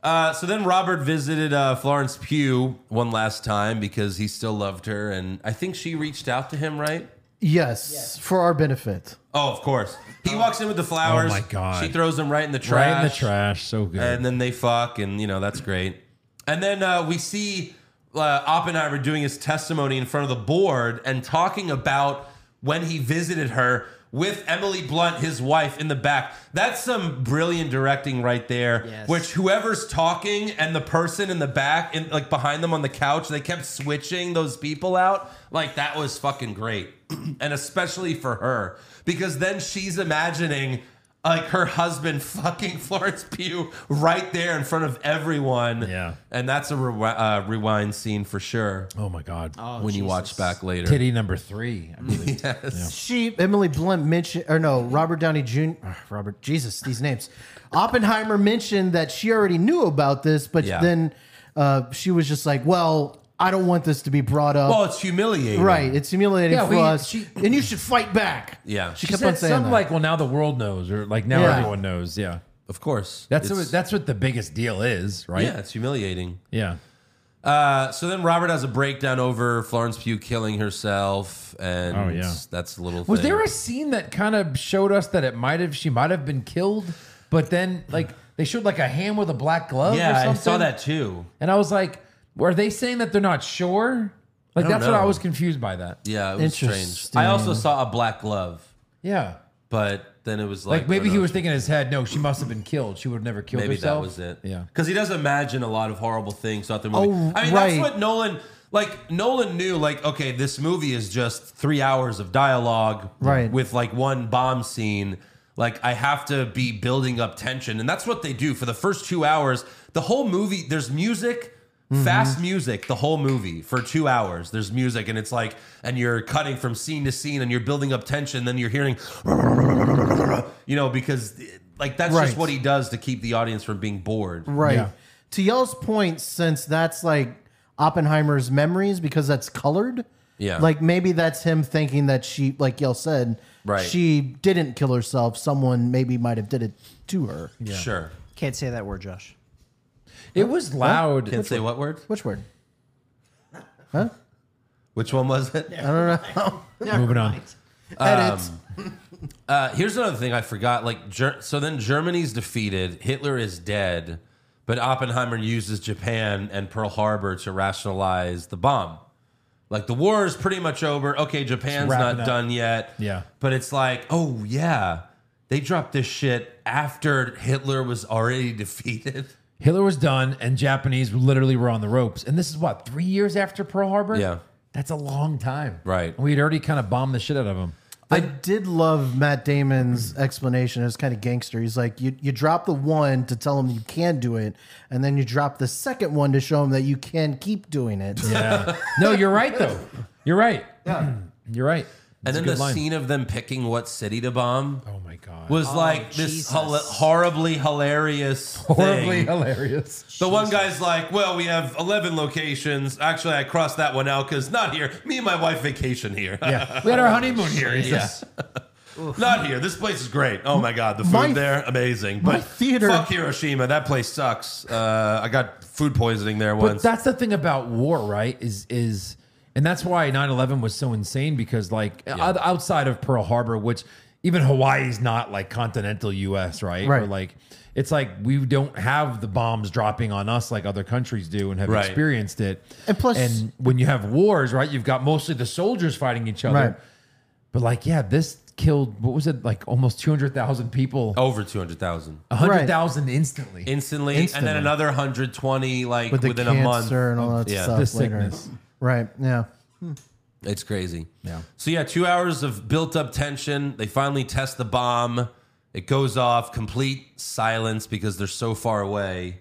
[SPEAKER 3] Uh, so then Robert visited uh, Florence Pugh one last time because he still loved her, and I think she reached out to him, right?
[SPEAKER 6] Yes, for our benefit.
[SPEAKER 3] Oh, of course. He walks in with the flowers.
[SPEAKER 4] Oh, my God.
[SPEAKER 3] She throws him right in the
[SPEAKER 4] Right
[SPEAKER 3] trash.
[SPEAKER 4] in the trash. So good.
[SPEAKER 3] and then they fuck, and you know that's great. And then uh, we see uh, Oppenheimer doing his testimony in front of the board and talking about when he visited her with Emily Blunt, his wife, in the back. That's some brilliant directing right there.
[SPEAKER 5] Yes.
[SPEAKER 3] Which whoever's talking and the person in the back and like behind them on the couch, they kept switching those people out. Like that was fucking great, and especially for her because then she's imagining like her husband fucking Florence Pugh right there in front of everyone.
[SPEAKER 4] Yeah.
[SPEAKER 3] and that's a rewi- uh, rewind scene for sure
[SPEAKER 4] oh my God.
[SPEAKER 3] when you watch back later.
[SPEAKER 4] Kitty number three. I believe.
[SPEAKER 6] She, Emily Blunt mentioned, or no, Robert Downey Jr. uh, Robert, Jesus, these names. Oppenheimer mentioned that she already knew about this, but
[SPEAKER 3] Yeah.
[SPEAKER 6] then uh, she was just like, "Well, I don't want this to be brought up."
[SPEAKER 3] Well, Oh, it's humiliating,
[SPEAKER 6] right? It's humiliating
[SPEAKER 4] Yeah,
[SPEAKER 6] for
[SPEAKER 4] we-
[SPEAKER 6] us,
[SPEAKER 4] she-
[SPEAKER 6] and you should fight back.
[SPEAKER 3] Yeah.
[SPEAKER 6] she,
[SPEAKER 3] She
[SPEAKER 6] kept
[SPEAKER 4] Said
[SPEAKER 6] on saying
[SPEAKER 4] something
[SPEAKER 6] that.
[SPEAKER 4] like, "Well, now the world knows," or like, "Now
[SPEAKER 6] Yeah.
[SPEAKER 4] everyone knows." Yeah.
[SPEAKER 3] Of course,
[SPEAKER 4] That's
[SPEAKER 3] It's-
[SPEAKER 4] what, that's what the biggest deal is, right?
[SPEAKER 3] yeah, it's humiliating.
[SPEAKER 4] Yeah.
[SPEAKER 3] Uh, so then Robert has a breakdown over Florence Pugh killing herself, and
[SPEAKER 4] Oh, yeah.
[SPEAKER 3] that's a little.
[SPEAKER 4] Was
[SPEAKER 3] thing.
[SPEAKER 4] there a scene that kind of showed us that it might have she might have been killed, but then like they showed like a hand with a black glove? or
[SPEAKER 3] Yeah, I
[SPEAKER 4] something?
[SPEAKER 3] saw that too.
[SPEAKER 4] and I was like, "Were they saying that they're not sure?" Like
[SPEAKER 3] don't
[SPEAKER 4] that's what I
[SPEAKER 3] know.
[SPEAKER 4] was confused by that.
[SPEAKER 3] Yeah, it was strange.
[SPEAKER 6] Interesting.
[SPEAKER 3] I also saw a black glove,
[SPEAKER 4] Yeah,
[SPEAKER 3] but then it was like,
[SPEAKER 4] like maybe
[SPEAKER 3] oh,
[SPEAKER 4] he
[SPEAKER 3] no,
[SPEAKER 4] was thinking in his head, "No, she must have been killed. She would have never killed
[SPEAKER 3] Maybe
[SPEAKER 4] herself."
[SPEAKER 3] that was it.
[SPEAKER 4] Yeah.
[SPEAKER 3] because he does imagine a lot of horrible things throughout the movie.
[SPEAKER 6] Oh,
[SPEAKER 3] I mean, that's
[SPEAKER 6] right.
[SPEAKER 3] what Nolan like. Nolan knew like, okay, this movie is just three hours of dialogue,
[SPEAKER 6] Right.
[SPEAKER 3] With like one bomb scene. Like I have to be building up tension, and that's what they do for the first two hours. The whole movie, there's music.
[SPEAKER 6] Mm-hmm.
[SPEAKER 3] Fast music, the whole movie for two hours. There's music, and it's like, and you're cutting from scene to scene, and you're building up tension. Then you're hearing, you know, because like that's
[SPEAKER 6] Right.
[SPEAKER 3] just what he does to keep the audience from being bored.
[SPEAKER 6] Right.
[SPEAKER 4] Yeah.
[SPEAKER 6] To y'all's point, since that's like Oppenheimer's memories because that's colored.
[SPEAKER 3] Yeah.
[SPEAKER 6] Like maybe that's him thinking that she, like y'all said,
[SPEAKER 3] Right.
[SPEAKER 6] she didn't kill herself. Someone maybe might have did it to her.
[SPEAKER 3] Sure.
[SPEAKER 5] Can't say that word, Josh.
[SPEAKER 4] It was loud.
[SPEAKER 3] Can't say what word?
[SPEAKER 6] Which word?
[SPEAKER 3] Which one was it?
[SPEAKER 4] Moving on.
[SPEAKER 6] Edit.
[SPEAKER 3] Uh, here's another thing I forgot. Like, Ger- so then Germany's defeated. Hitler is dead, but Oppenheimer uses Japan and Pearl Harbor to rationalize the bomb. Like the war is pretty much over. Okay, Japan's
[SPEAKER 4] wrapping
[SPEAKER 3] not
[SPEAKER 4] up.
[SPEAKER 3] done yet.
[SPEAKER 4] Yeah.
[SPEAKER 3] But it's like, oh yeah, they dropped this shit after Hitler was already defeated.
[SPEAKER 4] Hitler was done, and Japanese literally were on the ropes. And this is what three years after Pearl Harbor.
[SPEAKER 3] Yeah.
[SPEAKER 4] that's a long time.
[SPEAKER 3] Right.
[SPEAKER 4] we had already kind of bombed the shit out of them.
[SPEAKER 6] I did love Matt Damon's explanation. It was kind of gangster. He's like, you, you drop the one to tell him you can do it, and then you drop the second one to show him that you can keep doing it.
[SPEAKER 4] Yeah. no, you're right though. You're right. Yeah. You're right. That's
[SPEAKER 3] and
[SPEAKER 4] a
[SPEAKER 3] then
[SPEAKER 4] good
[SPEAKER 3] the
[SPEAKER 4] line.
[SPEAKER 3] scene of them picking what city to bomb
[SPEAKER 4] Oh my god.
[SPEAKER 3] was like this
[SPEAKER 5] Jesus.
[SPEAKER 3] hol- horribly hilarious,
[SPEAKER 4] horribly
[SPEAKER 3] thing.
[SPEAKER 4] hilarious.
[SPEAKER 3] The one guy's like, "Well, we have eleven locations. Actually, I crossed that one out because not here. Me and my wife vacation here.
[SPEAKER 4] Yeah. We had our honeymoon here. He says.
[SPEAKER 3] not here. This place is great. Oh my god, the food
[SPEAKER 6] My-
[SPEAKER 3] there amazing. But
[SPEAKER 6] my theater-
[SPEAKER 3] fuck Hiroshima. That place sucks. Uh, I got food poisoning there
[SPEAKER 4] But
[SPEAKER 3] once.
[SPEAKER 4] that's the thing about war, right? Is is and that's why 9/11 was so insane because like o- outside of Pearl Harbor, which even Hawaii's not like continental US, right? Or
[SPEAKER 6] Right.
[SPEAKER 4] like it's like we don't have the bombs dropping on us like other countries do and have
[SPEAKER 3] Right.
[SPEAKER 4] experienced it.
[SPEAKER 6] And plus-
[SPEAKER 4] and when you have wars, right, you've got mostly the soldiers fighting each other.
[SPEAKER 6] Right.
[SPEAKER 4] But like, yeah, this killed what was it like almost 200,000 people,
[SPEAKER 3] Over two hundred thousand.
[SPEAKER 4] 100,000 instantly.
[SPEAKER 3] Instantly, and
[SPEAKER 4] Instantly.
[SPEAKER 3] then another 120 like
[SPEAKER 6] with the
[SPEAKER 3] within a
[SPEAKER 6] cancer
[SPEAKER 3] month.
[SPEAKER 6] and all that
[SPEAKER 3] yeah.
[SPEAKER 6] stuff
[SPEAKER 4] the
[SPEAKER 6] later.
[SPEAKER 4] sickness.
[SPEAKER 6] Right. Yeah.
[SPEAKER 3] It's crazy.
[SPEAKER 4] Yeah.
[SPEAKER 3] So yeah, two hours of built-up tension. They finally test the bomb. It goes off. Complete silence because they're so far away.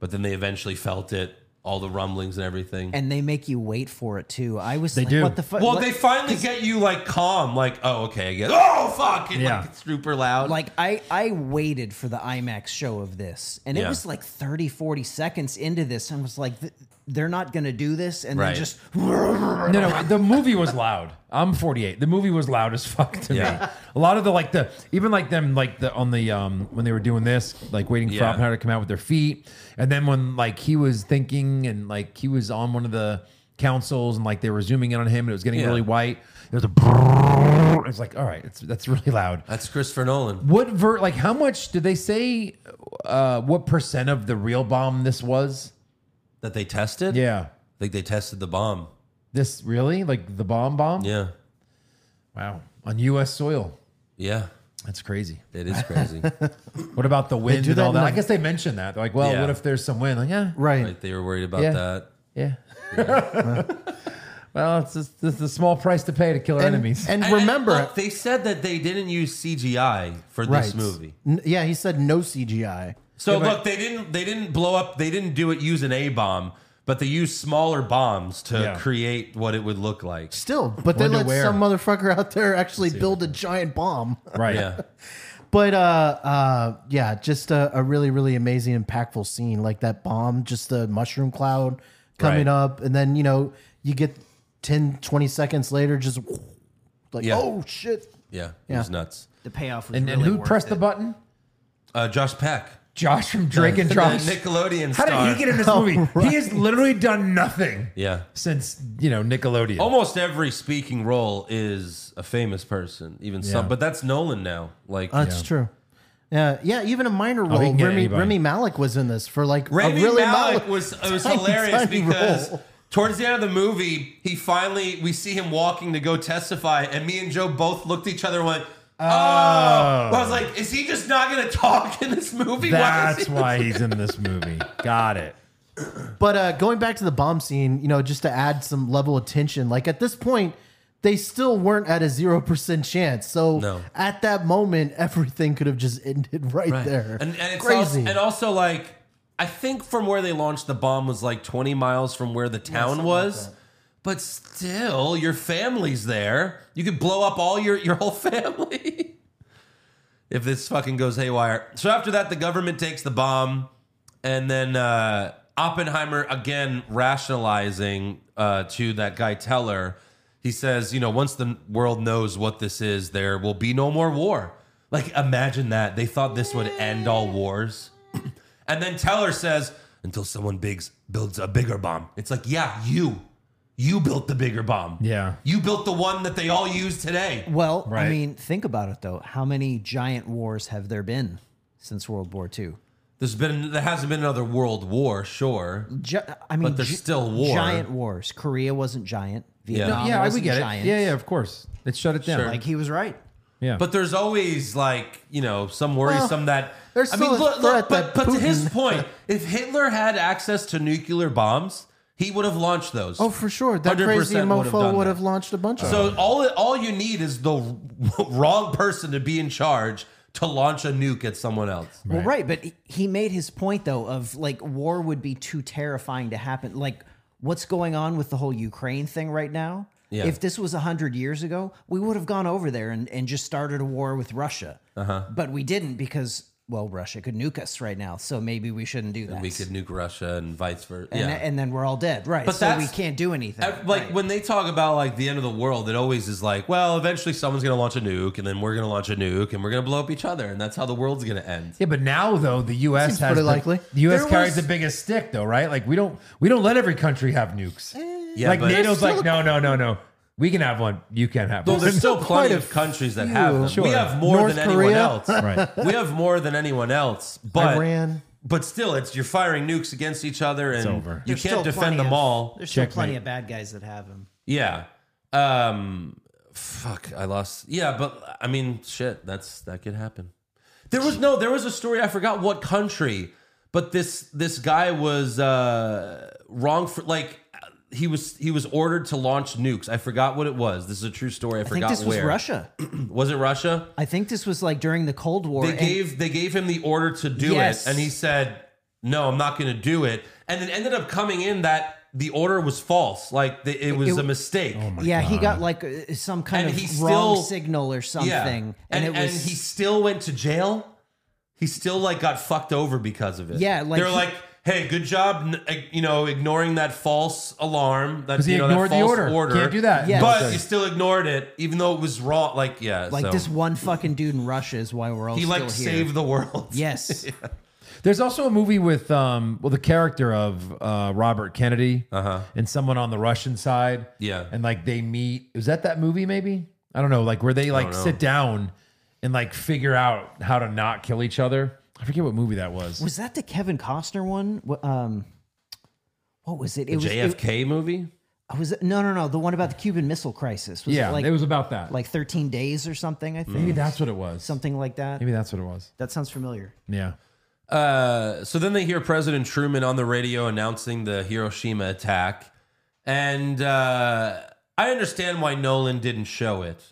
[SPEAKER 3] But then they eventually felt it, all the rumblings and everything.
[SPEAKER 5] and they make you wait for it too. I was like,
[SPEAKER 4] do.
[SPEAKER 5] what the fuck?
[SPEAKER 3] well, they finally get you like calm, like oh okay, I guess. Oh fuck, and,
[SPEAKER 4] Yeah.
[SPEAKER 3] like, it's super loud.
[SPEAKER 5] like I I waited for the IMAX show of this and it
[SPEAKER 3] Yeah.
[SPEAKER 5] was like 30 40 seconds into this and I was like "Th- they're not going to do this and
[SPEAKER 3] Right.
[SPEAKER 5] then just
[SPEAKER 4] No, no, the movie was loud. I'm 48. The movie was loud as fuck to me.
[SPEAKER 3] Yeah.
[SPEAKER 4] A lot of the like the even like them like the on the um when they were doing this like waiting for
[SPEAKER 3] Yeah.
[SPEAKER 4] Oppenheimer to come out with their feet, and then when like he was thinking and like he was on one of the councils and like they were zooming in on him and it was getting
[SPEAKER 3] Yeah.
[SPEAKER 4] really white. There was a. brrrr. It was like all right, it's, that's really loud.
[SPEAKER 3] That's Christopher Nolan.
[SPEAKER 4] What ver like how much did they say? Uh, what percent of the real bomb this was?
[SPEAKER 3] That they tested.
[SPEAKER 4] Yeah,
[SPEAKER 3] I think they tested the bomb.
[SPEAKER 4] this really like the bomb bomb.
[SPEAKER 3] Yeah.
[SPEAKER 4] Wow, on U.S. soil.
[SPEAKER 3] Yeah.
[SPEAKER 4] That's crazy.
[SPEAKER 3] It is crazy.
[SPEAKER 4] What about the wind
[SPEAKER 6] do
[SPEAKER 4] and
[SPEAKER 6] that
[SPEAKER 4] all
[SPEAKER 6] in
[SPEAKER 4] that?
[SPEAKER 6] the-
[SPEAKER 4] I guess they mentioned that. They're like, well,
[SPEAKER 3] Yeah.
[SPEAKER 4] what if there's some wind? Like, yeah,
[SPEAKER 6] Right.
[SPEAKER 3] like they were worried about
[SPEAKER 4] Yeah.
[SPEAKER 3] that.
[SPEAKER 4] yeah. well, it's just it's a small price to pay to kill our
[SPEAKER 6] And,
[SPEAKER 4] enemies.
[SPEAKER 6] and
[SPEAKER 3] And- and
[SPEAKER 6] remember,
[SPEAKER 3] look, they said that they didn't use CGI for
[SPEAKER 6] right.
[SPEAKER 3] this movie.
[SPEAKER 6] N- yeah, he said no CGI.
[SPEAKER 3] So look, they didn't they didn't blow up. They didn't do it using a bomb, but they used smaller bombs to
[SPEAKER 4] Yeah.
[SPEAKER 3] create what it would look like.
[SPEAKER 6] Still, but they
[SPEAKER 4] Wonder
[SPEAKER 6] let
[SPEAKER 4] where.
[SPEAKER 6] some motherfucker out there actually build a giant bomb.
[SPEAKER 4] right.
[SPEAKER 3] Yeah,
[SPEAKER 6] But uh, uh, yeah, just a, a really, really amazing, impactful scene like that bomb, just the mushroom cloud coming
[SPEAKER 3] Right.
[SPEAKER 6] up, and then you know you get 10, 20 seconds later, just like
[SPEAKER 3] Yeah.
[SPEAKER 6] oh shit,
[SPEAKER 3] yeah, it
[SPEAKER 6] Yeah.
[SPEAKER 3] was nuts.
[SPEAKER 5] the payoff was
[SPEAKER 4] And,
[SPEAKER 5] really
[SPEAKER 4] and who
[SPEAKER 5] worth
[SPEAKER 4] pressed the
[SPEAKER 5] it.
[SPEAKER 4] button?
[SPEAKER 3] Uh, Josh Peck,
[SPEAKER 4] Josh from Drake and
[SPEAKER 3] The
[SPEAKER 4] Josh.
[SPEAKER 3] Nickelodeon
[SPEAKER 4] How
[SPEAKER 3] star.
[SPEAKER 4] did he get in this movie? He has literally done nothing
[SPEAKER 3] yeah,
[SPEAKER 4] since you know Nickelodeon.
[SPEAKER 3] almost every speaking role is a famous person, even some.
[SPEAKER 4] Yeah.
[SPEAKER 3] But that's Nolan now.
[SPEAKER 4] Oh,
[SPEAKER 3] Like
[SPEAKER 6] Oh, that's true. Yeah, yeah, even a minor
[SPEAKER 4] he
[SPEAKER 6] role.
[SPEAKER 4] can get
[SPEAKER 6] Remy,
[SPEAKER 4] anybody.
[SPEAKER 6] Remy Malik was in this for like
[SPEAKER 3] Rami
[SPEAKER 6] a really
[SPEAKER 3] Malek
[SPEAKER 6] Malik
[SPEAKER 3] was it was
[SPEAKER 6] tiny,
[SPEAKER 3] hilarious
[SPEAKER 6] tiny
[SPEAKER 3] because
[SPEAKER 6] role.
[SPEAKER 3] towards the end of the movie, he finally we see him walking to go testify, and me and Joe both looked at each other and went, "Oh!"
[SPEAKER 6] Oh.
[SPEAKER 3] I was like, "Is he just not going to talk in this movie?" Why is
[SPEAKER 4] That's
[SPEAKER 3] he-
[SPEAKER 4] why he's in this movie. Got it.
[SPEAKER 6] But uh, going back to the bomb scene, you know, just to add some level of tension, like at this point, they still weren't at a 0% chance. So
[SPEAKER 3] No.
[SPEAKER 6] at that moment, everything could have just ended right, there.
[SPEAKER 3] And, and it's Also,
[SPEAKER 6] Crazy.
[SPEAKER 3] and also like I think from where they launched the bomb was like 20 miles from where the town was. but still, your family's there. You could blow up all your your whole family if this fucking goes haywire. So after that, the government takes the bomb, and then uh, Oppenheimer again rationalizing uh, to that guy Teller. He says, you know, once the world knows what this is, there will be no more war. Like, imagine that. They thought this would end all wars. And then Teller says, until someone bigs, builds a bigger bomb. It's like, yeah, you. You built the bigger bomb.
[SPEAKER 4] Yeah.
[SPEAKER 3] You built the one that they all use today.
[SPEAKER 5] Well,
[SPEAKER 4] Right.
[SPEAKER 5] I mean, think about it though. How many giant wars have there been since World War II?
[SPEAKER 3] There's been there hasn't been another world war, sure.
[SPEAKER 5] Gi- I mean,
[SPEAKER 3] there's
[SPEAKER 5] gi-
[SPEAKER 3] still war.
[SPEAKER 5] Giant wars. Korea wasn't giant. Vietnam
[SPEAKER 4] yeah, I we
[SPEAKER 5] wasn't
[SPEAKER 4] get
[SPEAKER 5] giant.
[SPEAKER 4] it. Yeah, yeah, of course. Let's shut it down.
[SPEAKER 3] Sure.
[SPEAKER 5] Like he was right.
[SPEAKER 4] yeah.
[SPEAKER 3] But there's always like, you know, some worrisome that
[SPEAKER 6] there's
[SPEAKER 3] I mean,
[SPEAKER 6] still a
[SPEAKER 3] look,
[SPEAKER 6] threat
[SPEAKER 3] look, but,
[SPEAKER 6] that
[SPEAKER 3] but to his
[SPEAKER 6] Putin-
[SPEAKER 3] point, if Hitler had access to nuclear bombs, he would have launched those.
[SPEAKER 6] oh, for sure. That
[SPEAKER 3] 100%
[SPEAKER 6] crazy
[SPEAKER 3] would have
[SPEAKER 6] mofo
[SPEAKER 3] done
[SPEAKER 6] would
[SPEAKER 3] that.
[SPEAKER 6] have launched a bunch of
[SPEAKER 3] So all all you need is the wrong person to be in charge to launch a nuke at someone else.
[SPEAKER 5] Well, right, but he- he made his point though of like war would be too terrifying to happen. Like what's going on with the whole Ukraine thing right now?
[SPEAKER 3] Yeah.
[SPEAKER 5] If this was 100 years ago, we would have gone over there and, and just started a war with Russia. Uh-huh. But we didn't because, well, Russia could nuke us right now. So maybe we shouldn't do that.
[SPEAKER 3] we could nuke Russia and vice versa.
[SPEAKER 5] and,
[SPEAKER 3] yeah.
[SPEAKER 5] and then we're all dead. Right.
[SPEAKER 3] But
[SPEAKER 5] so we
[SPEAKER 3] that's-
[SPEAKER 5] can't do anything.
[SPEAKER 3] Uh, like when they talk about like the end of the world, it always is like, well, eventually someone's gonna launch a nuke, and then we're gonna launch a nuke, and we're gonna blow up each other, and that's how the world's gonna end.
[SPEAKER 4] Yeah, but now though the U.S.
[SPEAKER 6] Seems
[SPEAKER 4] has
[SPEAKER 6] pretty
[SPEAKER 4] the,
[SPEAKER 6] likely.
[SPEAKER 4] the U.S.
[SPEAKER 6] There
[SPEAKER 4] carries
[SPEAKER 6] was-
[SPEAKER 4] the biggest stick though, right? Like we don't we don't let every country have nukes.
[SPEAKER 3] Yeah,
[SPEAKER 4] like
[SPEAKER 3] but-
[SPEAKER 4] NATO's
[SPEAKER 6] Eh. There's
[SPEAKER 4] like no no no no, we can have one, you can't have
[SPEAKER 3] Well,
[SPEAKER 4] one.
[SPEAKER 3] there's still plenty
[SPEAKER 6] quite a
[SPEAKER 3] of countries that have them.
[SPEAKER 6] few.
[SPEAKER 3] We
[SPEAKER 6] Sure.
[SPEAKER 3] have more
[SPEAKER 6] North
[SPEAKER 3] than anyone
[SPEAKER 6] Korea.
[SPEAKER 3] else.
[SPEAKER 4] Right.
[SPEAKER 3] We have more than anyone else. But
[SPEAKER 6] Iran.
[SPEAKER 3] but still, it's you're firing nukes against each other, and
[SPEAKER 4] over.
[SPEAKER 3] you
[SPEAKER 5] There's
[SPEAKER 3] can't
[SPEAKER 5] still plenty
[SPEAKER 3] defend them
[SPEAKER 5] of-
[SPEAKER 3] all.
[SPEAKER 5] There's still
[SPEAKER 4] Checkmate.
[SPEAKER 5] plenty of bad guys that have them.
[SPEAKER 3] Yeah. Um fuck, I lost. Yeah, but I mean, shit, that's that could happen. There was no there was a story I forgot what country, but this this guy was uh wrong for like he was he was ordered to launch nukes. I forgot what it was. This is a true story. I,
[SPEAKER 5] I think
[SPEAKER 3] forgot
[SPEAKER 5] this was
[SPEAKER 3] where.
[SPEAKER 5] Russia.
[SPEAKER 3] Was it Russia?
[SPEAKER 5] I think this was like during the Cold War.
[SPEAKER 3] They
[SPEAKER 5] and-
[SPEAKER 3] gave they gave him the order to do
[SPEAKER 5] Yes.
[SPEAKER 3] it and he said, "No, I'm not going to do it." And it ended up coming in that the order was false. Like the, it was
[SPEAKER 5] it- Oh
[SPEAKER 3] a mistake.
[SPEAKER 5] yeah, he got like uh, some kind
[SPEAKER 3] And
[SPEAKER 5] of
[SPEAKER 3] he
[SPEAKER 5] wrong
[SPEAKER 3] still-
[SPEAKER 5] signal or something, and,
[SPEAKER 3] and,
[SPEAKER 5] it
[SPEAKER 3] and
[SPEAKER 5] was
[SPEAKER 3] he still went to jail. He still like got fucked over because of it.
[SPEAKER 5] Yeah, like
[SPEAKER 3] they're
[SPEAKER 5] he-
[SPEAKER 3] like, "Hey, good job, n- ig- you know, ignoring that false alarm." That
[SPEAKER 4] 'Cause he
[SPEAKER 3] you know, that
[SPEAKER 4] ignored the
[SPEAKER 3] false
[SPEAKER 4] order. Can't do that.
[SPEAKER 5] Yeah.
[SPEAKER 3] But
[SPEAKER 4] Okay.
[SPEAKER 3] you still ignored it, even though it was wrong. Like, yeah,
[SPEAKER 5] like
[SPEAKER 3] so
[SPEAKER 5] this one fucking dude in Russia is why we're all
[SPEAKER 3] He
[SPEAKER 5] still
[SPEAKER 3] like
[SPEAKER 5] here.
[SPEAKER 3] saved the world.
[SPEAKER 5] yes,
[SPEAKER 4] There's also a movie with um well the character of uh Robert Kennedy uh-huh. and someone on the Russian side.
[SPEAKER 3] Yeah.
[SPEAKER 4] And like they meet was that that movie maybe? I don't know, like where they like
[SPEAKER 3] know.
[SPEAKER 4] sit down and like figure out how to not kill each other. I forget what movie that was.
[SPEAKER 5] was that the Kevin Costner one? Wh- Um, what was it? It was It,
[SPEAKER 3] JFK movie.
[SPEAKER 5] was it, no, no, no. The one about the Cuban Missile Crisis. Was
[SPEAKER 4] yeah,
[SPEAKER 5] it like
[SPEAKER 4] it was about that.
[SPEAKER 5] like thirteen days or something. I think
[SPEAKER 4] maybe that's what it was.
[SPEAKER 5] something like that.
[SPEAKER 4] Maybe that's what it was.
[SPEAKER 5] That sounds familiar.
[SPEAKER 4] Yeah.
[SPEAKER 3] Uh, so then they hear President Truman on the radio announcing the Hiroshima attack, and uh, I understand why Nolan didn't show it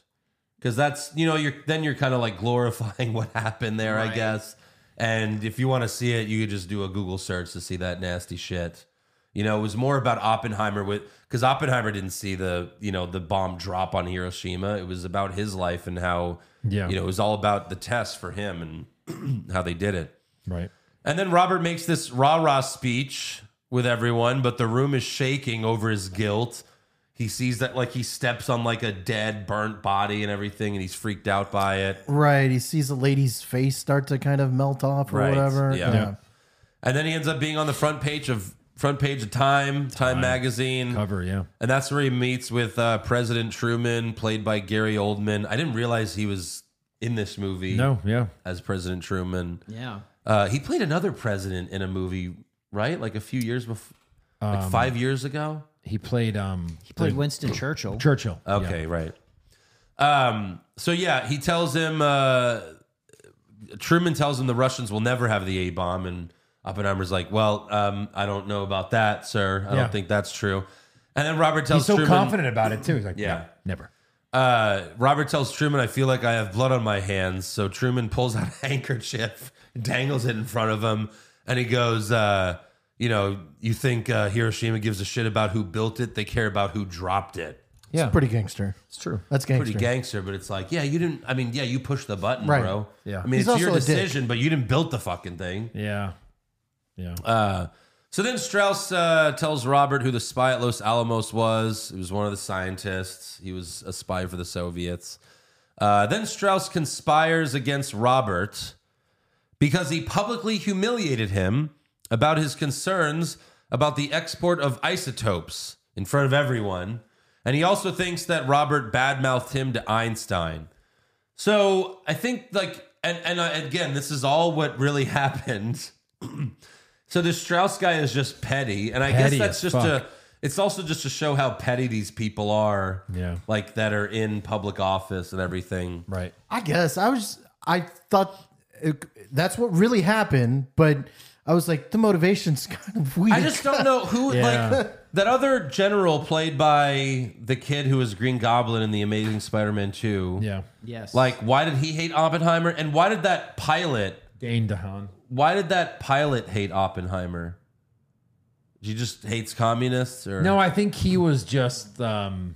[SPEAKER 3] because that's you know you're then you're kind of like glorifying what happened there, I guess. And if you want to see it, you could just do a Google search to see that nasty shit. You know, it was more about Oppenheimer with because Oppenheimer didn't see the you know the bomb drop on Hiroshima. It was about his life and how
[SPEAKER 4] Yeah.
[SPEAKER 3] you know it was all about the test for him and how they did it.
[SPEAKER 4] Right.
[SPEAKER 3] And then Robert makes this rah rah speech with everyone, but the room is shaking over his guilt. He sees that, like, he steps on like a dead, burnt body and everything, and he's freaked out by it.
[SPEAKER 6] Right. He sees a lady's face start to kind of melt off or
[SPEAKER 3] Right,
[SPEAKER 6] whatever.
[SPEAKER 5] Uh,
[SPEAKER 3] yeah. And then he ends up being on the front page of front page of Time, Time, magazine,
[SPEAKER 4] Cover, yeah.
[SPEAKER 3] and that's where he meets with uh, President Truman, played by Gary Oldman. I didn't realize he was in this movie
[SPEAKER 4] No, yeah.
[SPEAKER 3] as President Truman.
[SPEAKER 5] Yeah.
[SPEAKER 3] Uh, he played another president in a movie, right? Like a few years before,
[SPEAKER 4] Um,
[SPEAKER 3] like five years ago.
[SPEAKER 4] He played um he
[SPEAKER 5] Played Winston Churchill.
[SPEAKER 4] Churchill.
[SPEAKER 3] Okay, right. Um, so yeah, he tells him uh, Truman tells him the Russians will never have the A bomb, and Oppenheimer's like, "Well, um, I don't know about that, sir. I
[SPEAKER 4] Yeah.
[SPEAKER 3] don't think that's true." And then Robert tells
[SPEAKER 4] He's so
[SPEAKER 3] Truman,
[SPEAKER 4] confident about it too. He's like,
[SPEAKER 3] Yeah.
[SPEAKER 4] yeah, never.
[SPEAKER 3] uh, Robert tells Truman, "I feel like I have blood on my hands." So Truman pulls out a handkerchief, dangles it in front of him, and he goes, uh, "You know, you think uh, Hiroshima gives a shit about who built it? They care about who dropped it."
[SPEAKER 4] Yeah.
[SPEAKER 6] Pretty gangster. It's
[SPEAKER 4] true.
[SPEAKER 6] That's
[SPEAKER 3] pretty
[SPEAKER 6] gangster.
[SPEAKER 3] gangster, but it's like, yeah, you didn't. I mean, yeah, you pushed the button,
[SPEAKER 6] Right.
[SPEAKER 3] bro.
[SPEAKER 4] Yeah.
[SPEAKER 3] I mean,
[SPEAKER 6] He's
[SPEAKER 3] it's your
[SPEAKER 6] also a dick.
[SPEAKER 3] decision, but you didn't build the fucking thing.
[SPEAKER 4] Yeah. Yeah.
[SPEAKER 3] Uh, So then Strauss uh, tells Robert who the spy at Los Alamos was. He was one of the scientists. He was a spy for the Soviets. Uh, then Strauss conspires against Robert because he publicly humiliated him about his concerns about the export of isotopes in front of everyone. And he also thinks that Robert badmouthed him to Einstein. So I think, like, and, and uh, again, this is all what really happened. So the Strauss guy is just petty, and I guess
[SPEAKER 4] Petty
[SPEAKER 3] that's
[SPEAKER 4] as
[SPEAKER 3] just a. It's also just to show how petty these people are.
[SPEAKER 4] Yeah.
[SPEAKER 3] like that are in public office and everything.
[SPEAKER 4] right.
[SPEAKER 6] I guess I was. I thought it, that's what really happened, but I was like, the motivation's kind of weird.
[SPEAKER 3] I just don't know who
[SPEAKER 4] Yeah.
[SPEAKER 3] like that other general played by the kid who was Green Goblin in the Amazing Spider-Man Two.
[SPEAKER 4] Yeah.
[SPEAKER 5] Yes.
[SPEAKER 3] like why did he hate Oppenheimer, and why did that pilot?
[SPEAKER 4] Dane DeHaan.
[SPEAKER 3] Why did that pilot hate Oppenheimer? He just hates communists, or
[SPEAKER 4] No, I think he was just um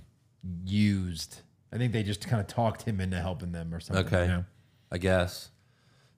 [SPEAKER 4] used. I think they just kind of talked him into helping them or something.
[SPEAKER 3] Okay.
[SPEAKER 4] you know?
[SPEAKER 3] I guess.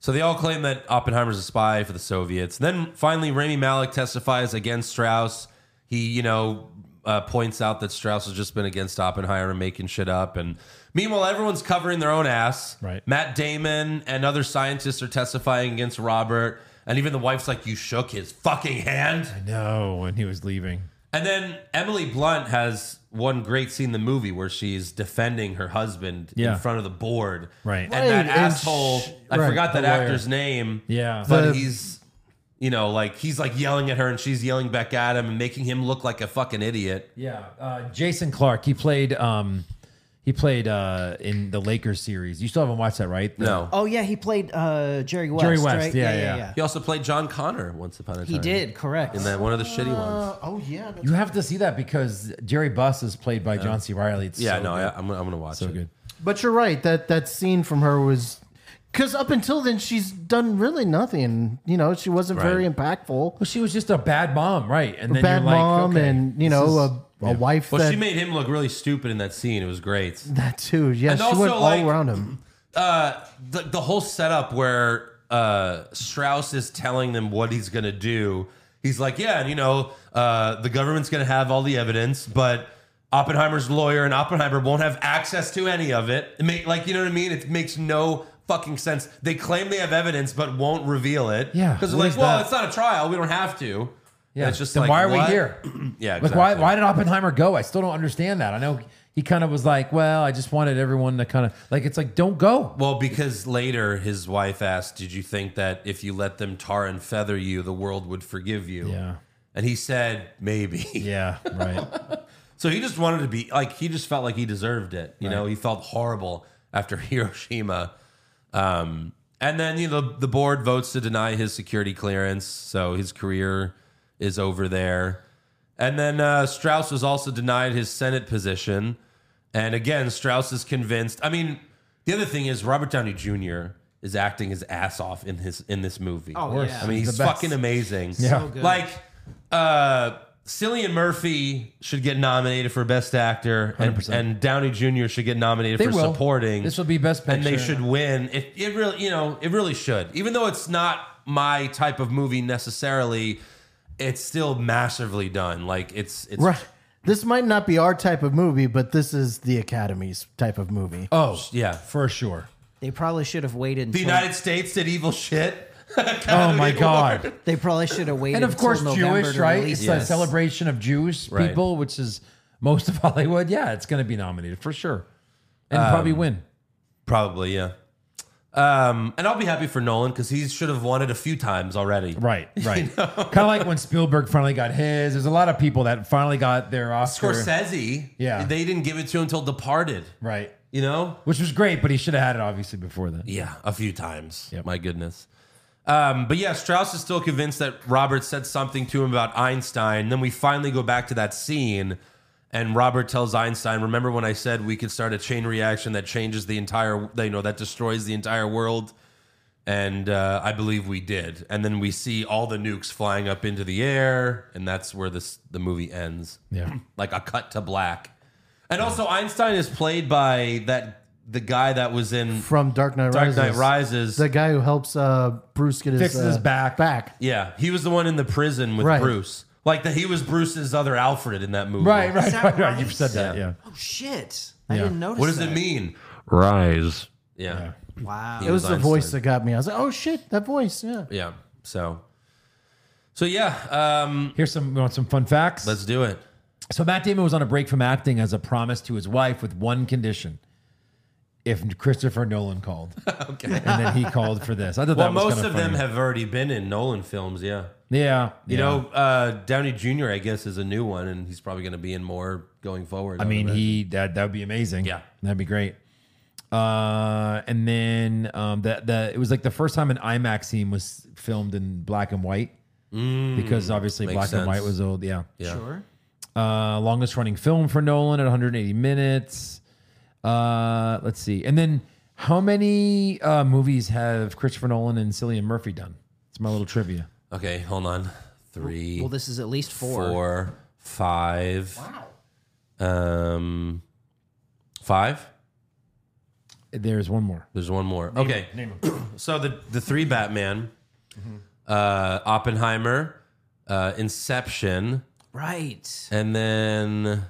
[SPEAKER 3] So they all claim that Oppenheimer's a spy for the Soviets. Then finally, Rami Malik testifies against Strauss. He, you know, uh, points out that Strauss has just been against Oppenheimer and making shit up. And meanwhile, everyone's covering their own ass.
[SPEAKER 4] Right.
[SPEAKER 3] Matt Damon and other scientists are testifying against Robert. And even the wife's like, You shook his fucking hand.
[SPEAKER 4] No, when he was leaving.
[SPEAKER 3] And then Emily Blunt has one great scene in the movie where she's defending her husband
[SPEAKER 4] Yeah.
[SPEAKER 3] in front of the board.
[SPEAKER 4] Right.
[SPEAKER 3] And
[SPEAKER 6] Right,
[SPEAKER 3] that
[SPEAKER 6] and
[SPEAKER 3] asshole,
[SPEAKER 6] sh-
[SPEAKER 3] I
[SPEAKER 6] right,
[SPEAKER 3] forgot that
[SPEAKER 6] the lawyer.
[SPEAKER 3] actor's name.
[SPEAKER 4] Yeah.
[SPEAKER 3] But
[SPEAKER 6] The-
[SPEAKER 3] he's, you know, like he's like yelling at her and she's yelling back at him and making him look like a fucking idiot.
[SPEAKER 4] Yeah, uh, Jason Clark. He played. Um, he played uh, in the Lakers series. You still haven't watched that, right? The-
[SPEAKER 3] No.
[SPEAKER 5] Oh yeah, he played uh, Jerry West.
[SPEAKER 4] Jerry West,
[SPEAKER 5] right?
[SPEAKER 4] yeah, yeah.
[SPEAKER 3] He also played John Connor once upon a time.
[SPEAKER 5] He did, correct.
[SPEAKER 3] In that one of the shitty ones.
[SPEAKER 6] Oh yeah, that's
[SPEAKER 4] You have to see that because Jerry Buss is played by John C. Riley. It's
[SPEAKER 3] Yeah,
[SPEAKER 4] so
[SPEAKER 3] no,
[SPEAKER 4] good.
[SPEAKER 3] I, I'm, I'm going to watch
[SPEAKER 4] so
[SPEAKER 3] it.
[SPEAKER 4] good.
[SPEAKER 6] But you're right that that scene from her was because up until then she's done really nothing. You know, she wasn't
[SPEAKER 3] Right.
[SPEAKER 6] very impactful.
[SPEAKER 4] Well, she was just a bad mom, right? And then
[SPEAKER 6] Bad
[SPEAKER 4] you're like,
[SPEAKER 6] mom,
[SPEAKER 4] okay,
[SPEAKER 6] and you
[SPEAKER 4] this
[SPEAKER 6] know,
[SPEAKER 4] is-
[SPEAKER 6] a, a wife
[SPEAKER 3] Well,
[SPEAKER 6] that,
[SPEAKER 3] she made him look really stupid in that scene. It was great.
[SPEAKER 6] that too. Yeah,
[SPEAKER 3] And
[SPEAKER 6] she
[SPEAKER 3] also,
[SPEAKER 6] went all
[SPEAKER 3] like-
[SPEAKER 6] around him.
[SPEAKER 3] uh, the, the whole setup where uh, Strauss is telling them what he's going to do. He's like, yeah, and you know, uh, the government's going to have all the evidence, but Oppenheimer's lawyer and Oppenheimer won't have access to any of it. it ma- like, you know what I mean? It makes no fucking sense. They claim they have evidence, but won't reveal it.
[SPEAKER 4] Yeah,
[SPEAKER 3] Because they're
[SPEAKER 4] what
[SPEAKER 3] like,
[SPEAKER 4] is
[SPEAKER 3] well,
[SPEAKER 4] that?
[SPEAKER 3] it's not a trial. We don't have to.
[SPEAKER 4] yeah.
[SPEAKER 3] And it's just
[SPEAKER 4] then
[SPEAKER 3] like,
[SPEAKER 4] why are
[SPEAKER 3] what?
[SPEAKER 4] we here?
[SPEAKER 3] Yeah.
[SPEAKER 4] Like,
[SPEAKER 3] Exactly.
[SPEAKER 4] why why did Oppenheimer go? I still don't understand that. I know he kind of was like, well, I just wanted everyone to kind of like, it's like, don't go.
[SPEAKER 3] Well, because later his wife asked, Did you think that if you let them tar and feather you, the world would forgive you?
[SPEAKER 4] Yeah.
[SPEAKER 3] And he said, Maybe.
[SPEAKER 4] Yeah, right.
[SPEAKER 3] So he just wanted to be like, he just felt like he deserved it. You know, he felt horrible after Hiroshima. Um, and then, you know, the, the board votes to deny his security clearance. So his career is over there. And then uh, Strauss was also denied his Senate position. And again, Strauss is convinced. I mean, the other thing is Robert Downey Jr. is acting his ass off in his in this movie. Oh,
[SPEAKER 5] yeah.
[SPEAKER 3] I mean,
[SPEAKER 4] He's
[SPEAKER 3] he's
[SPEAKER 4] the best.
[SPEAKER 3] fucking amazing.
[SPEAKER 4] Yeah. So
[SPEAKER 3] Like, uh, Cillian Murphy should get nominated for Best Actor, and,
[SPEAKER 4] 100%.
[SPEAKER 3] and Downey Jr. should get nominated
[SPEAKER 4] They
[SPEAKER 3] for
[SPEAKER 4] will.
[SPEAKER 3] supporting.
[SPEAKER 4] This will be best picture.
[SPEAKER 3] and they should win. It, it really, you know, it really should. Even though it's not my type of movie necessarily, it's still massively done. Like it's it's
[SPEAKER 6] Right. This might not be our type of movie, but this is the Academy's type of movie.
[SPEAKER 4] Oh,
[SPEAKER 3] yeah.
[SPEAKER 4] for sure.
[SPEAKER 5] They probably should have waited.
[SPEAKER 3] The
[SPEAKER 5] Until,
[SPEAKER 3] United States did evil shit.
[SPEAKER 4] Oh my god.
[SPEAKER 5] they probably should have waited.
[SPEAKER 4] and of course
[SPEAKER 5] until November
[SPEAKER 4] Jewish,
[SPEAKER 5] to
[SPEAKER 4] right?
[SPEAKER 5] release
[SPEAKER 4] It's
[SPEAKER 5] it.
[SPEAKER 4] a
[SPEAKER 3] Yes.
[SPEAKER 4] celebration of Jewish
[SPEAKER 3] Right.
[SPEAKER 4] people, which is most of Hollywood. Yeah, it's going to be nominated for sure, and probably win.
[SPEAKER 3] Probably, yeah. Um, and I'll be happy for Nolan because he should have won it a few times already.
[SPEAKER 4] Right, right. kind of like when Spielberg finally got his. There's a lot of people that finally got their Oscar.
[SPEAKER 3] Scorsese,
[SPEAKER 4] Yeah.
[SPEAKER 3] they didn't give it to him until Departed.
[SPEAKER 4] Right,
[SPEAKER 3] You know,
[SPEAKER 4] which was great, but he should have had it obviously before that.
[SPEAKER 3] Yeah, a few times.
[SPEAKER 4] Yep.
[SPEAKER 3] My goodness. Um, but yeah, Strauss is still convinced that Robert said something to him about Einstein. Then we finally go back to that scene, and Robert tells Einstein, "Remember when I said we could start a chain reaction that changes the entire, you know, that destroys the entire world?" And uh, I believe we did. And then we see all the nukes flying up into the air, and that's where this the movie ends.
[SPEAKER 4] Yeah.
[SPEAKER 3] like a cut to black. And also, Einstein is played by that the guy that was in
[SPEAKER 6] From Dark Knight
[SPEAKER 3] Dark
[SPEAKER 6] Rises.
[SPEAKER 3] Knight Rises.
[SPEAKER 6] The guy who helps uh, Bruce get his,
[SPEAKER 4] Fixes his
[SPEAKER 6] uh,
[SPEAKER 4] back.
[SPEAKER 6] back.
[SPEAKER 3] yeah, he was the one in the prison with
[SPEAKER 6] Right.
[SPEAKER 3] Bruce. Like that, he was Bruce's other Alfred in that movie.
[SPEAKER 4] Right, right,
[SPEAKER 5] that
[SPEAKER 4] right, right.
[SPEAKER 5] right?
[SPEAKER 4] You've said that, yeah.
[SPEAKER 5] Oh shit! I didn't notice.
[SPEAKER 3] What does
[SPEAKER 5] that.
[SPEAKER 3] it mean?
[SPEAKER 7] Rise.
[SPEAKER 3] Yeah,
[SPEAKER 5] Wow.
[SPEAKER 6] It was the voice
[SPEAKER 3] Einstein.
[SPEAKER 6] that got me. I was like, oh shit, that voice. Yeah.
[SPEAKER 3] Yeah. So, so yeah, um,
[SPEAKER 4] Here's some we want some fun facts.
[SPEAKER 3] let's do it.
[SPEAKER 4] So Matt Damon was on a break from acting as a promise to his wife with one condition. If Christopher Nolan called. okay. And then he called for this. I thought
[SPEAKER 3] Well,
[SPEAKER 4] that was
[SPEAKER 3] most
[SPEAKER 4] kinda
[SPEAKER 3] of
[SPEAKER 4] funny.
[SPEAKER 3] them have already been in Nolan films. Yeah,
[SPEAKER 4] Yeah.
[SPEAKER 3] you know, uh, Downey Jr. I guess is a new one, and he's probably going to be in more going forward.
[SPEAKER 4] I mean,
[SPEAKER 3] would
[SPEAKER 4] he that that would be amazing.
[SPEAKER 3] Yeah.
[SPEAKER 4] that'd be great. Uh, and then um, the the it was like the first time an IMAX scene was filmed in black and white because obviously
[SPEAKER 3] Mm, makes
[SPEAKER 4] black and white
[SPEAKER 3] sense.
[SPEAKER 4] was old. Yeah,
[SPEAKER 5] Sure.
[SPEAKER 4] Uh, longest running film for Nolan at 180 minutes. Uh, let's see, and then how many uh, movies have Christopher Nolan and Cillian Murphy done? It's my little trivia.
[SPEAKER 3] imagine. Okay, hold on. Three,
[SPEAKER 5] Well, this is at least four.
[SPEAKER 3] four, five. Wow. Um, Five?
[SPEAKER 4] There's one more.
[SPEAKER 3] There's one more. okay. so the the three Batman, uh, Oppenheimer, uh, Inception,
[SPEAKER 5] Right.
[SPEAKER 3] and then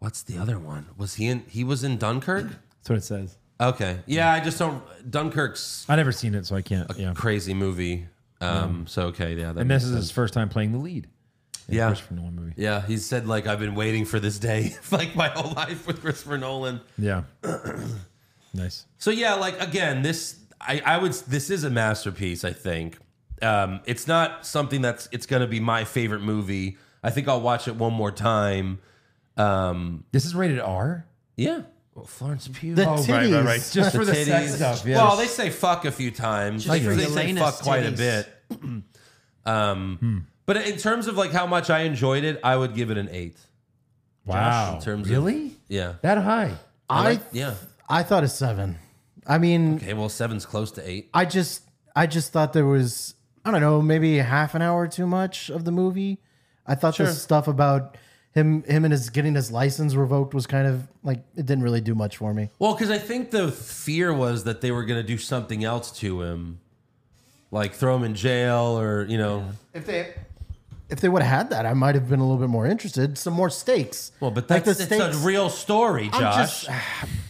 [SPEAKER 3] what's the other one? Was he in? He was in Dunkirk.
[SPEAKER 4] That's what it says.
[SPEAKER 3] Okay. Yeah, I just don't. Dunkirk's
[SPEAKER 4] I never seen it, so I can't. Yeah.
[SPEAKER 3] crazy movie. Um. So okay. Yeah. That
[SPEAKER 4] And this
[SPEAKER 3] makes
[SPEAKER 4] is his first time playing the lead.
[SPEAKER 3] sense. yeah.
[SPEAKER 4] Christopher Nolan movie.
[SPEAKER 3] Yeah, he said like I've been waiting for this day like my whole life with Christopher Nolan.
[SPEAKER 4] Yeah. nice.
[SPEAKER 3] So yeah, like again, this I, I would this is a masterpiece. I think um, it's not something that's it's going to be my favorite movie. I think I'll watch it one more time. Um,
[SPEAKER 4] This is rated R.
[SPEAKER 3] yeah, well, Florence Pugh.
[SPEAKER 6] The
[SPEAKER 4] Oh,
[SPEAKER 6] titties.
[SPEAKER 4] right, right, right. Just for the sex
[SPEAKER 3] titties.
[SPEAKER 4] stuff. Yeah.
[SPEAKER 3] Well, they say fuck a few times.
[SPEAKER 5] Just
[SPEAKER 4] for
[SPEAKER 3] they
[SPEAKER 5] the
[SPEAKER 3] say
[SPEAKER 5] Elena's
[SPEAKER 3] fuck quite a
[SPEAKER 5] titties.
[SPEAKER 3] bit. um, But in terms of like how much I enjoyed it, I would give it an eight.
[SPEAKER 4] wow.
[SPEAKER 3] in terms of-
[SPEAKER 4] really?
[SPEAKER 3] Yeah.
[SPEAKER 4] That high?
[SPEAKER 6] I
[SPEAKER 3] Yeah.
[SPEAKER 6] I thought a seven. I mean,
[SPEAKER 3] Okay. Well, seven's close to eight.
[SPEAKER 6] I just I just thought there was I don't know maybe a half an hour too much of the movie. I thought the stuff about him him and his getting his license revoked was kind of like it didn't really do much for me.
[SPEAKER 3] Well, because I think the fear was that they were going to do something else to him, like throw him in jail or you know.
[SPEAKER 6] If they if they would have had that, I might have been a little bit more interested. Some more stakes.
[SPEAKER 3] Well, but that's it's a real story,
[SPEAKER 6] I'm
[SPEAKER 3] Josh.
[SPEAKER 6] just-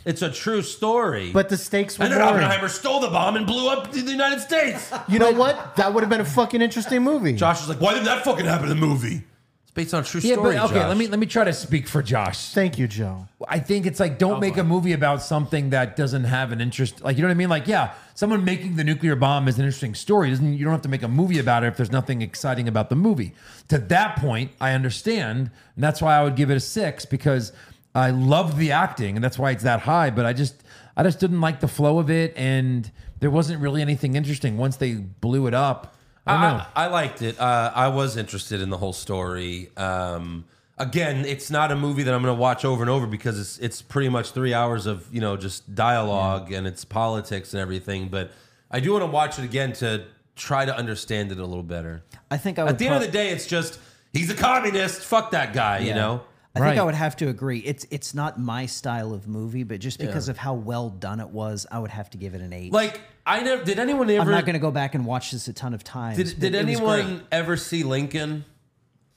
[SPEAKER 3] it's a true story.
[SPEAKER 6] but the stakes were
[SPEAKER 3] and then
[SPEAKER 6] more.
[SPEAKER 3] Oppenheimer stole the bomb and blew up the United States.
[SPEAKER 6] You know what? That would have been a fucking interesting movie.
[SPEAKER 3] Josh is like, why did that fucking happen in the movie? It's based on a true
[SPEAKER 4] Yeah,
[SPEAKER 3] story.
[SPEAKER 4] but okay.
[SPEAKER 3] Josh.
[SPEAKER 4] Let me let me try to speak for Josh.
[SPEAKER 6] Thank you, Joe.
[SPEAKER 4] I think it's like don't make a movie about something that doesn't have an interest. Like you know what I mean? Like yeah, someone making the nuclear bomb is an interesting story. Doesn't you don't have to make a movie about it if there's nothing exciting about the movie. To that point, I understand, and that's why I would give it a six because I loved the acting, and that's why it's that high. But I just I just didn't like the flow of it, and there wasn't really anything interesting once they blew it up. I don't know.
[SPEAKER 3] I, I liked it. Uh, I was interested in the whole story. Um, again, it's not a movie that I'm going to watch over and over because it's it's pretty much three hours of you know just dialogue and it's politics and everything. But I do want to watch it again to try to understand it a little better.
[SPEAKER 5] I think I would
[SPEAKER 3] At the end of the
[SPEAKER 5] prob-
[SPEAKER 3] day, it's just he's a communist. Fuck that guy. You know.
[SPEAKER 5] I think
[SPEAKER 4] Right.
[SPEAKER 5] I would have to agree. It's it's not my style of movie, but just because of how well done it was, I would have to give it an eight.
[SPEAKER 3] Like I never did. Anyone ever?
[SPEAKER 5] I'm not going to go back and watch this a ton of times.
[SPEAKER 3] Did,
[SPEAKER 5] but
[SPEAKER 3] did
[SPEAKER 5] it was great.
[SPEAKER 3] anyone ever see Lincoln?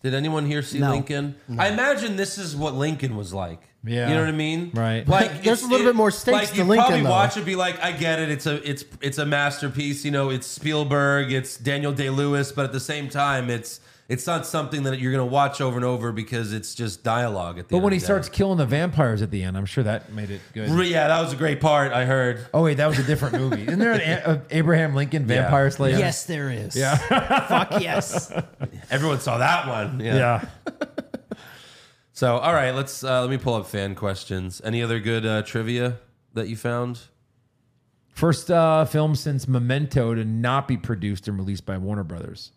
[SPEAKER 3] Did anyone here see
[SPEAKER 5] No.
[SPEAKER 3] Lincoln? I imagine this is what Lincoln was like.
[SPEAKER 4] Yeah.
[SPEAKER 3] you know what I mean,
[SPEAKER 4] Right.
[SPEAKER 3] Like it's-
[SPEAKER 6] There's a little bit more stakes
[SPEAKER 3] Like
[SPEAKER 6] to
[SPEAKER 3] you
[SPEAKER 6] Lincoln,
[SPEAKER 3] probably
[SPEAKER 6] though.
[SPEAKER 3] watch it, be like, I get it. It's a it's it's a masterpiece. You know, it's Spielberg, it's Daniel Day Lewis, but at the same time, it's it's not something that you're gonna watch over and over because it's just dialogue. At the
[SPEAKER 4] but
[SPEAKER 3] end
[SPEAKER 4] when
[SPEAKER 3] of
[SPEAKER 4] he
[SPEAKER 3] the
[SPEAKER 4] starts killing the vampires at the end, I'm sure that made it good.
[SPEAKER 3] day. yeah, that was a great part. I heard.
[SPEAKER 4] Oh wait, that was a different movie. Isn't there an A- Abraham Lincoln Vampire Slayer?
[SPEAKER 5] Yes, there is. Yeah. Fuck yes.
[SPEAKER 3] Uh, Everyone saw that one.
[SPEAKER 4] Yeah.
[SPEAKER 3] So, all right, let's uh, let me pull up fan questions. Any other good uh, trivia that you found?
[SPEAKER 4] First uh, film since Memento to not be produced and released by Warner Brothers.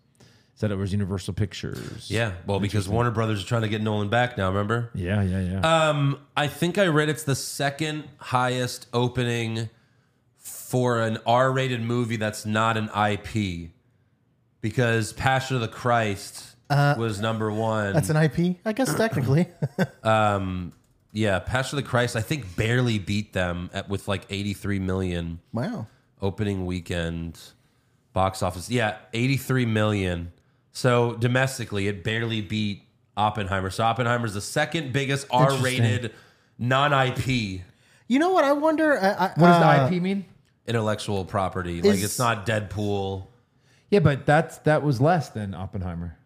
[SPEAKER 4] Said it was Universal Pictures.
[SPEAKER 3] Yeah, well, because Warner Brothers is trying to get Nolan back now. Remember?
[SPEAKER 4] Yeah, yeah, yeah.
[SPEAKER 3] Um, I think I read it's the second highest opening for an R-rated movie that's not an IP, because Passion of the Christ was number one.
[SPEAKER 6] Uh, That's an IP, I guess technically.
[SPEAKER 3] yeah, Passion of the Christ. I think barely beat them at with like eighty-three million.
[SPEAKER 6] wow.
[SPEAKER 3] opening weekend box office. Yeah, 83 million. So domestically, it barely beat Oppenheimer. So Oppenheimer's the second biggest R rated non IP
[SPEAKER 6] You know what? I wonder. I, I,
[SPEAKER 4] what does
[SPEAKER 6] uh,
[SPEAKER 4] the IP mean?
[SPEAKER 3] intellectual property. like
[SPEAKER 6] Is-
[SPEAKER 3] it's not Deadpool.
[SPEAKER 4] Yeah, but that's that was less than Oppenheimer.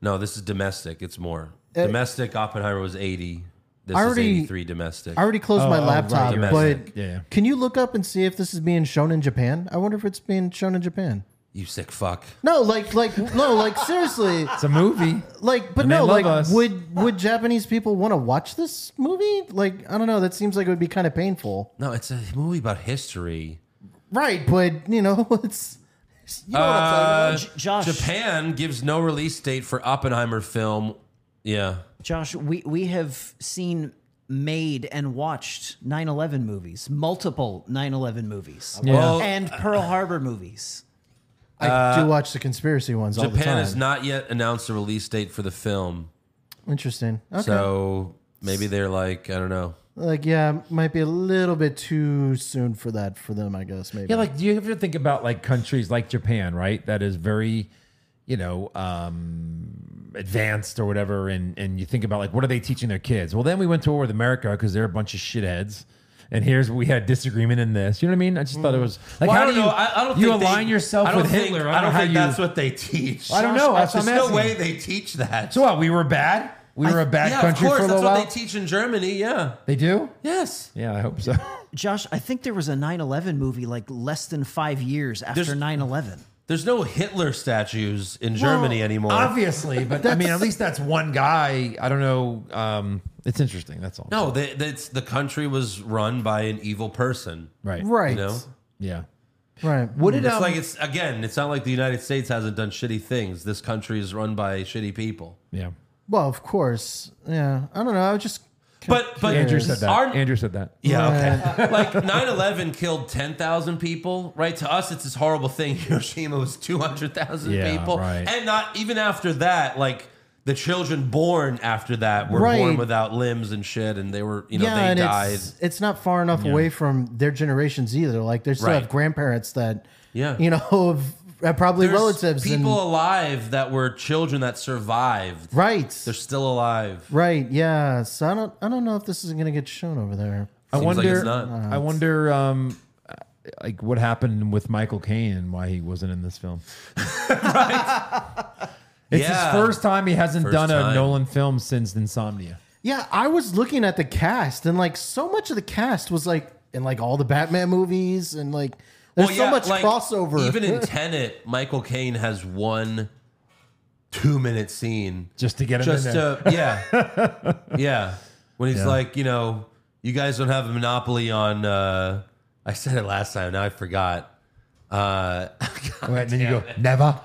[SPEAKER 3] No, this is domestic. It's more. domestic Oppenheimer was 80. This
[SPEAKER 6] I already-
[SPEAKER 3] is 83 domestic.
[SPEAKER 6] I already closed my
[SPEAKER 4] oh, right,
[SPEAKER 6] laptop,
[SPEAKER 3] right.
[SPEAKER 6] but
[SPEAKER 4] Yeah, yeah.
[SPEAKER 6] can you look up and see if this is being shown in Japan? I wonder if it's being shown in Japan.
[SPEAKER 3] you sick fuck.
[SPEAKER 6] No, like, like, no, like, seriously,
[SPEAKER 4] It's a movie.
[SPEAKER 6] like, but
[SPEAKER 4] And they
[SPEAKER 6] no,
[SPEAKER 4] love
[SPEAKER 6] like,
[SPEAKER 4] us.
[SPEAKER 6] would would Japanese people want to watch this movie? Like, I don't know. That seems like it would be kind of painful,
[SPEAKER 3] No, it's a movie about history.
[SPEAKER 6] right? But you know, it's
[SPEAKER 5] You know
[SPEAKER 6] Oh,
[SPEAKER 5] what I'm talking about. J- Josh,
[SPEAKER 3] Uh, Japan gives no release date for Oppenheimer film. Yeah.
[SPEAKER 5] Josh, we, we have seen made and watched 9-11 movies, multiple 9-11 movies.
[SPEAKER 3] Well, uh,
[SPEAKER 5] And Pearl Harbor movies.
[SPEAKER 6] I
[SPEAKER 4] Uh,
[SPEAKER 6] do watch the conspiracy ones all the
[SPEAKER 3] Japan
[SPEAKER 6] time.
[SPEAKER 3] has not yet announced a release date for the film,
[SPEAKER 6] Interesting. Okay.
[SPEAKER 3] so maybe they're like, I don't know.
[SPEAKER 6] Like, yeah, might be a little bit too soon for that for them, I guess. Maybe.
[SPEAKER 4] Yeah, like do you ever think about like countries like Japan, right? That is very, you know, um, advanced or whatever, and and you think about like what are they teaching their kids? Well, then we went to war with America because they're a bunch of shitheads. And here's we had disagreement in this. You know what I mean? I just thought it was like
[SPEAKER 3] Well,
[SPEAKER 4] how
[SPEAKER 3] I don't
[SPEAKER 4] do you
[SPEAKER 3] know. I, I don't
[SPEAKER 4] you
[SPEAKER 3] think they-
[SPEAKER 4] align yourself
[SPEAKER 3] I don't
[SPEAKER 4] with
[SPEAKER 3] think-
[SPEAKER 4] Hitler?
[SPEAKER 3] I don't
[SPEAKER 4] know
[SPEAKER 3] think
[SPEAKER 4] how you,
[SPEAKER 3] that's what they teach.
[SPEAKER 4] I don't know. That's
[SPEAKER 3] There's
[SPEAKER 4] what I'm
[SPEAKER 3] no
[SPEAKER 4] asking.
[SPEAKER 3] way they teach that.
[SPEAKER 4] So what? We were bad. We were a bad
[SPEAKER 3] yeah,
[SPEAKER 4] country
[SPEAKER 3] of course.
[SPEAKER 4] for a
[SPEAKER 3] that's
[SPEAKER 4] little
[SPEAKER 3] what
[SPEAKER 4] while.
[SPEAKER 3] they teach in Germany. Yeah.
[SPEAKER 4] they do.
[SPEAKER 3] Yes.
[SPEAKER 4] Yeah, I hope so.
[SPEAKER 5] Josh, I think there was a 9 11 movie like less than five years after
[SPEAKER 3] There's-
[SPEAKER 5] 9 11.
[SPEAKER 3] There's no Hitler statues in Germany anymore.
[SPEAKER 4] Obviously, but I mean, at least that's one guy. I don't know. Um, it's interesting. That's all.
[SPEAKER 3] No, they, that's the country was run by an evil person.
[SPEAKER 4] Right.
[SPEAKER 6] right.
[SPEAKER 3] You know.
[SPEAKER 4] Yeah.
[SPEAKER 6] Right.
[SPEAKER 4] What did
[SPEAKER 3] It's
[SPEAKER 4] um,
[SPEAKER 3] like it's again. It's not like the United States hasn't done shitty things. This country is run by shitty people.
[SPEAKER 4] yeah.
[SPEAKER 6] Well, of course. Yeah. I don't know. I was just.
[SPEAKER 3] But but
[SPEAKER 4] Andrew said that.
[SPEAKER 3] our-
[SPEAKER 4] Andrew said that.
[SPEAKER 3] yeah, okay. Uh, like 9/11 killed 10,000 people, right? To us, it's this horrible thing. Hiroshima was 200,000
[SPEAKER 4] Yeah,
[SPEAKER 3] people,
[SPEAKER 4] right.
[SPEAKER 3] and not even after that, like. The children born after that were born
[SPEAKER 6] Right.
[SPEAKER 3] without limbs and shit, and they were, you know,
[SPEAKER 6] yeah,
[SPEAKER 3] they
[SPEAKER 6] and
[SPEAKER 3] died.
[SPEAKER 6] it's it's not far enough away from their generations either. Like they still
[SPEAKER 3] Right.
[SPEAKER 6] have grandparents that,
[SPEAKER 3] Yeah.
[SPEAKER 6] you know, have, have probably
[SPEAKER 3] There's
[SPEAKER 6] relatives
[SPEAKER 3] people
[SPEAKER 6] and
[SPEAKER 3] alive that were children that survived.
[SPEAKER 6] right,
[SPEAKER 3] They're still alive.
[SPEAKER 6] right, yeah. So I don't I don't know if this is gonna get shown over there.
[SPEAKER 4] I
[SPEAKER 3] Seems
[SPEAKER 4] wonder.
[SPEAKER 3] like it's not.
[SPEAKER 4] I wonder, um, like what happened with Michael Caine and why he wasn't in this film. It's
[SPEAKER 3] Yeah.
[SPEAKER 4] his first time he hasn't done a
[SPEAKER 3] time.
[SPEAKER 4] Nolan film since Insomnia.
[SPEAKER 6] Yeah, I was looking at the cast and like so much of the cast was like in like all the Batman movies and like there's so much
[SPEAKER 3] like,
[SPEAKER 6] crossover.
[SPEAKER 3] Even in Tenet, Michael Caine has one two minute scene.
[SPEAKER 4] Just to get him
[SPEAKER 3] Just uh,
[SPEAKER 4] in there.
[SPEAKER 3] to, yeah. yeah. When he's like, you know, you guys don't have a monopoly on, uh, I said it last time, now I forgot. Uh,
[SPEAKER 4] Right, and then you go never.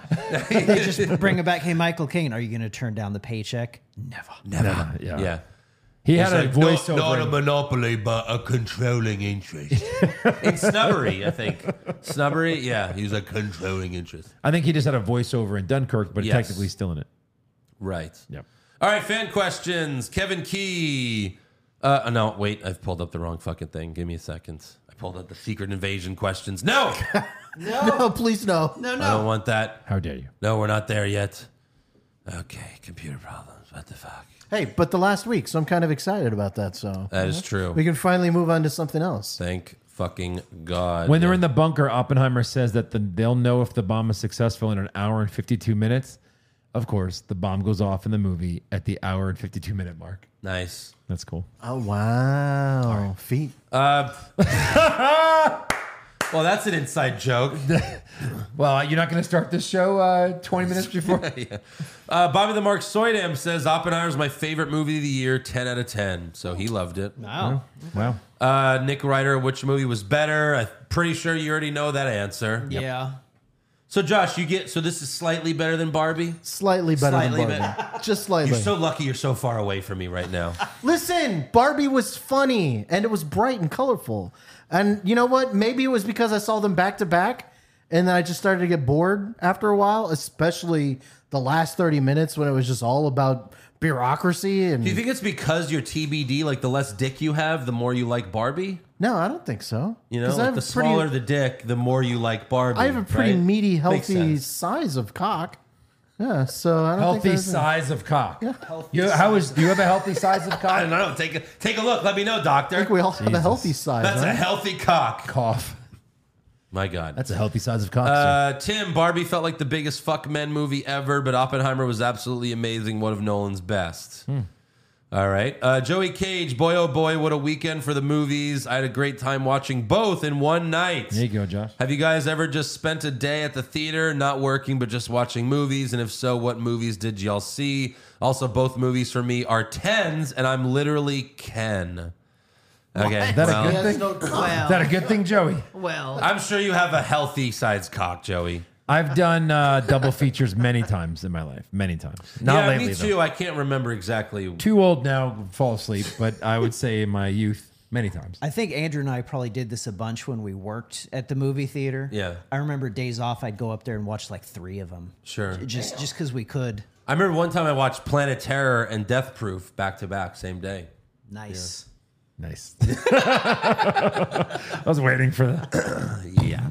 [SPEAKER 5] They just bring it back. Hey, Michael Caine, are you going to turn down the paycheck? Never.
[SPEAKER 4] Never. Yeah.
[SPEAKER 3] yeah.
[SPEAKER 4] He had a
[SPEAKER 3] It's like,
[SPEAKER 4] voiceover.
[SPEAKER 3] not, not a monopoly, but a controlling interest. in snubbery, I think. Snubbery, yeah. He's a controlling interest.
[SPEAKER 4] I think he just had a voiceover in Dunkirk, but
[SPEAKER 3] Yes.
[SPEAKER 4] technically still in it.
[SPEAKER 3] Right.
[SPEAKER 4] Yep.
[SPEAKER 3] All right, fan questions. Kevin Key. Uh, oh, no, wait, I've pulled up the wrong fucking thing. Give me a second. I pulled up the secret invasion questions. No, I
[SPEAKER 6] no, please no.
[SPEAKER 5] No,
[SPEAKER 3] don't want that.
[SPEAKER 4] How dare you?
[SPEAKER 3] No, we're not there yet. Okay, computer problems. What the fuck?
[SPEAKER 6] Hey, but the last week, so I'm kind of excited about that. So
[SPEAKER 3] That is true.
[SPEAKER 6] we can finally move on to something else.
[SPEAKER 3] Thank fucking God.
[SPEAKER 4] When they're in the bunker, Oppenheimer says that the, they'll know if the bomb is successful in an hour and 52 minutes. Of course, the bomb goes off in the movie at the hour and 52 minute mark.
[SPEAKER 3] nice.
[SPEAKER 4] That's cool.
[SPEAKER 6] Oh wow, feet.
[SPEAKER 3] Well, that's an inside joke.
[SPEAKER 4] Well, uh, you're not going to start this show uh, 20 minutes before.
[SPEAKER 3] Uh, Bobby the Mark Soydam says Oppenheimer's my favorite movie of the year, 10 out of 10. So he loved it.
[SPEAKER 5] Wow.
[SPEAKER 4] wow.
[SPEAKER 3] Uh, Nick Ryder, which movie was better? I'm pretty sure you already know that answer.
[SPEAKER 5] Yeah.
[SPEAKER 3] So Josh, you get so this is slightly better than Barbie.
[SPEAKER 6] Slightly better
[SPEAKER 3] Slightly
[SPEAKER 6] than Barbie. Just slightly.
[SPEAKER 3] You're so lucky you're so far away from me right now.
[SPEAKER 6] Listen, Barbie was funny and it was bright and colorful. And you know what? Maybe it was because I saw them back to back and then I just started to get bored after a while, especially the last 30 minutes when it was just all about bureaucracy and
[SPEAKER 3] Do you think it's because you're TBD? Like the less dick you have, the more you like Barbie.
[SPEAKER 6] No, I don't think so.
[SPEAKER 3] You know,
[SPEAKER 6] 'Cause I
[SPEAKER 3] like
[SPEAKER 6] have
[SPEAKER 3] the
[SPEAKER 6] a pretty-
[SPEAKER 3] smaller the dick, the more you like Barbie.
[SPEAKER 6] I have a pretty
[SPEAKER 3] right?
[SPEAKER 6] meaty,
[SPEAKER 3] Makes
[SPEAKER 6] healthy
[SPEAKER 3] sense.
[SPEAKER 6] size of cock. Yeah, so I don't
[SPEAKER 4] Healthy
[SPEAKER 6] think there's-
[SPEAKER 4] size of cock. You, how is, do you have a healthy size of
[SPEAKER 3] I
[SPEAKER 4] cock?
[SPEAKER 3] don't know. Take a take a look. Let me know,
[SPEAKER 6] I
[SPEAKER 3] doctor.
[SPEAKER 6] think we all have a healthy size.
[SPEAKER 3] That's a
[SPEAKER 6] right?
[SPEAKER 3] healthy cock.
[SPEAKER 4] Cough.
[SPEAKER 3] My God.
[SPEAKER 4] That's a healthy size of cock. sir.
[SPEAKER 3] Uh, Tim, Barbie felt like the biggest fuck men movie ever, but Oppenheimer was absolutely amazing, one of Nolan's best.
[SPEAKER 6] Hmm.
[SPEAKER 3] All right. Uh, Joey Cage, boy, oh boy, what a weekend for the movies. I had a great time watching both in one night.
[SPEAKER 4] there you go, Josh.
[SPEAKER 3] Have you guys ever just spent a day at the theater, not working, but just watching movies? And if so, what movies did y'all see? Also, both movies for me are 10s, and I'm literally Ken. Okay.
[SPEAKER 4] that a
[SPEAKER 3] well,
[SPEAKER 4] good thing?
[SPEAKER 5] Well,
[SPEAKER 4] Is that a good thing, Joey?
[SPEAKER 5] well.
[SPEAKER 3] I'm sure you have a healthy size cock, Joey.
[SPEAKER 4] I've done uh, double features many times in my life. Many times. Not
[SPEAKER 3] yeah,
[SPEAKER 4] lately,
[SPEAKER 3] me
[SPEAKER 4] though.
[SPEAKER 3] too. I can't remember exactly.
[SPEAKER 4] too old now fall asleep but i would say in my youth many times
[SPEAKER 5] I think Andrew and I probably did this a bunch when we worked at the movie theater.
[SPEAKER 3] Yeah.
[SPEAKER 5] I remember days off, I'd go up there and watch like three of them.
[SPEAKER 3] Sure.
[SPEAKER 5] Just just because we could.
[SPEAKER 3] I remember one time I watched Planet Terror and Death Proof back to back, same day.
[SPEAKER 5] Nice.
[SPEAKER 4] Nice. I was waiting for that.
[SPEAKER 3] Yeah.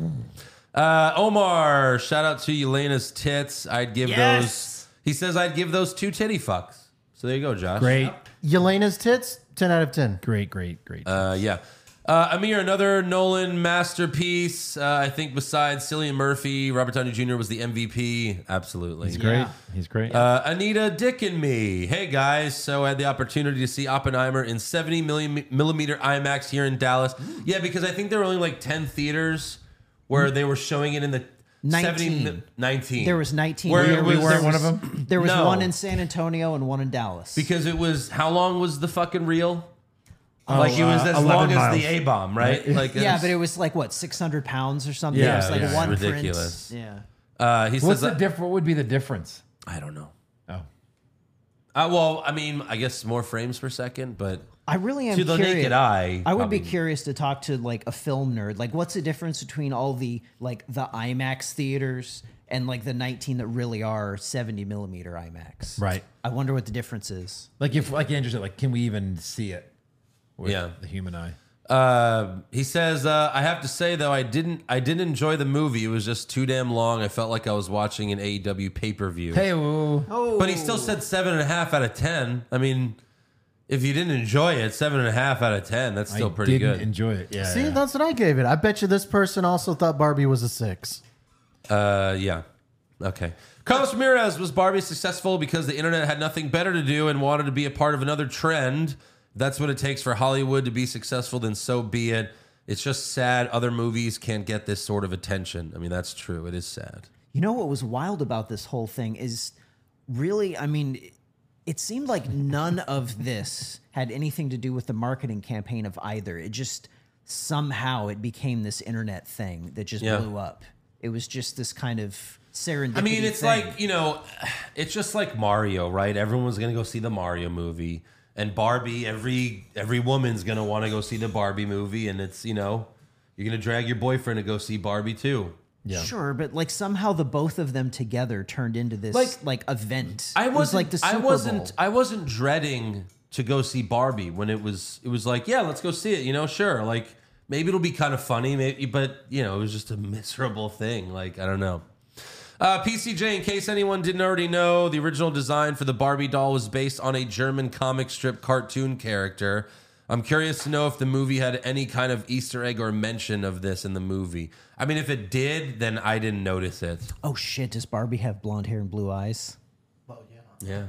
[SPEAKER 3] Uh, Omar, shout out to Elena's tits. I'd give
[SPEAKER 5] Yes.
[SPEAKER 3] those. He says I'd give those two titty fucks. So there you go, Josh.
[SPEAKER 4] Great,
[SPEAKER 6] Yelena's tits, 10 out of 10.
[SPEAKER 4] great, great, great.
[SPEAKER 3] Uh, yeah. Uh, Amir, another Nolan masterpiece. Uh, I think besides Cillian Murphy, Robert Downey Jr. was the MVP. Absolutely.
[SPEAKER 4] He's great. He's great.
[SPEAKER 3] Uh, Anita Dick and me. Hey guys, so I had the opportunity to see Oppenheimer in 70 milli- millimeter IMAX here in Dallas.
[SPEAKER 5] Mm.
[SPEAKER 3] Yeah, because I think there were only like 10 theaters where they were showing it in the 70 mi-
[SPEAKER 5] 19.
[SPEAKER 3] 19.
[SPEAKER 5] Mm. There was 19
[SPEAKER 3] Where
[SPEAKER 5] here.
[SPEAKER 3] it
[SPEAKER 5] We
[SPEAKER 3] was-
[SPEAKER 5] weren't
[SPEAKER 4] one of them.
[SPEAKER 5] There was
[SPEAKER 3] No.
[SPEAKER 5] one in San Antonio and one in Dallas.
[SPEAKER 3] Because it was how long was the fucking reel?
[SPEAKER 5] Oh,
[SPEAKER 3] like it was
[SPEAKER 4] uh,
[SPEAKER 3] as
[SPEAKER 4] 11
[SPEAKER 3] long as
[SPEAKER 4] miles.
[SPEAKER 3] the A bomb, right? Like
[SPEAKER 5] yeah,
[SPEAKER 3] it's-
[SPEAKER 5] but it was like what 600 pounds or something.
[SPEAKER 3] Yeah,
[SPEAKER 5] it was like
[SPEAKER 3] it was
[SPEAKER 5] one
[SPEAKER 3] ridiculous.
[SPEAKER 5] print. Yeah.
[SPEAKER 3] uh, he says
[SPEAKER 4] What's the diff- What would be the difference?
[SPEAKER 3] I don't know.
[SPEAKER 4] Oh,
[SPEAKER 3] Uh, well, I mean, I guess more frames per second, but
[SPEAKER 5] I really am
[SPEAKER 3] to the
[SPEAKER 5] curious.
[SPEAKER 3] naked eye,
[SPEAKER 5] I would be
[SPEAKER 3] probably-
[SPEAKER 5] curious to talk to like a film nerd. Like, what's the difference between all the like the IMAX theaters and like the 19 that really are 70 millimeter IMAX?
[SPEAKER 4] Right.
[SPEAKER 5] I wonder what the difference is.
[SPEAKER 4] like if like Andrew said, like can we even see it? With
[SPEAKER 3] Yeah.
[SPEAKER 4] the human eye.
[SPEAKER 3] Uh, he says, uh, I have to say though, I didn't, I didn't enjoy the movie. It was just too damn long. I felt like I was watching an AEW pay per view.
[SPEAKER 4] Hey, woo.
[SPEAKER 3] But he still said seven and a half out of ten. I mean, if you didn't enjoy it, seven and a half out of ten. That's still
[SPEAKER 4] I
[SPEAKER 3] pretty
[SPEAKER 4] didn't
[SPEAKER 3] good.
[SPEAKER 4] Enjoy it. Yeah.
[SPEAKER 6] See,
[SPEAKER 4] yeah.
[SPEAKER 6] that's what I gave it. I bet you this person also thought Barbie was a six.
[SPEAKER 3] Uh, yeah. Okay. Carlos Ramirez was Barbie successful because the internet had nothing better to do and wanted to be a part of another trend. That's what it takes for Hollywood to be successful. Then so be it. It's just sad other movies can't get this sort of attention. I mean, that's true. It is sad.
[SPEAKER 5] You know what was wild about this whole thing is really, I mean, it seemed like none of this had anything to do with the marketing campaign of either. It just somehow it became this internet thing that just
[SPEAKER 3] Yeah.
[SPEAKER 5] blew up. It was just this kind of serendipity.
[SPEAKER 3] I mean, it's
[SPEAKER 5] thing.
[SPEAKER 3] like, you know, it's just like Mario, right? Everyone's going to go see the Mario movie and Barbie, every every woman's going to want to go see the Barbie movie and it's, you know, you're going to drag your boyfriend to go see Barbie too.
[SPEAKER 5] Sure, but like somehow the both of them together turned into this
[SPEAKER 3] Like-
[SPEAKER 5] like, event.
[SPEAKER 3] I
[SPEAKER 5] It was
[SPEAKER 3] wasn't.
[SPEAKER 5] like the Super
[SPEAKER 3] I wasn't.
[SPEAKER 5] Bowl.
[SPEAKER 3] I wasn't dreading to go see Barbie when it was. It was like, yeah, let's go see it. You know, sure. Like maybe it'll be kind of funny. Maybe, but you know, it was just a miserable thing. Like I don't know. Uh, PCJ, in case anyone didn't already know, the original design for the Barbie doll was based on a German comic strip cartoon character. I'm curious to know if the movie had any kind of Easter egg or mention of this in the movie. I mean, if it did, then I didn't notice it.
[SPEAKER 5] oh shit! Does Barbie have blonde hair and blue eyes?
[SPEAKER 3] Yeah.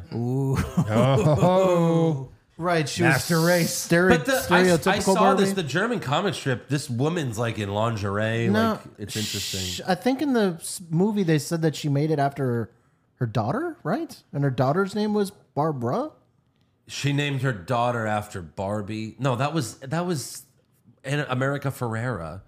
[SPEAKER 6] Right. She
[SPEAKER 4] Master
[SPEAKER 6] was
[SPEAKER 4] race.
[SPEAKER 6] Stere-
[SPEAKER 3] But the,
[SPEAKER 6] stereotypical
[SPEAKER 3] I, I saw
[SPEAKER 6] Barbie.
[SPEAKER 3] this the German comic strip. This woman's like in lingerie. like it's interesting.
[SPEAKER 6] sh- I think in the s- movie they said that she made it after her, her daughter, right? And her daughter's name was Barbara.
[SPEAKER 3] she named her daughter after Barbie. No, that was that was An- America Ferrera.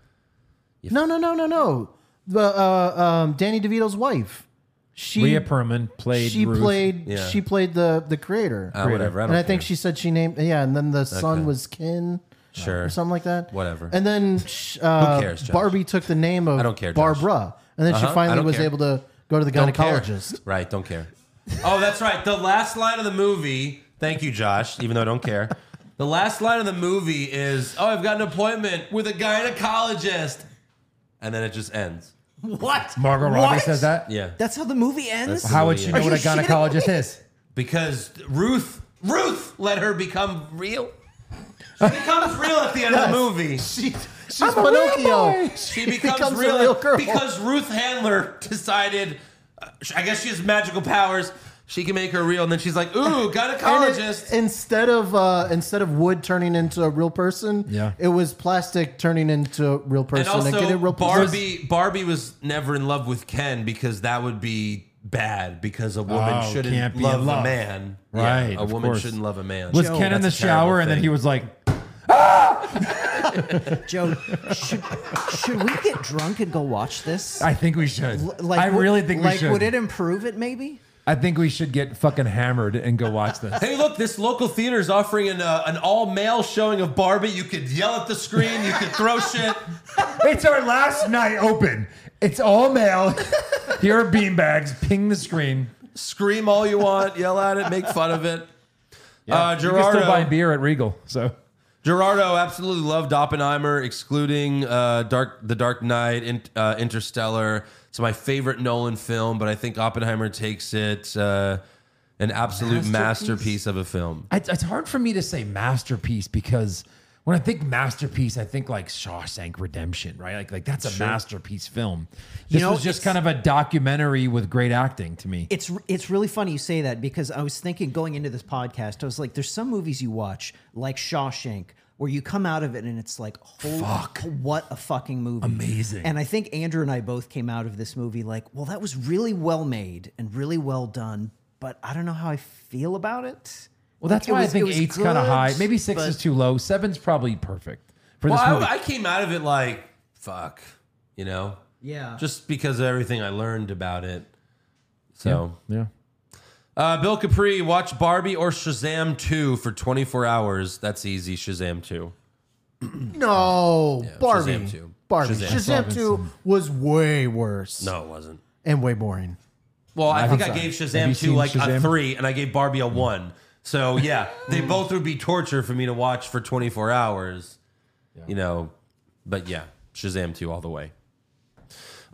[SPEAKER 6] No, no, no, no, no. The uh, um, Danny DeVito's wife. She
[SPEAKER 4] Rhea Perman played.
[SPEAKER 6] she
[SPEAKER 4] Ruth.
[SPEAKER 6] played
[SPEAKER 3] Yeah.
[SPEAKER 6] she played the the creator.
[SPEAKER 3] Uh, whatever. I don't
[SPEAKER 6] and I think
[SPEAKER 3] care.
[SPEAKER 6] she said she named yeah, and then the son
[SPEAKER 3] Okay.
[SPEAKER 6] was Kin
[SPEAKER 3] sure.
[SPEAKER 6] or something like that.
[SPEAKER 3] Whatever.
[SPEAKER 6] And then sh- uh,
[SPEAKER 3] cares, Josh?
[SPEAKER 6] Barbie took the name of
[SPEAKER 3] I don't care, Josh.
[SPEAKER 6] Barbara, and then
[SPEAKER 3] Uh-huh.
[SPEAKER 6] she
[SPEAKER 3] I
[SPEAKER 6] finally
[SPEAKER 3] don't
[SPEAKER 6] was
[SPEAKER 3] care.
[SPEAKER 6] able to go to the
[SPEAKER 3] Don't care.
[SPEAKER 6] gynecologist.
[SPEAKER 3] Right, don't care. Oh, that's right. The last line of the movie. Thank you, Josh. Even though I don't care. The last line of the movie is, "Oh, I've got an appointment with a gynecologist," and then it just ends.
[SPEAKER 5] What?
[SPEAKER 4] Margot
[SPEAKER 5] what?
[SPEAKER 4] Robbie says that.
[SPEAKER 3] Yeah,
[SPEAKER 5] That's how the movie ends.
[SPEAKER 4] How would she know
[SPEAKER 5] Are
[SPEAKER 4] what a
[SPEAKER 5] you shitting
[SPEAKER 4] gynecologist
[SPEAKER 5] me?
[SPEAKER 4] is?
[SPEAKER 3] because Ruth, Ruth let her become real. She becomes real at the end of the movie.
[SPEAKER 6] She, she's Pinocchio.
[SPEAKER 3] She becomes,
[SPEAKER 6] becomes a
[SPEAKER 3] real,
[SPEAKER 6] real girl.
[SPEAKER 3] because Ruth Handler decided. uh, I guess she has magical powers. She can make her real, and then she's like, "Ooh,
[SPEAKER 6] And it-
[SPEAKER 3] gynecologist."
[SPEAKER 6] instead of uh, instead of wood turning into a real person,
[SPEAKER 4] Yeah.
[SPEAKER 6] it was plastic turning into a real
[SPEAKER 3] And
[SPEAKER 6] person and,
[SPEAKER 3] also,
[SPEAKER 6] getting real person.
[SPEAKER 3] Barbie Barbie was never in love with Ken because that would be bad because a woman
[SPEAKER 4] Oh,
[SPEAKER 3] shouldn't
[SPEAKER 4] can't be
[SPEAKER 3] love,
[SPEAKER 4] in
[SPEAKER 3] a
[SPEAKER 4] love.
[SPEAKER 3] man. Yeah,
[SPEAKER 4] Right,
[SPEAKER 3] a
[SPEAKER 4] of
[SPEAKER 3] woman
[SPEAKER 4] course.
[SPEAKER 3] shouldn't love a man.
[SPEAKER 4] Was
[SPEAKER 3] Joe,
[SPEAKER 4] Ken in the
[SPEAKER 3] that's a terrible
[SPEAKER 4] shower and then
[SPEAKER 3] thing.
[SPEAKER 4] he was like,
[SPEAKER 5] Joe, should, should we get drunk and go watch this?
[SPEAKER 4] "I think we should."
[SPEAKER 5] L-
[SPEAKER 4] I
[SPEAKER 5] would-
[SPEAKER 4] really think
[SPEAKER 5] like,
[SPEAKER 4] we should.
[SPEAKER 5] Would it improve it? Maybe.
[SPEAKER 4] I think we should get fucking hammered and go watch this.
[SPEAKER 3] Hey, look, this local theater is offering an, uh, an all male showing of Barbie. You could yell at the screen, you could throw shit.
[SPEAKER 4] It's our last night open. It's all male. Here are beanbags. Ping the screen.
[SPEAKER 3] scream all you want, yell at it, make fun of it. Uh,
[SPEAKER 4] You can still buy
[SPEAKER 3] Gerardo,
[SPEAKER 4] beer at Regal. So
[SPEAKER 3] Gerardo absolutely loved Oppenheimer, excluding uh, Dark, The Dark Knight, in, uh, Interstellar. It's my favorite Nolan film, but I think Oppenheimer takes it uh, an absolute masterpiece?
[SPEAKER 4] Masterpiece?
[SPEAKER 3] of a film.
[SPEAKER 4] It's, it's hard for me to say masterpiece because when I think masterpiece, I think like Shawshank Redemption, right? Like, like that's a masterpiece film. This
[SPEAKER 5] know,
[SPEAKER 4] was just
[SPEAKER 5] it's-
[SPEAKER 4] kind of a documentary with great acting to me.
[SPEAKER 5] It's it's really funny you say that because I was thinking going into this podcast, I was like, there's some movies you watch like Shawshank where you come out of it and it's like, holy, what a fucking movie,
[SPEAKER 4] Amazing.
[SPEAKER 5] And I think Andrew and I both came out of this movie like, well, that was really well made and really well done, but I don't know how I feel about it.
[SPEAKER 4] well, that's
[SPEAKER 5] It
[SPEAKER 4] why
[SPEAKER 5] was-
[SPEAKER 4] I think
[SPEAKER 5] it was
[SPEAKER 4] eight's kind of
[SPEAKER 5] good,
[SPEAKER 4] high. Maybe six
[SPEAKER 5] but-
[SPEAKER 4] is too low. Seven's probably perfect for this
[SPEAKER 3] Well,
[SPEAKER 4] movie.
[SPEAKER 3] I, I came out of it like, fuck, you know?
[SPEAKER 5] Yeah.
[SPEAKER 3] Just because of everything I learned about it. So,
[SPEAKER 4] yeah.
[SPEAKER 3] uh, Bill Capri, watch Barbie or Shazam 2 for 24 hours. That's easy, Shazam 2.
[SPEAKER 6] No, Barbie.
[SPEAKER 3] Shazam 2.
[SPEAKER 6] Barbie.
[SPEAKER 3] Shazam.
[SPEAKER 6] Shazam,
[SPEAKER 4] Shazam
[SPEAKER 6] 2 was way worse
[SPEAKER 3] No, it wasn't.
[SPEAKER 6] and way boring.
[SPEAKER 3] Well, I think I
[SPEAKER 4] sorry.
[SPEAKER 3] gave
[SPEAKER 4] Have you
[SPEAKER 3] Shazam 2
[SPEAKER 4] seen
[SPEAKER 3] like a
[SPEAKER 4] Shazam?
[SPEAKER 3] 3, and I gave Barbie a 1. So, yeah, they both would be torture for me to watch for 24 hours, you know. But yeah, Shazam 2 all the way.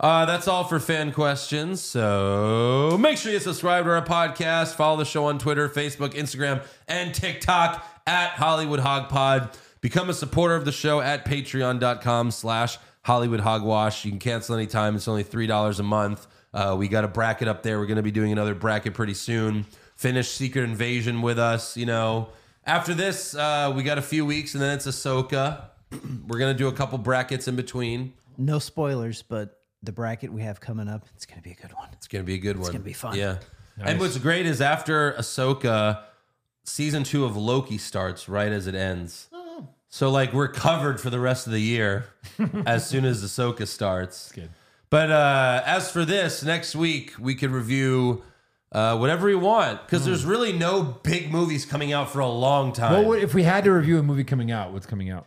[SPEAKER 3] Uh, that's all for fan questions. So make sure you subscribe to our podcast. Follow the show on Twitter, Facebook, Instagram, and TikTok at Hollywood Hog Pod. Become a supporter of the show at patreon.com slash Hollywood Hogwash. You can cancel anytime. It's only $3 a month. Uh, we got a bracket up there. We're going to be doing another bracket pretty soon. Finish Secret Invasion with us, you know. After this, uh, we got a few weeks, and then it's Ahsoka. We're going to do a couple brackets in between.
[SPEAKER 5] No spoilers, but the bracket we have coming up, it's gonna be a good one.
[SPEAKER 3] It's gonna be a good one. It's
[SPEAKER 5] gonna be fun.
[SPEAKER 3] Yeah. And what's great is after Ahsoka, season two of Loki starts right as it ends.
[SPEAKER 6] Oh.
[SPEAKER 3] So like we're covered for the rest of the year as soon as Ahsoka starts. good. But uh, as for this, next week we could review uh, whatever we want because
[SPEAKER 6] Hmm.
[SPEAKER 3] there's really no big movies coming out for a long time.
[SPEAKER 4] What would, if we had to review a movie coming out, what's coming out?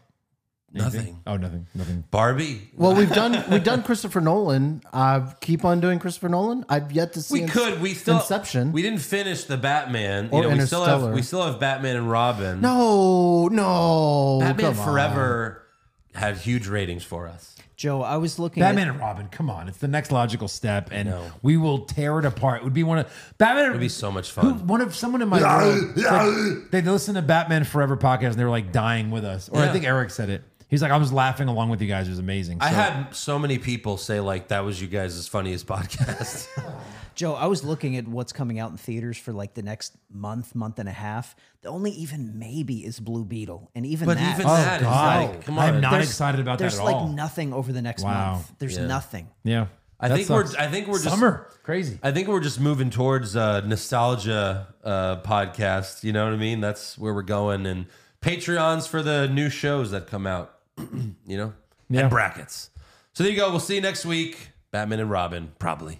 [SPEAKER 3] Nothing.
[SPEAKER 4] Oh, nothing. Nothing.
[SPEAKER 3] Barbie.
[SPEAKER 6] Well, we've done we've done Christopher Nolan. I keep on doing Christopher Nolan. I've yet to see.
[SPEAKER 3] We
[SPEAKER 6] Ince-
[SPEAKER 3] could. We still
[SPEAKER 6] Inception.
[SPEAKER 3] We didn't finish the Batman.
[SPEAKER 6] Or
[SPEAKER 3] you know, we still have
[SPEAKER 6] Interstellar.
[SPEAKER 3] we still have Batman and Robin.
[SPEAKER 6] no, no.
[SPEAKER 3] Batman
[SPEAKER 6] come on.
[SPEAKER 3] Forever had huge ratings for us.
[SPEAKER 5] Joe, I was looking at
[SPEAKER 4] Batman and Robin, come on. It's the next logical step, and we will tear it apart. It would be one of Batman. It would
[SPEAKER 3] It'd be so much fun.
[SPEAKER 4] one of someone in my world. it's like, they listened to Batman Forever podcast and they were like dying with us. Or I
[SPEAKER 3] Yeah.
[SPEAKER 4] think Eric said it. He's like, I was laughing along with you guys. It was amazing.
[SPEAKER 3] I
[SPEAKER 4] So-
[SPEAKER 3] had so many people say like that was you guys' funniest podcast.
[SPEAKER 5] Joe, I was looking at what's coming out in theaters for like the next month, month and a half. The only even maybe is Blue Beetle, and even
[SPEAKER 3] But
[SPEAKER 5] that,
[SPEAKER 3] even
[SPEAKER 4] Oh
[SPEAKER 3] that is
[SPEAKER 4] God!
[SPEAKER 3] like, come
[SPEAKER 4] I'm
[SPEAKER 3] on.
[SPEAKER 4] Oh, not
[SPEAKER 5] There's-
[SPEAKER 4] excited about that
[SPEAKER 5] there's
[SPEAKER 4] at
[SPEAKER 5] like
[SPEAKER 4] all.
[SPEAKER 5] nothing over the next
[SPEAKER 4] Wow.
[SPEAKER 5] month. There's nothing.
[SPEAKER 4] yeah,
[SPEAKER 3] I
[SPEAKER 4] That
[SPEAKER 3] think
[SPEAKER 4] sucks.
[SPEAKER 3] we're I think we're just
[SPEAKER 4] summer crazy.
[SPEAKER 3] I think we're just moving towards uh, nostalgia uh, podcast. You know what I mean? That's where we're going. And Patreons for the new shows that come out. you know,
[SPEAKER 4] Yeah.
[SPEAKER 3] and brackets. So there you go. We'll see you next week. Batman and Robin, probably.